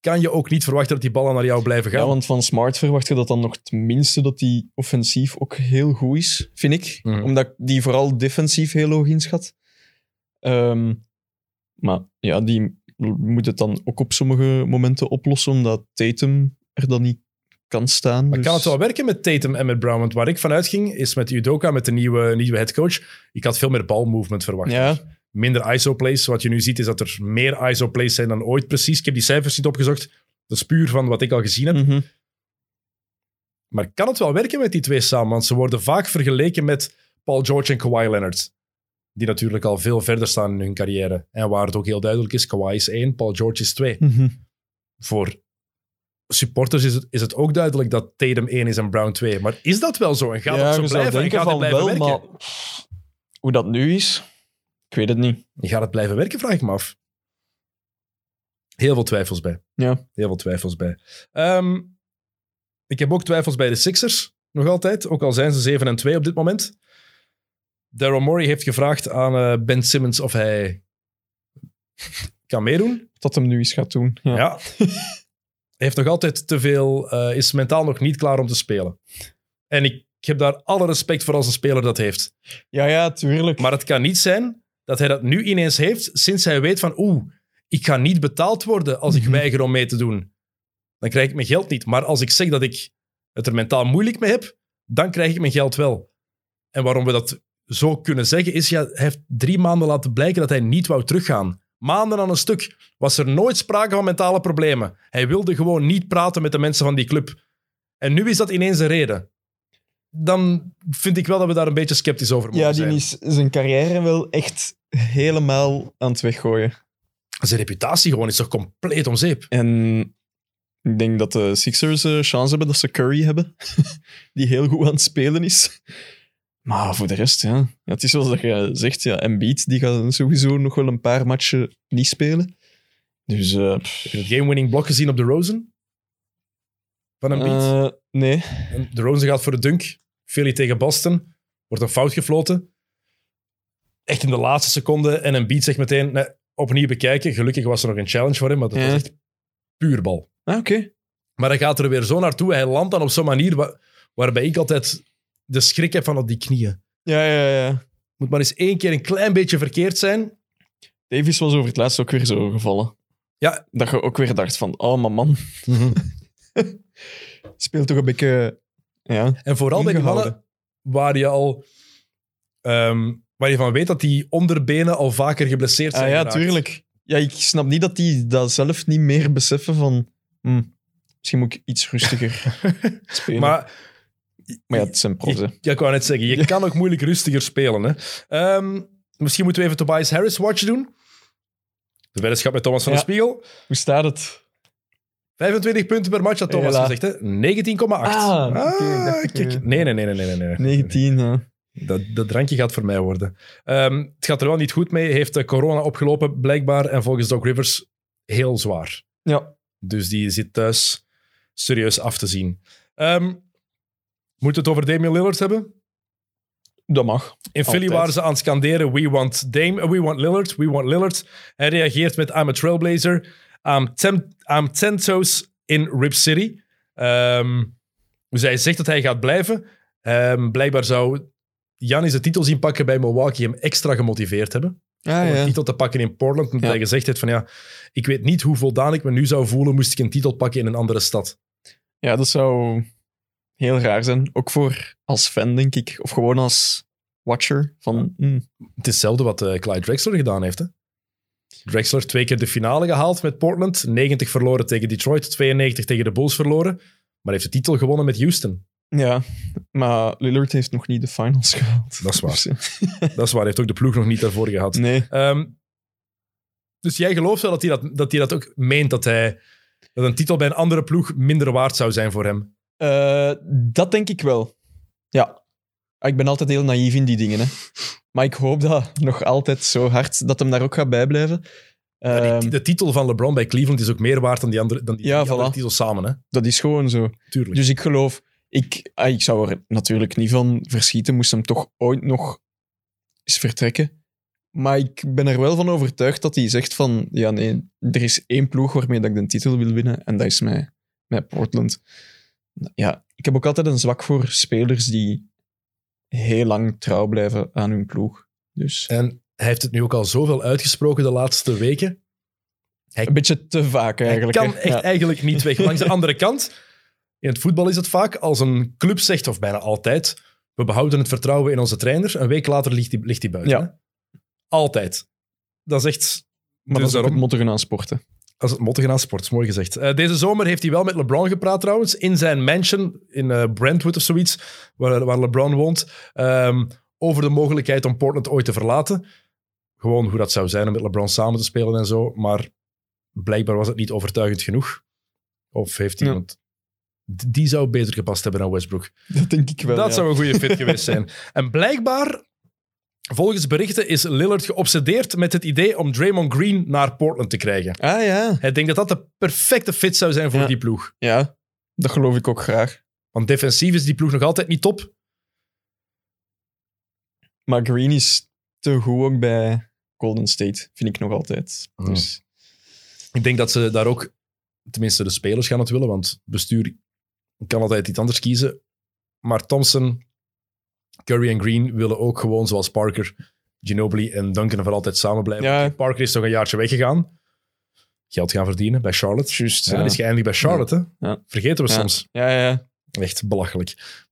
Speaker 4: kan je ook niet verwachten dat die ballen naar jou blijven gaan.
Speaker 5: ja, want van Smart verwacht je dat dan nog tenminste dat die offensief ook heel goed is, vind ik.
Speaker 4: Mhm.
Speaker 5: Omdat ik die vooral defensief heel hoog inschat. Ehm, maar ja, die moet het dan ook op sommige momenten oplossen, omdat Tatum er dan niet kan staan.
Speaker 4: Maar
Speaker 5: dus-
Speaker 4: kan het wel werken met Tatum en met Brown? Want waar ik vanuit ging, is met Udoka, met de nieuwe, nieuwe headcoach, ik had veel meer balmovement verwacht.
Speaker 5: Ja,
Speaker 4: minder ISO-plays. Wat je nu ziet is dat er meer ISO-plays zijn dan ooit precies. Ik heb die cijfers niet opgezocht. Dat is puur van wat ik al gezien heb.
Speaker 5: mhm.
Speaker 4: Maar kan het wel werken met die twee samen? Want ze worden vaak vergeleken met Paul George en Kawhi Leonard. Die natuurlijk al veel verder staan in hun carrière. En waar het ook heel duidelijk is, Kawhi is één, Paul George is twee.
Speaker 5: Mhm.
Speaker 4: Voor supporters is het, is het ook duidelijk dat Tatum één is en Brown twee. Maar is dat wel zo? En gaat
Speaker 5: Ja,
Speaker 4: dat zo
Speaker 5: je zou
Speaker 4: blijven? En
Speaker 5: denken
Speaker 4: gaat het
Speaker 5: van
Speaker 4: blijven
Speaker 5: wel,
Speaker 4: werken?
Speaker 5: maar pff, hoe dat nu is, ik weet het niet.
Speaker 4: Gaat het blijven werken, vraag ik me af. Heel veel twijfels bij.
Speaker 5: Ja.
Speaker 4: Heel veel twijfels bij. Ehm, ik heb ook twijfels bij de Sixers, nog altijd. Ook al zijn ze 7 en 2 op dit moment. Daryl Morey heeft gevraagd aan eh, Ben Simmons of hij kan meedoen.
Speaker 5: Dat hem nu eens gaat doen. Ja.
Speaker 4: Ja. Hij heeft nog altijd te veel, eh, is mentaal nog niet klaar om te spelen. En ik heb daar alle respect voor als een speler dat heeft.
Speaker 5: ja, ja, tuurlijk.
Speaker 4: Maar het kan niet zijn dat hij dat nu ineens heeft, sinds hij weet van, oeh, ik ga niet betaald worden als ik
Speaker 5: Mhm.
Speaker 4: weiger om mee te doen. Dan krijg ik mijn geld niet. Maar als ik zeg dat ik het er mentaal moeilijk mee heb, dan krijg ik mijn geld wel. En waarom we dat zo kunnen zeggen, is ja, hij heeft drie maanden laten blijken dat hij niet wou teruggaan. Maanden aan een stuk was er nooit sprake van mentale problemen. Hij wilde gewoon niet praten met de mensen van die club. En nu is dat ineens een reden. Dan vind ik wel dat we daar een beetje sceptisch over moeten
Speaker 5: ja,
Speaker 4: zijn.
Speaker 5: die is zijn carrière wel echt helemaal aan het weggooien.
Speaker 4: zijn reputatie gewoon is toch compleet om zeep.
Speaker 5: En ik denk dat de Sixers eh, chance hebben dat ze Curry hebben, die heel goed aan het spelen is. Maar voor de rest, ja. ja het is zoals dat je zegt, ja, Embiid die gaat sowieso nog wel een paar matchen niet spelen. Dus, eh pff,
Speaker 4: Heb je het game-winning blok gezien op de Rosen? Van een beat.
Speaker 5: eh, nee.
Speaker 4: En De Rosen gaat voor de dunk. Philly tegen Boston. Wordt een fout gefloten. Echt in de laatste seconde. En een beat zegt meteen, nee, opnieuw bekijken. Gelukkig was er nog een challenge voor hem, maar dat
Speaker 5: Ja.
Speaker 4: was echt puur bal.
Speaker 5: Ah, oké.
Speaker 4: Maar hij gaat er weer zo naartoe. Hij landt dan op zo'n manier wa- waarbij ik altijd de schrik heb van op die knieën.
Speaker 5: Ja, ja, ja.
Speaker 4: Moet maar eens één keer een klein beetje verkeerd zijn.
Speaker 5: Davis was over het laatst ook weer zo gevallen.
Speaker 4: Ja.
Speaker 5: Dat je ook weer dacht van, oh, maar man. Speelt toch een beetje... Ja.
Speaker 4: En vooral bij die
Speaker 5: Ingehouden.
Speaker 4: mannen waar je al... ehm, waar je van weet dat die onderbenen al vaker geblesseerd zijn
Speaker 5: Ah ja,
Speaker 4: geraakt.
Speaker 5: tuurlijk. Ja, ik snap niet dat die dat zelf niet meer beseffen van... hm, misschien moet ik iets rustiger spelen. Maar,
Speaker 4: Maar
Speaker 5: ja, het zijn profs, hè.
Speaker 4: je, ja, ik wou net zeggen, je kan ook moeilijk rustiger spelen. Hè. Ehm, misschien moeten we even Tobias Harris watch doen. De weddenschap met Thomas van
Speaker 5: Ja.
Speaker 4: der Spiegel.
Speaker 5: Hoe staat het?
Speaker 4: 25 punten per match had Thomas
Speaker 5: Hela.
Speaker 4: gezegd. hè. 19,8.
Speaker 5: Ah, oké, ik dacht,
Speaker 4: kijk.
Speaker 5: eh,
Speaker 4: Nee, nee, nee, nee, nee. nee, nee.
Speaker 5: 19, hè.
Speaker 4: Dat, dat drankje gaat voor mij worden. Ehm, het gaat er wel niet goed mee. Heeft eh, corona opgelopen, blijkbaar. En volgens Doc Rivers heel zwaar.
Speaker 5: Ja.
Speaker 4: Dus die zit thuis serieus af te zien. Ehm, moeten we het over Damian Lillard hebben?
Speaker 5: Dat mag.
Speaker 4: In Philly
Speaker 5: Altijd.
Speaker 4: waren ze aan het scanderen: We want Dame, eh, we want Lillard, we want Lillard. Hij reageert met: I'm a trailblazer, I'm, tem- I'm ten toes in Rip City. Ehm, dus hij zegt dat hij gaat blijven. Ehm, blijkbaar zou Janis de titel zien pakken bij Milwaukee hem extra gemotiveerd hebben.
Speaker 5: Ja,
Speaker 4: Om een
Speaker 5: Ah, ja.
Speaker 4: titel te pakken in Portland. Omdat
Speaker 5: Ja.
Speaker 4: hij gezegd heeft: van ja, ik weet niet hoe voldaan ik me nu zou voelen moest ik een titel pakken in een andere stad.
Speaker 5: ja, dat zou heel raar zijn. Ook voor als fan, denk ik. Of gewoon als watcher. Van, mm,
Speaker 4: Het is hetzelfde wat eh, Clyde Drexler gedaan heeft. Hè? Drexler twee keer de finale gehaald met Portland. 90 verloren tegen Detroit, 92 tegen de Bulls verloren. Maar heeft de titel gewonnen met Houston.
Speaker 5: ja, maar Lillard heeft nog niet de finals gehaald. Dus,
Speaker 4: Dat is waar. Dat is waar, heeft ook de ploeg nog niet daarvoor gehad.
Speaker 5: Nee.
Speaker 4: Ehm, dus jij gelooft wel dat hij dat, dat hij dat ook meent, dat, hij, dat een titel bij een andere ploeg minder waard zou zijn voor hem.
Speaker 5: Eh, dat denk ik wel. Ja. Ah, Ik ben altijd heel naïef in die dingen. Hè. Maar ik hoop dat nog altijd zo hard dat hem daar ook gaat bij blijven.
Speaker 4: Ja, die-
Speaker 5: Ehm,
Speaker 4: de titel van LeBron bij Cleveland is ook meer waard dan die andere, dan die,
Speaker 5: Ja,
Speaker 4: die andere
Speaker 5: voilà.
Speaker 4: titels samen. Hè?
Speaker 5: dat is gewoon zo.
Speaker 4: Tuurlijk.
Speaker 5: Dus ik geloof, ik, ah, ik zou er natuurlijk niet van verschieten, moest hem toch ooit nog eens vertrekken. Maar ik ben er wel van overtuigd dat hij zegt van, ja nee, er is één ploeg waarmee dat ik de titel wil winnen en dat is mij, mij Portland. Ja, ik heb ook altijd een zwak voor spelers die heel lang trouw blijven aan hun ploeg. Dus
Speaker 4: En hij heeft het nu ook al zoveel uitgesproken de laatste weken.
Speaker 5: een beetje te vaak eigenlijk.
Speaker 4: Hij kan
Speaker 5: hè.
Speaker 4: echt
Speaker 5: Ja.
Speaker 4: eigenlijk niet weg. Langs de andere kant, in het voetbal is het vaak als een club zegt, of bijna altijd, we behouden het vertrouwen in onze trainer, een week later ligt hij ligt die buiten.
Speaker 5: Ja.
Speaker 4: hè. Altijd. Dat is echt... dus
Speaker 5: maar dat is ook
Speaker 4: daarom-
Speaker 5: het motto aan sporten.
Speaker 4: Dat is het mottige aan sport, is mooi gezegd. Eh, deze zomer heeft hij wel met LeBron gepraat trouwens, in zijn mansion in eh, Brentwood of zoiets, waar, waar LeBron woont, ehm, over de mogelijkheid om Portland ooit te verlaten. Gewoon hoe dat zou zijn om met LeBron samen te spelen en zo, maar blijkbaar was het niet overtuigend genoeg. Of heeft
Speaker 5: Ja.
Speaker 4: iemand... D- Die zou beter gepast hebben dan Westbrook.
Speaker 5: Dat denk ik wel,
Speaker 4: Dat
Speaker 5: ja.
Speaker 4: zou een goede fit geweest zijn. En blijkbaar, volgens berichten, is Lillard geobsedeerd met het idee om Draymond Green naar Portland te krijgen.
Speaker 5: Ah ja,
Speaker 4: Hij denkt dat dat de perfecte fit zou zijn voor
Speaker 5: Ja.
Speaker 4: die ploeg.
Speaker 5: ja, dat geloof ik ook graag.
Speaker 4: Want defensief is die ploeg nog altijd niet top.
Speaker 5: Maar Green is te goed ook bij Golden State, vind ik nog altijd.
Speaker 4: Ja.
Speaker 5: Dus
Speaker 4: Ik denk dat ze daar ook, tenminste de spelers gaan het willen, want bestuur kan altijd iets anders kiezen. Maar Thompson, Curry en Green willen ook gewoon, zoals Parker, Ginobili en Duncan voor altijd samen blijven.
Speaker 5: ja,
Speaker 4: Parker is toch een jaartje weggegaan. Geld gaan verdienen bij Charlotte.
Speaker 5: juist.
Speaker 4: En
Speaker 5: Ja.
Speaker 4: dan is geëindigd bij Charlotte. hè?
Speaker 5: Ja.
Speaker 4: Vergeten we
Speaker 5: Ja.
Speaker 4: soms.
Speaker 5: ja, ja,
Speaker 4: Echt belachelijk.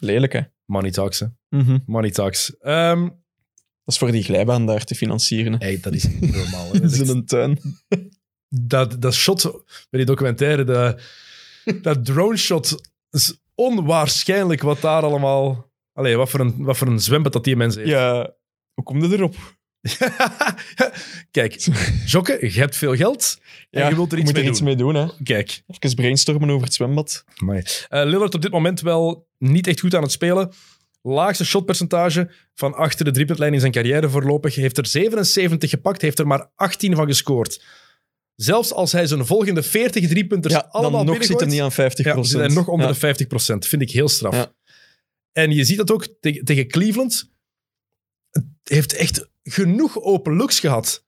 Speaker 5: lelijk hè.
Speaker 4: Money talks, hè. Money talks. Ehm,
Speaker 5: Dat is voor die glijbaan daar te financieren. Hè.
Speaker 4: hey, dat is niet normaal. hè. Dat
Speaker 5: Dat
Speaker 4: is
Speaker 5: is in een tuin.
Speaker 4: dat, dat shot bij die documentaire, de, dat drone shot, is onwaarschijnlijk wat daar allemaal. Allee, wat voor een, wat voor een zwembad dat die mensen heeft.
Speaker 5: Ja, hoe kom je erop?
Speaker 4: Kijk, Jokke, je hebt veel geld en
Speaker 5: Ja,
Speaker 4: je wilt er
Speaker 5: je
Speaker 4: iets
Speaker 5: moet
Speaker 4: mee
Speaker 5: er
Speaker 4: doen.
Speaker 5: iets mee doen hè.
Speaker 4: Kijk,
Speaker 5: Even brainstormen over het zwembad.
Speaker 4: Amai. Eh, Lillard op dit moment wel niet echt goed aan het spelen. Laagste shotpercentage van achter de driepuntlijn in zijn carrière voorlopig. Heeft er 77 gepakt, heeft er maar 18 van gescoord. Zelfs als hij zijn volgende 40 driepunters
Speaker 5: Ja, dan
Speaker 4: Dus allemaal
Speaker 5: nog zit hem
Speaker 4: binnengooit-
Speaker 5: niet aan 50
Speaker 4: Ja, ze zijn nog onder de 50 Vind ik heel straf.
Speaker 5: Ja.
Speaker 4: En je ziet dat ook te- tegen Cleveland. Het heeft echt genoeg open looks gehad.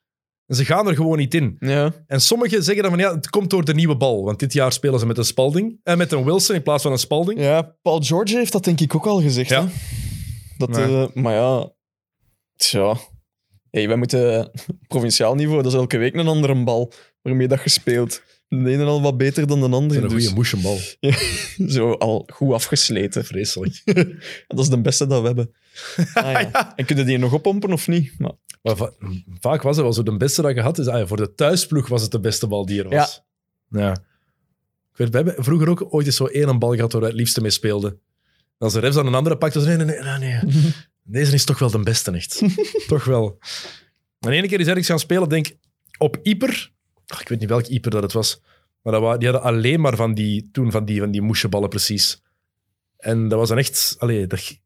Speaker 4: En ze gaan er gewoon niet in.
Speaker 5: Ja,
Speaker 4: En sommigen zeggen dan van ja, het komt door de nieuwe bal. Want dit jaar spelen ze met een Spalding. En met een Wilson in plaats van een Spalding.
Speaker 5: ja, Paul George heeft dat denk ik ook al gezegd.
Speaker 4: Ja.
Speaker 5: Hè? Dat,
Speaker 4: Nee.
Speaker 5: eh, maar ja, tja. Hey, wij moeten provinciaal niveau, dat is elke week een andere bal waarmee dat gespeeld. De ene al wat beter dan de
Speaker 4: Dat is
Speaker 5: andere.
Speaker 4: een goede
Speaker 5: Dus
Speaker 4: moesjenbal.
Speaker 5: zo al goed afgesleten.
Speaker 4: Vreselijk.
Speaker 5: Dat is de beste dat we hebben. Ah, ja. En kunnen die nog oppompen of niet? Maar,
Speaker 4: Maar va- vaak was het wel zo de beste dat je had. Is, ah ja, voor de thuisploeg was het de beste bal die er was. Ja. Ik weet, we hebben vroeger ook ooit eens zo één bal gehad waar we het liefste mee speelden. En als de refs dan een andere pakte, was nee, nee, nee, nee, nee. Deze is toch wel de beste, echt. toch wel. En de ene keer is ergens gaan spelen, denk op Ieper. Ah, ik weet niet welk Ieper dat het was. Maar dat wa- die hadden alleen maar van die, toen van die, van die moesjeballen precies. En dat was dan echt... Allee, dat g-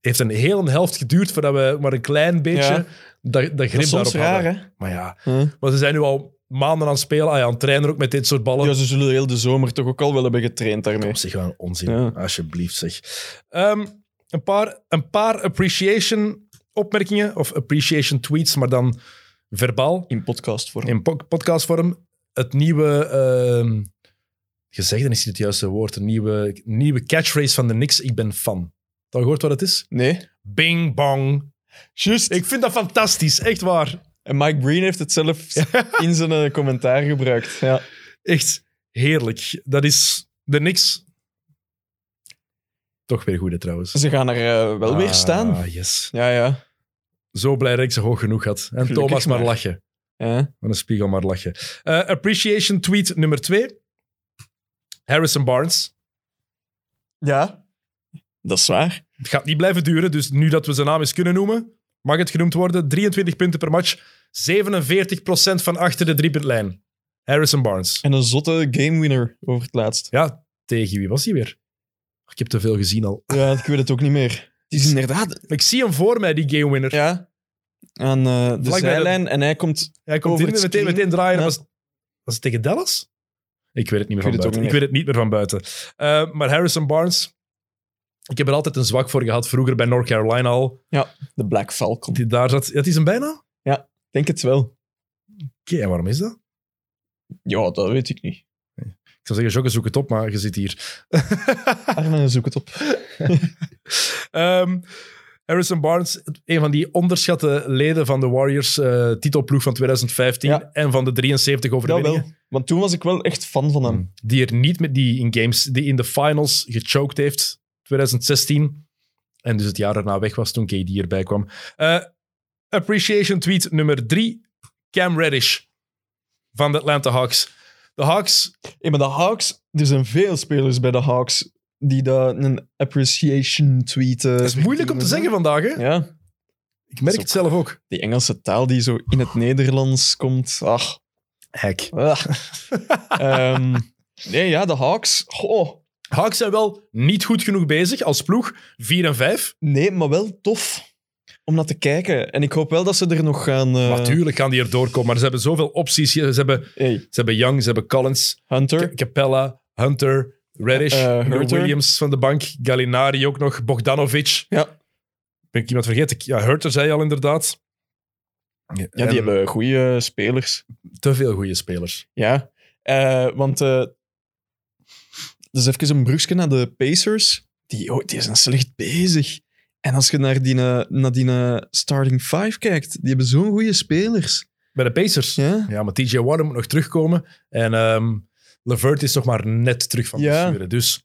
Speaker 4: heeft een hele helft geduurd voordat we maar een klein beetje
Speaker 5: Ja.
Speaker 4: dat, dat
Speaker 5: dat
Speaker 4: grip
Speaker 5: is soms
Speaker 4: daarop
Speaker 5: raar,
Speaker 4: hadden.
Speaker 5: hè?
Speaker 4: Maar ja,
Speaker 5: Huh?
Speaker 4: maar ze zijn nu al maanden aan het spelen. Ah ja, aan het trainen ook met dit soort ballen.
Speaker 5: Ja, ze zullen heel de zomer toch ook al wel hebben getraind daarmee.
Speaker 4: Op zich wel een onzin.
Speaker 5: Ja.
Speaker 4: Alsjeblieft, zeg. Ehm, een paar, een paar appreciation opmerkingen of appreciation tweets, maar dan verbaal
Speaker 5: In podcastvorm.
Speaker 4: in po- podcastvorm. Het nieuwe ehm gezegde is niet het juiste woord. Een nieuwe, nieuwe catchphrase van de Knicks. Ik ben fan. Heb je al gehoord wat het is?
Speaker 5: Nee.
Speaker 4: Bing bong.
Speaker 5: Juist.
Speaker 4: Ik vind dat fantastisch, echt waar.
Speaker 5: En Mike Breen heeft het zelf in zijn eh, commentaar gebruikt. Ja.
Speaker 4: Echt heerlijk. Dat is de niks. Toch weer goede trouwens.
Speaker 5: Ze gaan er eh, wel weer staan.
Speaker 4: Ah, yes.
Speaker 5: Ja, ja.
Speaker 4: Zo blij dat ik ze hoog genoeg had. En
Speaker 5: Gelukkig
Speaker 4: Thomas maar,
Speaker 5: maar.
Speaker 4: lachen.
Speaker 5: ja.
Speaker 4: Van een spiegel maar lachen. Eh, appreciation tweet nummer twee. Harrison Barnes.
Speaker 5: Ja. Dat is waar.
Speaker 4: Het gaat niet blijven duren, dus nu dat we zijn naam eens kunnen noemen, mag het genoemd worden. 23 punten per match, 47% van achter de driepuntlijn. Harrison Barnes.
Speaker 5: En een zotte gamewinner over het laatst.
Speaker 4: Ja, tegen wie was hij weer? Ik heb te veel gezien al.
Speaker 5: Ja, ik weet het ook niet meer. Het is inderdaad...
Speaker 4: Ik zie hem voor mij, die gamewinner.
Speaker 5: Ja. Aan eh, de
Speaker 4: bij de-
Speaker 5: zijlijn. En hij komt...
Speaker 4: Hij komt
Speaker 5: Over
Speaker 4: in,
Speaker 5: het
Speaker 4: meteen,
Speaker 5: screen.
Speaker 4: meteen draaien.
Speaker 5: Ja.
Speaker 4: Was, was het tegen Dallas? Ik weet het niet meer van
Speaker 5: Ik weet het
Speaker 4: buiten.
Speaker 5: ook
Speaker 4: Ik weet het niet meer van buiten. Eh, maar Harrison Barnes, ik heb er altijd een zwak voor gehad. Vroeger bij North Carolina al.
Speaker 5: Ja, de Black Falcon.
Speaker 4: Die daar zat. Dat is hem bijna? Oké,
Speaker 5: Ik denk het wel.
Speaker 4: en waarom is dat?
Speaker 5: Ja, dat weet ik niet.
Speaker 4: Ik zou zeggen, Jocke, zoek het op, maar je zit hier.
Speaker 5: Armen, Ah, zoek het op.
Speaker 4: Ehm, Harrison Barnes, een van die onderschatte leden van de Warriors eh, titelploeg van 2015
Speaker 5: Ja.
Speaker 4: en van de 73
Speaker 5: Dat
Speaker 4: overwinningen.
Speaker 5: wel. Want toen was ik wel echt fan van hem.
Speaker 4: die er niet met die in games, die in de finals gechoked heeft, 2016. En dus het jaar daarna weg was toen KD erbij kwam. Eh, appreciation tweet nummer drie. Cam Reddish van de Atlanta Hawks. De Hawks,
Speaker 5: Ja, maar de Hawks... Er zijn veel spelers bij de Hawks die daar een appreciation tweet... eh,
Speaker 4: dat is moeilijk om
Speaker 5: doen,
Speaker 4: te
Speaker 5: hè?
Speaker 4: zeggen vandaag. Hè?
Speaker 5: Ja,
Speaker 4: Ik merk het zelf ook.
Speaker 5: die Engelse taal die zo in het Nederlands komt. Ach.
Speaker 4: Hek.
Speaker 5: ah. Ehm, nee, ja, de Hawks. Goh.
Speaker 4: Hawks zijn wel niet goed genoeg bezig als ploeg. 4 en 5.
Speaker 5: Nee, maar wel tof om naar te kijken. En ik hoop wel dat ze er nog gaan... eh,
Speaker 4: Natuurlijk gaan die erdoor komen, maar ze hebben zoveel opties. Ze hebben, ze
Speaker 5: hey,
Speaker 4: hebben Young, ze hebben Collins.
Speaker 5: Hunter.
Speaker 4: Ca- Capella, Hunter, Reddish,
Speaker 5: Eh,
Speaker 4: Lou
Speaker 5: Huerter.
Speaker 4: Williams van de bank, Gallinari ook nog, Bogdanovic.
Speaker 5: Ja.
Speaker 4: Ben ik iemand vergeten? Ja, Hurter zei je al inderdaad. Ja,
Speaker 5: Ja, die hebben goede spelers.
Speaker 4: te veel goede spelers.
Speaker 5: Ja. Eh, want... eh dus even een brugje naar de Pacers. Die, oh, die zijn slecht bezig. En als je naar die, eh, naar die eh, starting five kijkt, die hebben zo'n goede spelers.
Speaker 4: Bij de Pacers. Ja,
Speaker 5: Ja.
Speaker 4: maar TJ Warren moet nog terugkomen. En ehm Levert is nog maar net terug van de
Speaker 5: Ja.
Speaker 4: blessure. Dus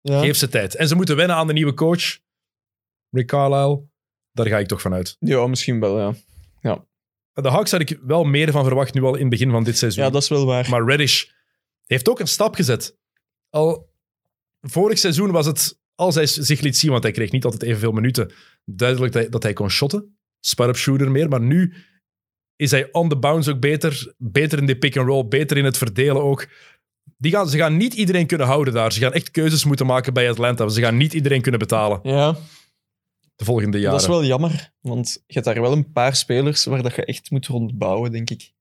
Speaker 5: ja.
Speaker 4: geef ze tijd. En ze moeten wennen aan de nieuwe coach, Rick Carlisle. Daar ga ik toch van uit.
Speaker 5: Ja, misschien wel, ja.
Speaker 4: De Hawks had ik wel meer van verwacht nu al in het begin van dit seizoen.
Speaker 5: Ja, dat is wel waar.
Speaker 4: Maar Reddish heeft ook een stap gezet. Al vorig seizoen was het, als hij zich liet zien, want hij kreeg niet altijd evenveel minuten, duidelijk dat hij, dat hij kon shotten. Sparpshooter meer, maar nu is hij on the bounce ook beter. Beter in de pick-and-roll, beter in het verdelen ook. Die gaan, ze gaan niet iedereen kunnen houden daar. Ze gaan echt keuzes moeten maken bij Atlanta. Ze gaan niet iedereen kunnen betalen
Speaker 5: ja,
Speaker 4: de volgende jaren.
Speaker 5: dat is wel jammer. Want je hebt daar wel een paar spelers waar dat je echt moet rondbouwen, denk ik.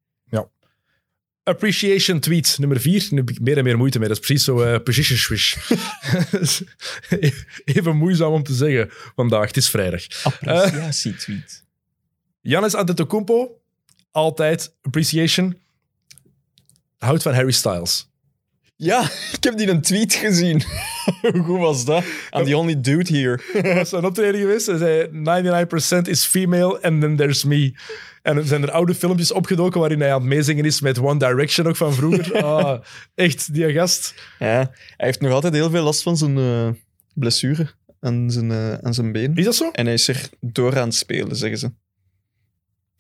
Speaker 4: Appreciation tweet nummer vier. Nu heb ik meer en meer moeite mee. Dat is precies zo eh, position swish. Even moeizaam om te zeggen vandaag. Het is vrijdag.
Speaker 5: Appreciatie-tweet.
Speaker 4: Giannis Antetokounmpo. Altijd appreciation. Houdt van Harry Styles.
Speaker 5: Ja, ik heb die een tweet gezien. Hoe goed was dat? I'm the only dude here.
Speaker 4: Er was zo'n optreden geweest. Hij zei 99% is female and then there's me. En er zijn er oude filmpjes opgedoken waarin hij aan het meezingen is met One Direction ook van vroeger. Ah, echt, die gast.
Speaker 5: Ja, hij heeft nog altijd heel veel last van zijn eh, blessure aan zijn, eh, aan zijn been.
Speaker 4: Is dat zo?
Speaker 5: En hij is er door aan het spelen, zeggen ze.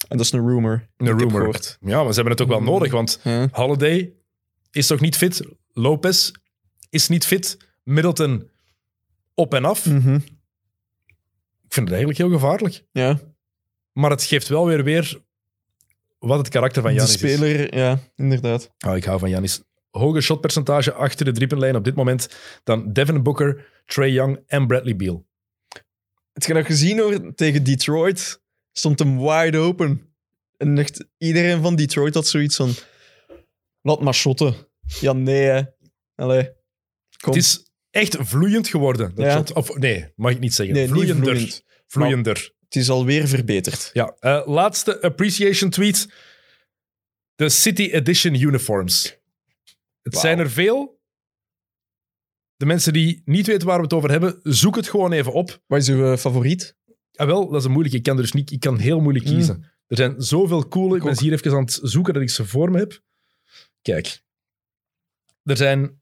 Speaker 5: En dat is een rumor. die ik
Speaker 4: Een
Speaker 5: heb
Speaker 4: rumor.
Speaker 5: gehoord. Mm.
Speaker 4: Ja, maar ze hebben het ook wel nodig, want
Speaker 5: Ja.
Speaker 4: Holiday is toch niet fit. Lopez is niet fit. Middleton op en af.
Speaker 5: Mhm.
Speaker 4: Ik vind het eigenlijk heel gevaarlijk.
Speaker 5: ja.
Speaker 4: Maar het geeft wel weer weer wat het karakter van
Speaker 5: de
Speaker 4: Janis is.
Speaker 5: speler, ja, inderdaad.
Speaker 4: Oh, ik hou van Janis. Hoger shotpercentage achter de driepuntlijn op dit moment dan Devin Booker, Trey Young en Bradley Beal.
Speaker 5: Het je nog gezien hoor, tegen Detroit stond hem wide open. En echt iedereen van Detroit had zoiets van... Laat maar shotten. Ja, nee hè. Allee. Kom.
Speaker 4: Het is echt vloeiend geworden. Dat
Speaker 5: Ja.
Speaker 4: shot. Of nee, mag ik niet zeggen.
Speaker 5: Nee, niet
Speaker 4: vloeiender.
Speaker 5: vloeiend.
Speaker 4: Vloeiender.
Speaker 5: Het is alweer verbeterd.
Speaker 4: Ja. eh, laatste appreciation tweet. De City Edition uniforms. Het zijn er veel. De mensen die niet weten waar we het over hebben, zoek het gewoon even op.
Speaker 5: Wat is uw eh, favoriet?
Speaker 4: Ah, wel, dat is een moeilijke. Ik kan er dus niet, ik kan heel moeilijk
Speaker 5: Mm.
Speaker 4: kiezen. Er zijn zoveel coole. Ik ben
Speaker 5: ook.
Speaker 4: ze hier even aan het zoeken dat ik ze voor me heb. Kijk. Er zijn...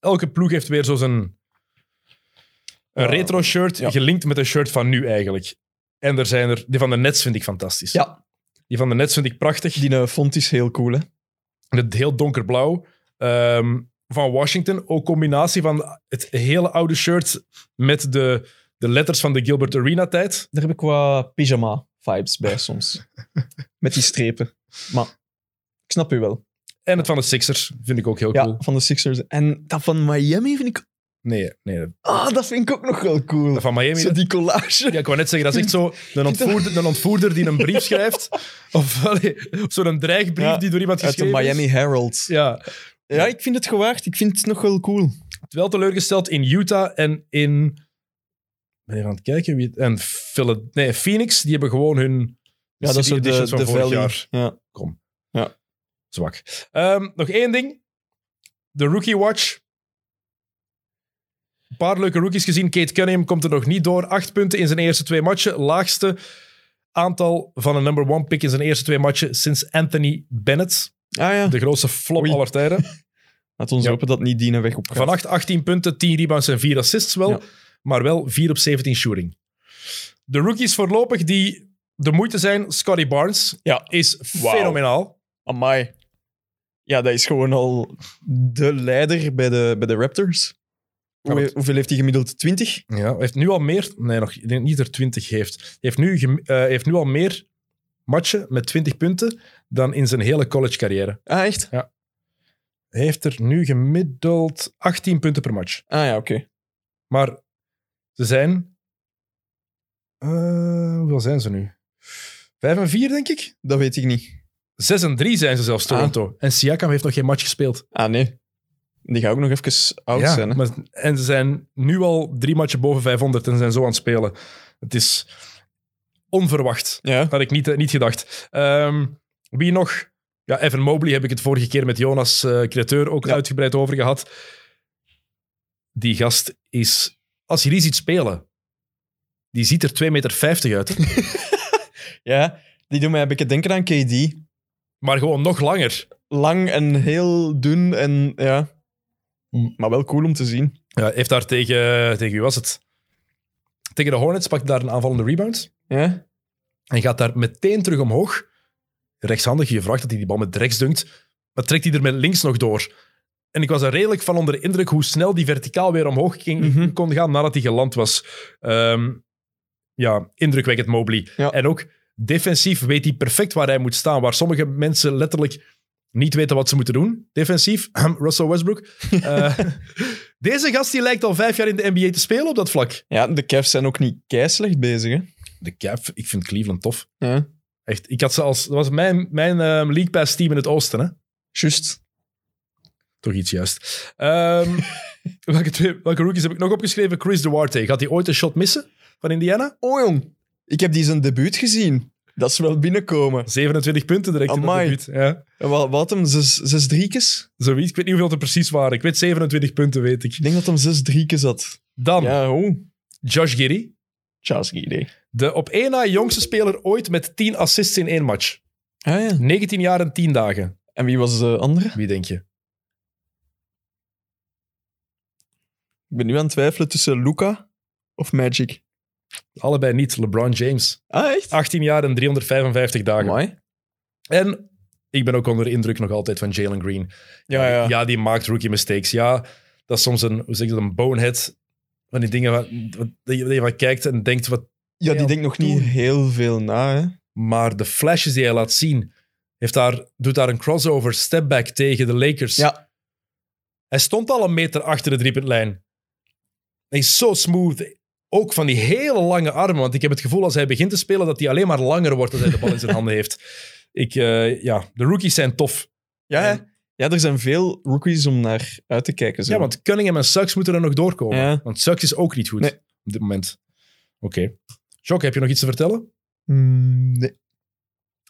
Speaker 4: Elke ploeg heeft weer zo zijn... Een
Speaker 5: Ja.
Speaker 4: retro shirt,
Speaker 5: Ja.
Speaker 4: gelinkt met een shirt van nu eigenlijk. En er zijn er... Die van de Nets vind ik fantastisch.
Speaker 5: Ja.
Speaker 4: Die van de Nets vind ik prachtig.
Speaker 5: Die eh, font is heel cool, hè?
Speaker 4: Het heel donkerblauw. Ehm, van Washington, ook combinatie van het hele oude shirt met de, de letters van de Gilbert Arena-tijd.
Speaker 5: Daar heb ik wat pyjama-vibes bij soms. Met die strepen. Maar ik snap u wel.
Speaker 4: En het van de Sixers vind ik ook heel
Speaker 5: Ja,
Speaker 4: cool.
Speaker 5: van de Sixers. En dat van Miami vind ik...
Speaker 4: Nee, nee.
Speaker 5: Ah, dat vind ik ook nog wel cool.
Speaker 4: Dat van Miami.
Speaker 5: Zo
Speaker 4: dat-
Speaker 5: die collage.
Speaker 4: ja, ik wou net zeggen, dat is echt zo een ontvoerder, een ontvoerder die een brief schrijft. Of, allee, of zo'n dreigbrief
Speaker 5: Ja,
Speaker 4: die door iemand
Speaker 5: Uit de
Speaker 4: geschreven
Speaker 5: Miami
Speaker 4: is.
Speaker 5: Herald. Ja.
Speaker 4: Ja,
Speaker 5: ik vind het gewaagd. Ik vind het nog wel cool.
Speaker 4: wel teleurgesteld in Utah en in... Ben even aan het kijken wie het... En Phila- nee, Phoenix, die hebben gewoon hun
Speaker 5: Ja, dat is
Speaker 4: City
Speaker 5: zo de,
Speaker 4: Editions van
Speaker 5: de
Speaker 4: vorig
Speaker 5: Valley.
Speaker 4: jaar.
Speaker 5: Ja.
Speaker 4: Zwak. Ehm, nog één ding. De Rookie Watch. Een paar leuke rookies gezien. Kate Cunningham komt er nog niet door. Acht punten in zijn eerste twee matchen. Laagste aantal van een number one pick in zijn eerste twee matchen sinds Anthony Bennett.
Speaker 5: Ah ja.
Speaker 4: De grootste flop
Speaker 5: Oei.
Speaker 4: aller tijden.
Speaker 5: Laat ons
Speaker 4: Ja.
Speaker 5: hopen dat niet Dina weg op gaat.
Speaker 4: Vannacht 18 punten, 10 rebounds en 4 assists wel.
Speaker 5: Ja.
Speaker 4: Maar wel 4 op 17 shooting. De rookies voorlopig die de moeite zijn. Scotty Barnes
Speaker 5: Ja.
Speaker 4: is
Speaker 5: Wauw.
Speaker 4: fenomenaal.
Speaker 5: Amai. Ja, dat is gewoon al de leider bij de, bij de Raptors.
Speaker 4: Ja,
Speaker 5: Hoe-
Speaker 4: want-
Speaker 5: hoeveel heeft hij gemiddeld? 20?
Speaker 4: Ja, heeft nu al meer. Nee, nog, ik denk niet dat er 20 heeft. Heeft nu, gem- eh, heeft nu al meer matchen met 20 punten dan in zijn hele collegecarrière.
Speaker 5: Ah, echt?
Speaker 4: Heeft er nu gemiddeld 18 punten per match.
Speaker 5: Ah ja, oké.
Speaker 4: Maar ze zijn. eh, hoeveel zijn ze nu? 5 en 4, denk ik.
Speaker 5: Dat weet ik niet.
Speaker 4: 6 en 3 zijn ze zelfs, Toronto. Ah. En Siakam heeft nog geen match gespeeld.
Speaker 5: Ah, nee. Die gaat ook nog even oud
Speaker 4: ja,
Speaker 5: zijn. Hè?
Speaker 4: maar- en ze zijn nu al drie matchen boven 500 en zijn zo aan het spelen. Het is onverwacht.
Speaker 5: Ja.
Speaker 4: Had ik niet, eh, niet gedacht. Ehm, wie nog? Ja, Evan Mobley heb ik het vorige keer met Jonas eh Creteur ook
Speaker 5: Ja.
Speaker 4: uitgebreid over gehad. Die gast is... Als je die ziet spelen, die ziet er 2,50 meter uit. hè.
Speaker 5: ja, die doen mij een beetje denken aan KD.
Speaker 4: maar gewoon nog langer.
Speaker 5: Lang en heel dun en ja. Maar wel cool om te zien.
Speaker 4: Ja, heeft daar tegen... Tegen wie was het? Tegen de Hornets pakt daar een aanvallende rebound.
Speaker 5: Ja?
Speaker 4: En gaat daar meteen terug omhoog. Rechtshandig, je vraagt dat hij die bal met rechts dunkt. Maar trekt hij er met links nog door. En ik was er redelijk van onder de indruk hoe snel die verticaal weer omhoog ging,
Speaker 5: Mhm.
Speaker 4: kon gaan nadat hij geland was. Ehm, ja, indrukwekkend Mobley.
Speaker 5: Ja.
Speaker 4: En ook defensief weet hij perfect waar hij moet staan. Waar sommige mensen letterlijk niet weten wat ze moeten doen. Defensief, Russell Westbrook. Eh, deze gast die lijkt al vijf jaar in de NBA te spelen op dat vlak.
Speaker 5: Ja, de Cavs zijn ook niet keislecht bezig, hè?
Speaker 4: De Cap, ik vind Cleveland tof.
Speaker 5: Ja.
Speaker 4: Echt, ik had ze als... Dat was mijn, mijn ehm, League Pass team in het oosten, hè?
Speaker 5: Juist.
Speaker 4: Toch iets juist. Ehm, welke, twee- welke rookies heb ik nog opgeschreven? Chris Duarte. Gaat hij ooit een shot missen van Indiana?
Speaker 5: Oh jong, ik heb die zijn debuut gezien. Dat is wel binnenkomen.
Speaker 4: 27 punten direct
Speaker 5: Amai.
Speaker 4: in de debuut. Ja.
Speaker 5: En Wat, wat hem, zes, zes driekes?
Speaker 4: Zoiets. Ik weet niet hoeveel er precies waren. Ik weet 27 punten, weet ik.
Speaker 5: Ik denk dat hem zes driekes had.
Speaker 4: Dan
Speaker 5: Ja, oh.
Speaker 4: Josh Giddy.
Speaker 5: Charles idee.
Speaker 4: De op één na jongste speler ooit met 10 assists in één match.
Speaker 5: Ah ja.
Speaker 4: 19 jaar en 10 dagen.
Speaker 5: En wie was de andere?
Speaker 4: Wie denk je?
Speaker 5: Ik ben nu aan het twijfelen tussen Luca of Magic.
Speaker 4: Allebei niet. LeBron James.
Speaker 5: Ah, echt?
Speaker 4: 18 jaar en 355 dagen.
Speaker 5: Mooi.
Speaker 4: En ik ben ook onder de indruk nog altijd van Jalen Green.
Speaker 5: Ja, ja.
Speaker 4: ja, die maakt rookie mistakes. Ja, dat is soms een, hoe zeg je dat, een bonehead. Van die dingen waar, wat- dat je dat je van kijkt en denkt, wat,
Speaker 5: Ja, die
Speaker 4: Ja,
Speaker 5: denkt nog niet
Speaker 4: toen.
Speaker 5: heel veel na, hè?
Speaker 4: maar de flashes die hij laat zien, heeft daar, doet daar een crossover stepback tegen de Lakers.
Speaker 5: Ja.
Speaker 4: Hij stond al een meter achter de driepuntlijn. Hij is zo smooth. Ook van die hele lange armen. Want ik heb het gevoel als hij begint te spelen dat hij alleen maar langer wordt als hij de bal in zijn handen heeft. Ik, eh, ja, de rookies zijn tof.
Speaker 5: Ja, hè?
Speaker 4: En-
Speaker 5: Ja, er zijn veel rookies om naar uit te kijken. Zo.
Speaker 4: Ja, want Cunningham en Sucks moeten er nog doorkomen.
Speaker 5: Ja.
Speaker 4: Want Sucks is ook niet goed
Speaker 5: Nee.
Speaker 4: op dit moment. Oké. Jock, heb je nog iets te vertellen?
Speaker 5: Mm, nee.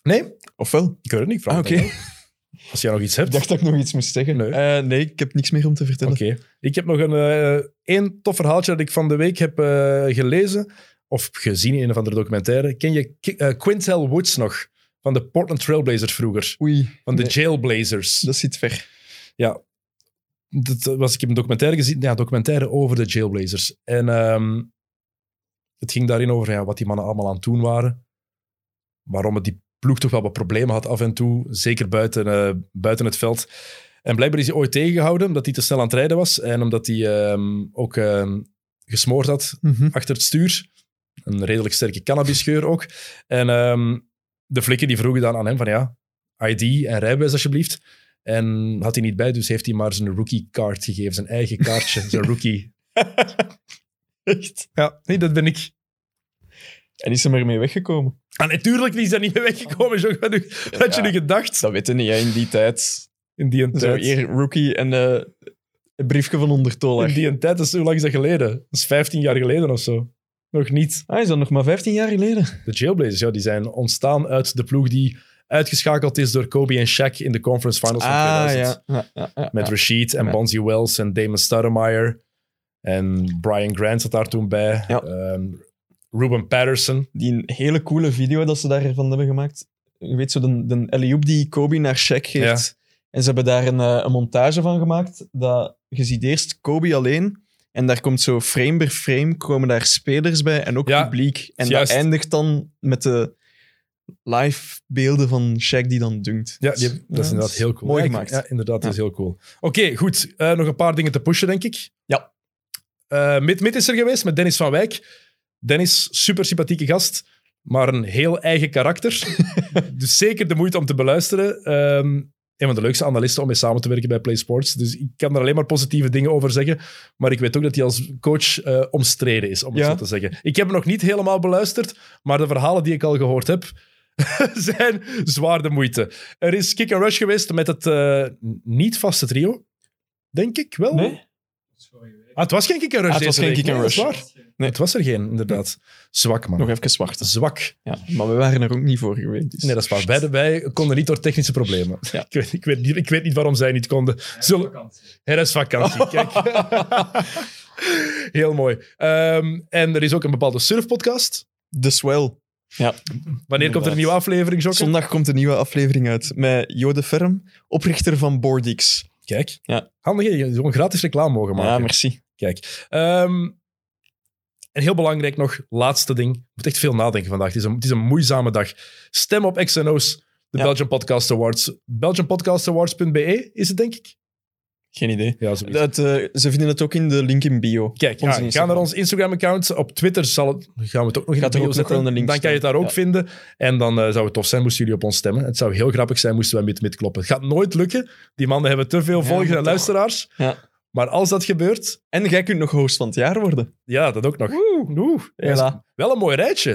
Speaker 4: Nee?
Speaker 5: Ofwel?
Speaker 4: Ik weet het niet. ik vraag
Speaker 5: Ah,
Speaker 4: het
Speaker 5: oké.
Speaker 4: aan jou. Als jij nog iets
Speaker 5: Ik
Speaker 4: hebt.
Speaker 5: dacht dat ik nog iets moest zeggen.
Speaker 4: Nee.
Speaker 5: Eh, nee, ik heb niks meer om te vertellen.
Speaker 4: Oké. Ik heb nog een eh, één tof verhaaltje dat ik van de week heb eh, gelezen. Of gezien in een of andere documentaire. Ken je Ki- eh, Quintel Woods nog? Van de Portland Trailblazers vroeger.
Speaker 5: Oei.
Speaker 4: Van de
Speaker 5: Nee,
Speaker 4: Jailblazers.
Speaker 5: dat zit ver.
Speaker 4: Ja. Dat eh, was, ik heb een documentaire gezien. Ja, documentaire over de Jailblazers. En ehm, het ging daarin over ja, wat die mannen allemaal aan het doen waren. Waarom het die ploeg toch wel wat problemen had af en toe. Zeker buiten, eh, buiten het veld. En blijkbaar is hij ooit tegengehouden omdat hij te snel aan het rijden was. En omdat hij ehm, ook ehm, gesmoord had achter het stuur. Een redelijk sterke cannabisgeur ook. En ehm, de flikken die vroegen dan aan hem van ja, ID en rijbewijs alsjeblieft. En had hij niet bij, dus heeft hij maar zijn rookie kaart gegeven. Zijn eigen kaartje, zijn rookie.
Speaker 5: Echt?
Speaker 4: Ja, nee, dat ben ik.
Speaker 5: En is ze maar mee weggekomen?
Speaker 4: En Ah, natuurlijk is dat niet meer weggekomen, zo had je- had je
Speaker 5: Ja.
Speaker 4: nu gedacht.
Speaker 5: Dat weten niet, hè, in die tijd.
Speaker 4: In die een
Speaker 5: Zo,
Speaker 4: tijd.
Speaker 5: hier rookie en eh, een briefje van 100 dollar.
Speaker 4: In die een tijd, dat is, hoe lang is dat geleden? Dat is 15 jaar geleden of zo. Nog niet.
Speaker 5: Ah, is dat nog maar 15 jaar geleden?
Speaker 4: De Jailblazers, ja, die zijn ontstaan uit de ploeg die uitgeschakeld is door Kobe en Shaq in de conference finals van 2000.
Speaker 5: Ah, ja, ja, ja,
Speaker 4: Met
Speaker 5: ja.
Speaker 4: Rashid en
Speaker 5: Ja.
Speaker 4: Bonzi Wells en Damon Stoudemire. En Brian Grant zat daar toen bij.
Speaker 5: Ja.
Speaker 4: Ehm, Ruben Patterson.
Speaker 5: Die een hele coole video dat ze daarvan hebben gemaakt. Je weet zo, de, de alley-oop die Kobe naar Shaq geeft. En ze hebben daar een, eh, een montage van gemaakt. Dat, je ziet eerst Kobe alleen. En daar komt zo frame per frame komen daar spelers bij en ook
Speaker 4: Ja,
Speaker 5: publiek. En
Speaker 4: juist.
Speaker 5: dat eindigt dan met de live beelden van Shaq die dan dunkt.
Speaker 4: Ja,
Speaker 5: Dus,
Speaker 4: die- dat is inderdaad heel cool.
Speaker 5: Mooi
Speaker 4: Ja, ik-
Speaker 5: gemaakt. Ah,
Speaker 4: Ja, inderdaad, dat is
Speaker 5: Ja.
Speaker 4: heel cool. Oké, goed. Eh, nog een paar dingen te pushen, denk ik.
Speaker 5: Ja.
Speaker 4: Eh, Mid Mid is er geweest met Dennis van Wijk. Dennis, super sympathieke gast, maar een heel eigen karakter. dus zeker de moeite om te beluisteren. Ehm, een van de leukste analisten om mee samen te werken bij Play Sports. Dus ik kan er alleen maar positieve dingen over zeggen. Maar ik weet ook dat hij als coach eh, omstreden is, om het
Speaker 5: Ja.
Speaker 4: zo te zeggen. Ik heb hem nog niet helemaal beluisterd, maar de verhalen die ik al gehoord heb, zijn zwaar de moeite. Er is kick and rush geweest met het eh, niet vaste trio. Denk ik wel.
Speaker 5: Nee?
Speaker 4: Ah, het was geen kick and rush
Speaker 5: Ah, het was
Speaker 4: deze
Speaker 5: geen
Speaker 4: week.
Speaker 5: kick and
Speaker 4: Nee, dat is
Speaker 5: rush.
Speaker 4: waar. Het was er geen, inderdaad. Zwak, man.
Speaker 5: Nog even zwart.
Speaker 4: Zwak.
Speaker 5: Ja, maar we waren er ook niet vorige week. Dus.
Speaker 4: Nee, dat is waar. Beide wij konden niet door technische problemen.
Speaker 5: Ja.
Speaker 4: Ik, weet, ik, weet niet, ik weet niet waarom zij niet konden. Zullen... Er is vakantie. Kijk. Heel mooi. Ehm, en er is ook een bepaalde surfpodcast.
Speaker 5: De Swell. Ja.
Speaker 4: Wanneer komt er een
Speaker 5: Inderdaad.
Speaker 4: nieuwe aflevering, Jokke?
Speaker 5: Zondag komt een nieuwe aflevering uit met Jode Ferm, oprichter van Boardix.
Speaker 4: Kijk.
Speaker 5: Ja.
Speaker 4: Handig, hè? je gewoon gratis reclame mogen maken.
Speaker 5: Ja, merci.
Speaker 4: Kijk. Ehm, en heel belangrijk nog, laatste ding. Je moet echt veel nadenken vandaag. Het is een, het is een moeizame dag. Stem op XNO's, de
Speaker 5: Ja.
Speaker 4: Belgian Podcast Awards. BelgianPodcastAwards.be E is het, denk ik?
Speaker 5: Geen idee.
Speaker 4: Ja, zoiets.
Speaker 5: Dat, eh, ze vinden het ook in de link in bio.
Speaker 4: Kijk,
Speaker 5: Onze
Speaker 4: ja, ga
Speaker 5: Instagram.
Speaker 4: naar ons Instagram-account. Op Twitter zal het, gaan we het ook nog in
Speaker 5: Gaat
Speaker 4: de
Speaker 5: er
Speaker 4: bio
Speaker 5: ook nog
Speaker 4: zetten.
Speaker 5: wel een link
Speaker 4: dan kan je het daar ook
Speaker 5: staan,
Speaker 4: vinden. En dan eh, zou het tof zijn moesten jullie op ons stemmen. Het zou heel grappig zijn moesten wij met, met kloppen. Het gaat nooit lukken. Die mannen hebben te veel
Speaker 5: Ja,
Speaker 4: volgers
Speaker 5: maar
Speaker 4: en
Speaker 5: toch.
Speaker 4: luisteraars.
Speaker 5: Ja.
Speaker 4: Maar als dat gebeurt,
Speaker 5: En jij kunt nog host van het jaar worden.
Speaker 4: ja, dat ook nog. Oeh,
Speaker 5: Hela.
Speaker 4: Wel een mooi rijtje.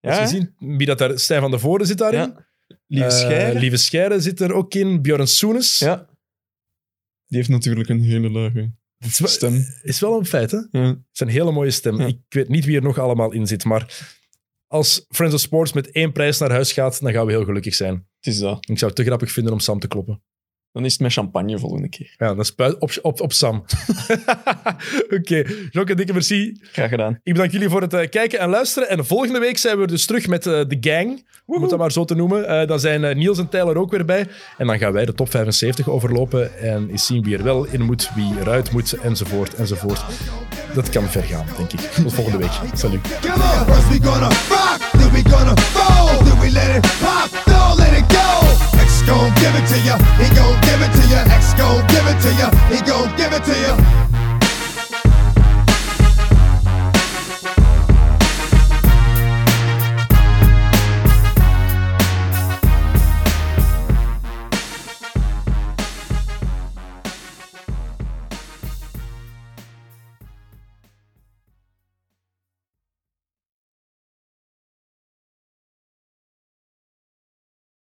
Speaker 4: Als
Speaker 5: Ja,
Speaker 4: je ziet wie dat daar, Stijn van der Voorde zit daarin.
Speaker 5: Ja. Lieve
Speaker 4: Eh,
Speaker 5: Scheire.
Speaker 4: Lieve Scheire zit er ook in. Björn Soenes.
Speaker 5: Ja. Die heeft natuurlijk een hele lage
Speaker 4: Het is, wel-
Speaker 5: stem.
Speaker 4: is wel een feit, hè? Het
Speaker 5: Ja.
Speaker 4: is een hele mooie stem.
Speaker 5: Ja.
Speaker 4: Ik weet niet wie er nog allemaal in zit, maar als Friends of Sports met één prijs naar huis gaat, dan gaan we heel gelukkig zijn.
Speaker 5: Het is dat.
Speaker 4: Ik zou het te grappig vinden om Sam te kloppen.
Speaker 5: Dan is het met champagne volgende keer.
Speaker 4: Ja, dan spuit op, op, op Sam. Oké, Jocke, dikke merci.
Speaker 5: Graag gedaan.
Speaker 4: Ik bedank jullie voor het eh, kijken en luisteren. En volgende week zijn we dus terug met eh, de gang. Om het dat maar zo te noemen. Eh dan zijn eh, Niels en Tyler ook weer bij. En dan gaan wij de top 75 overlopen. En eens zien wie er wel in moet, wie eruit moet, enzovoort, enzovoort. Dat kan ver gaan, denk ik. Tot volgende week. Salut.
Speaker 3: Come on, first we gonna rock, then we gonna roll, then we let it pop, don't let it go. X gon' give it to ya, he gon' give it to ya, X gon' give it to ya, he gon' give it to ya.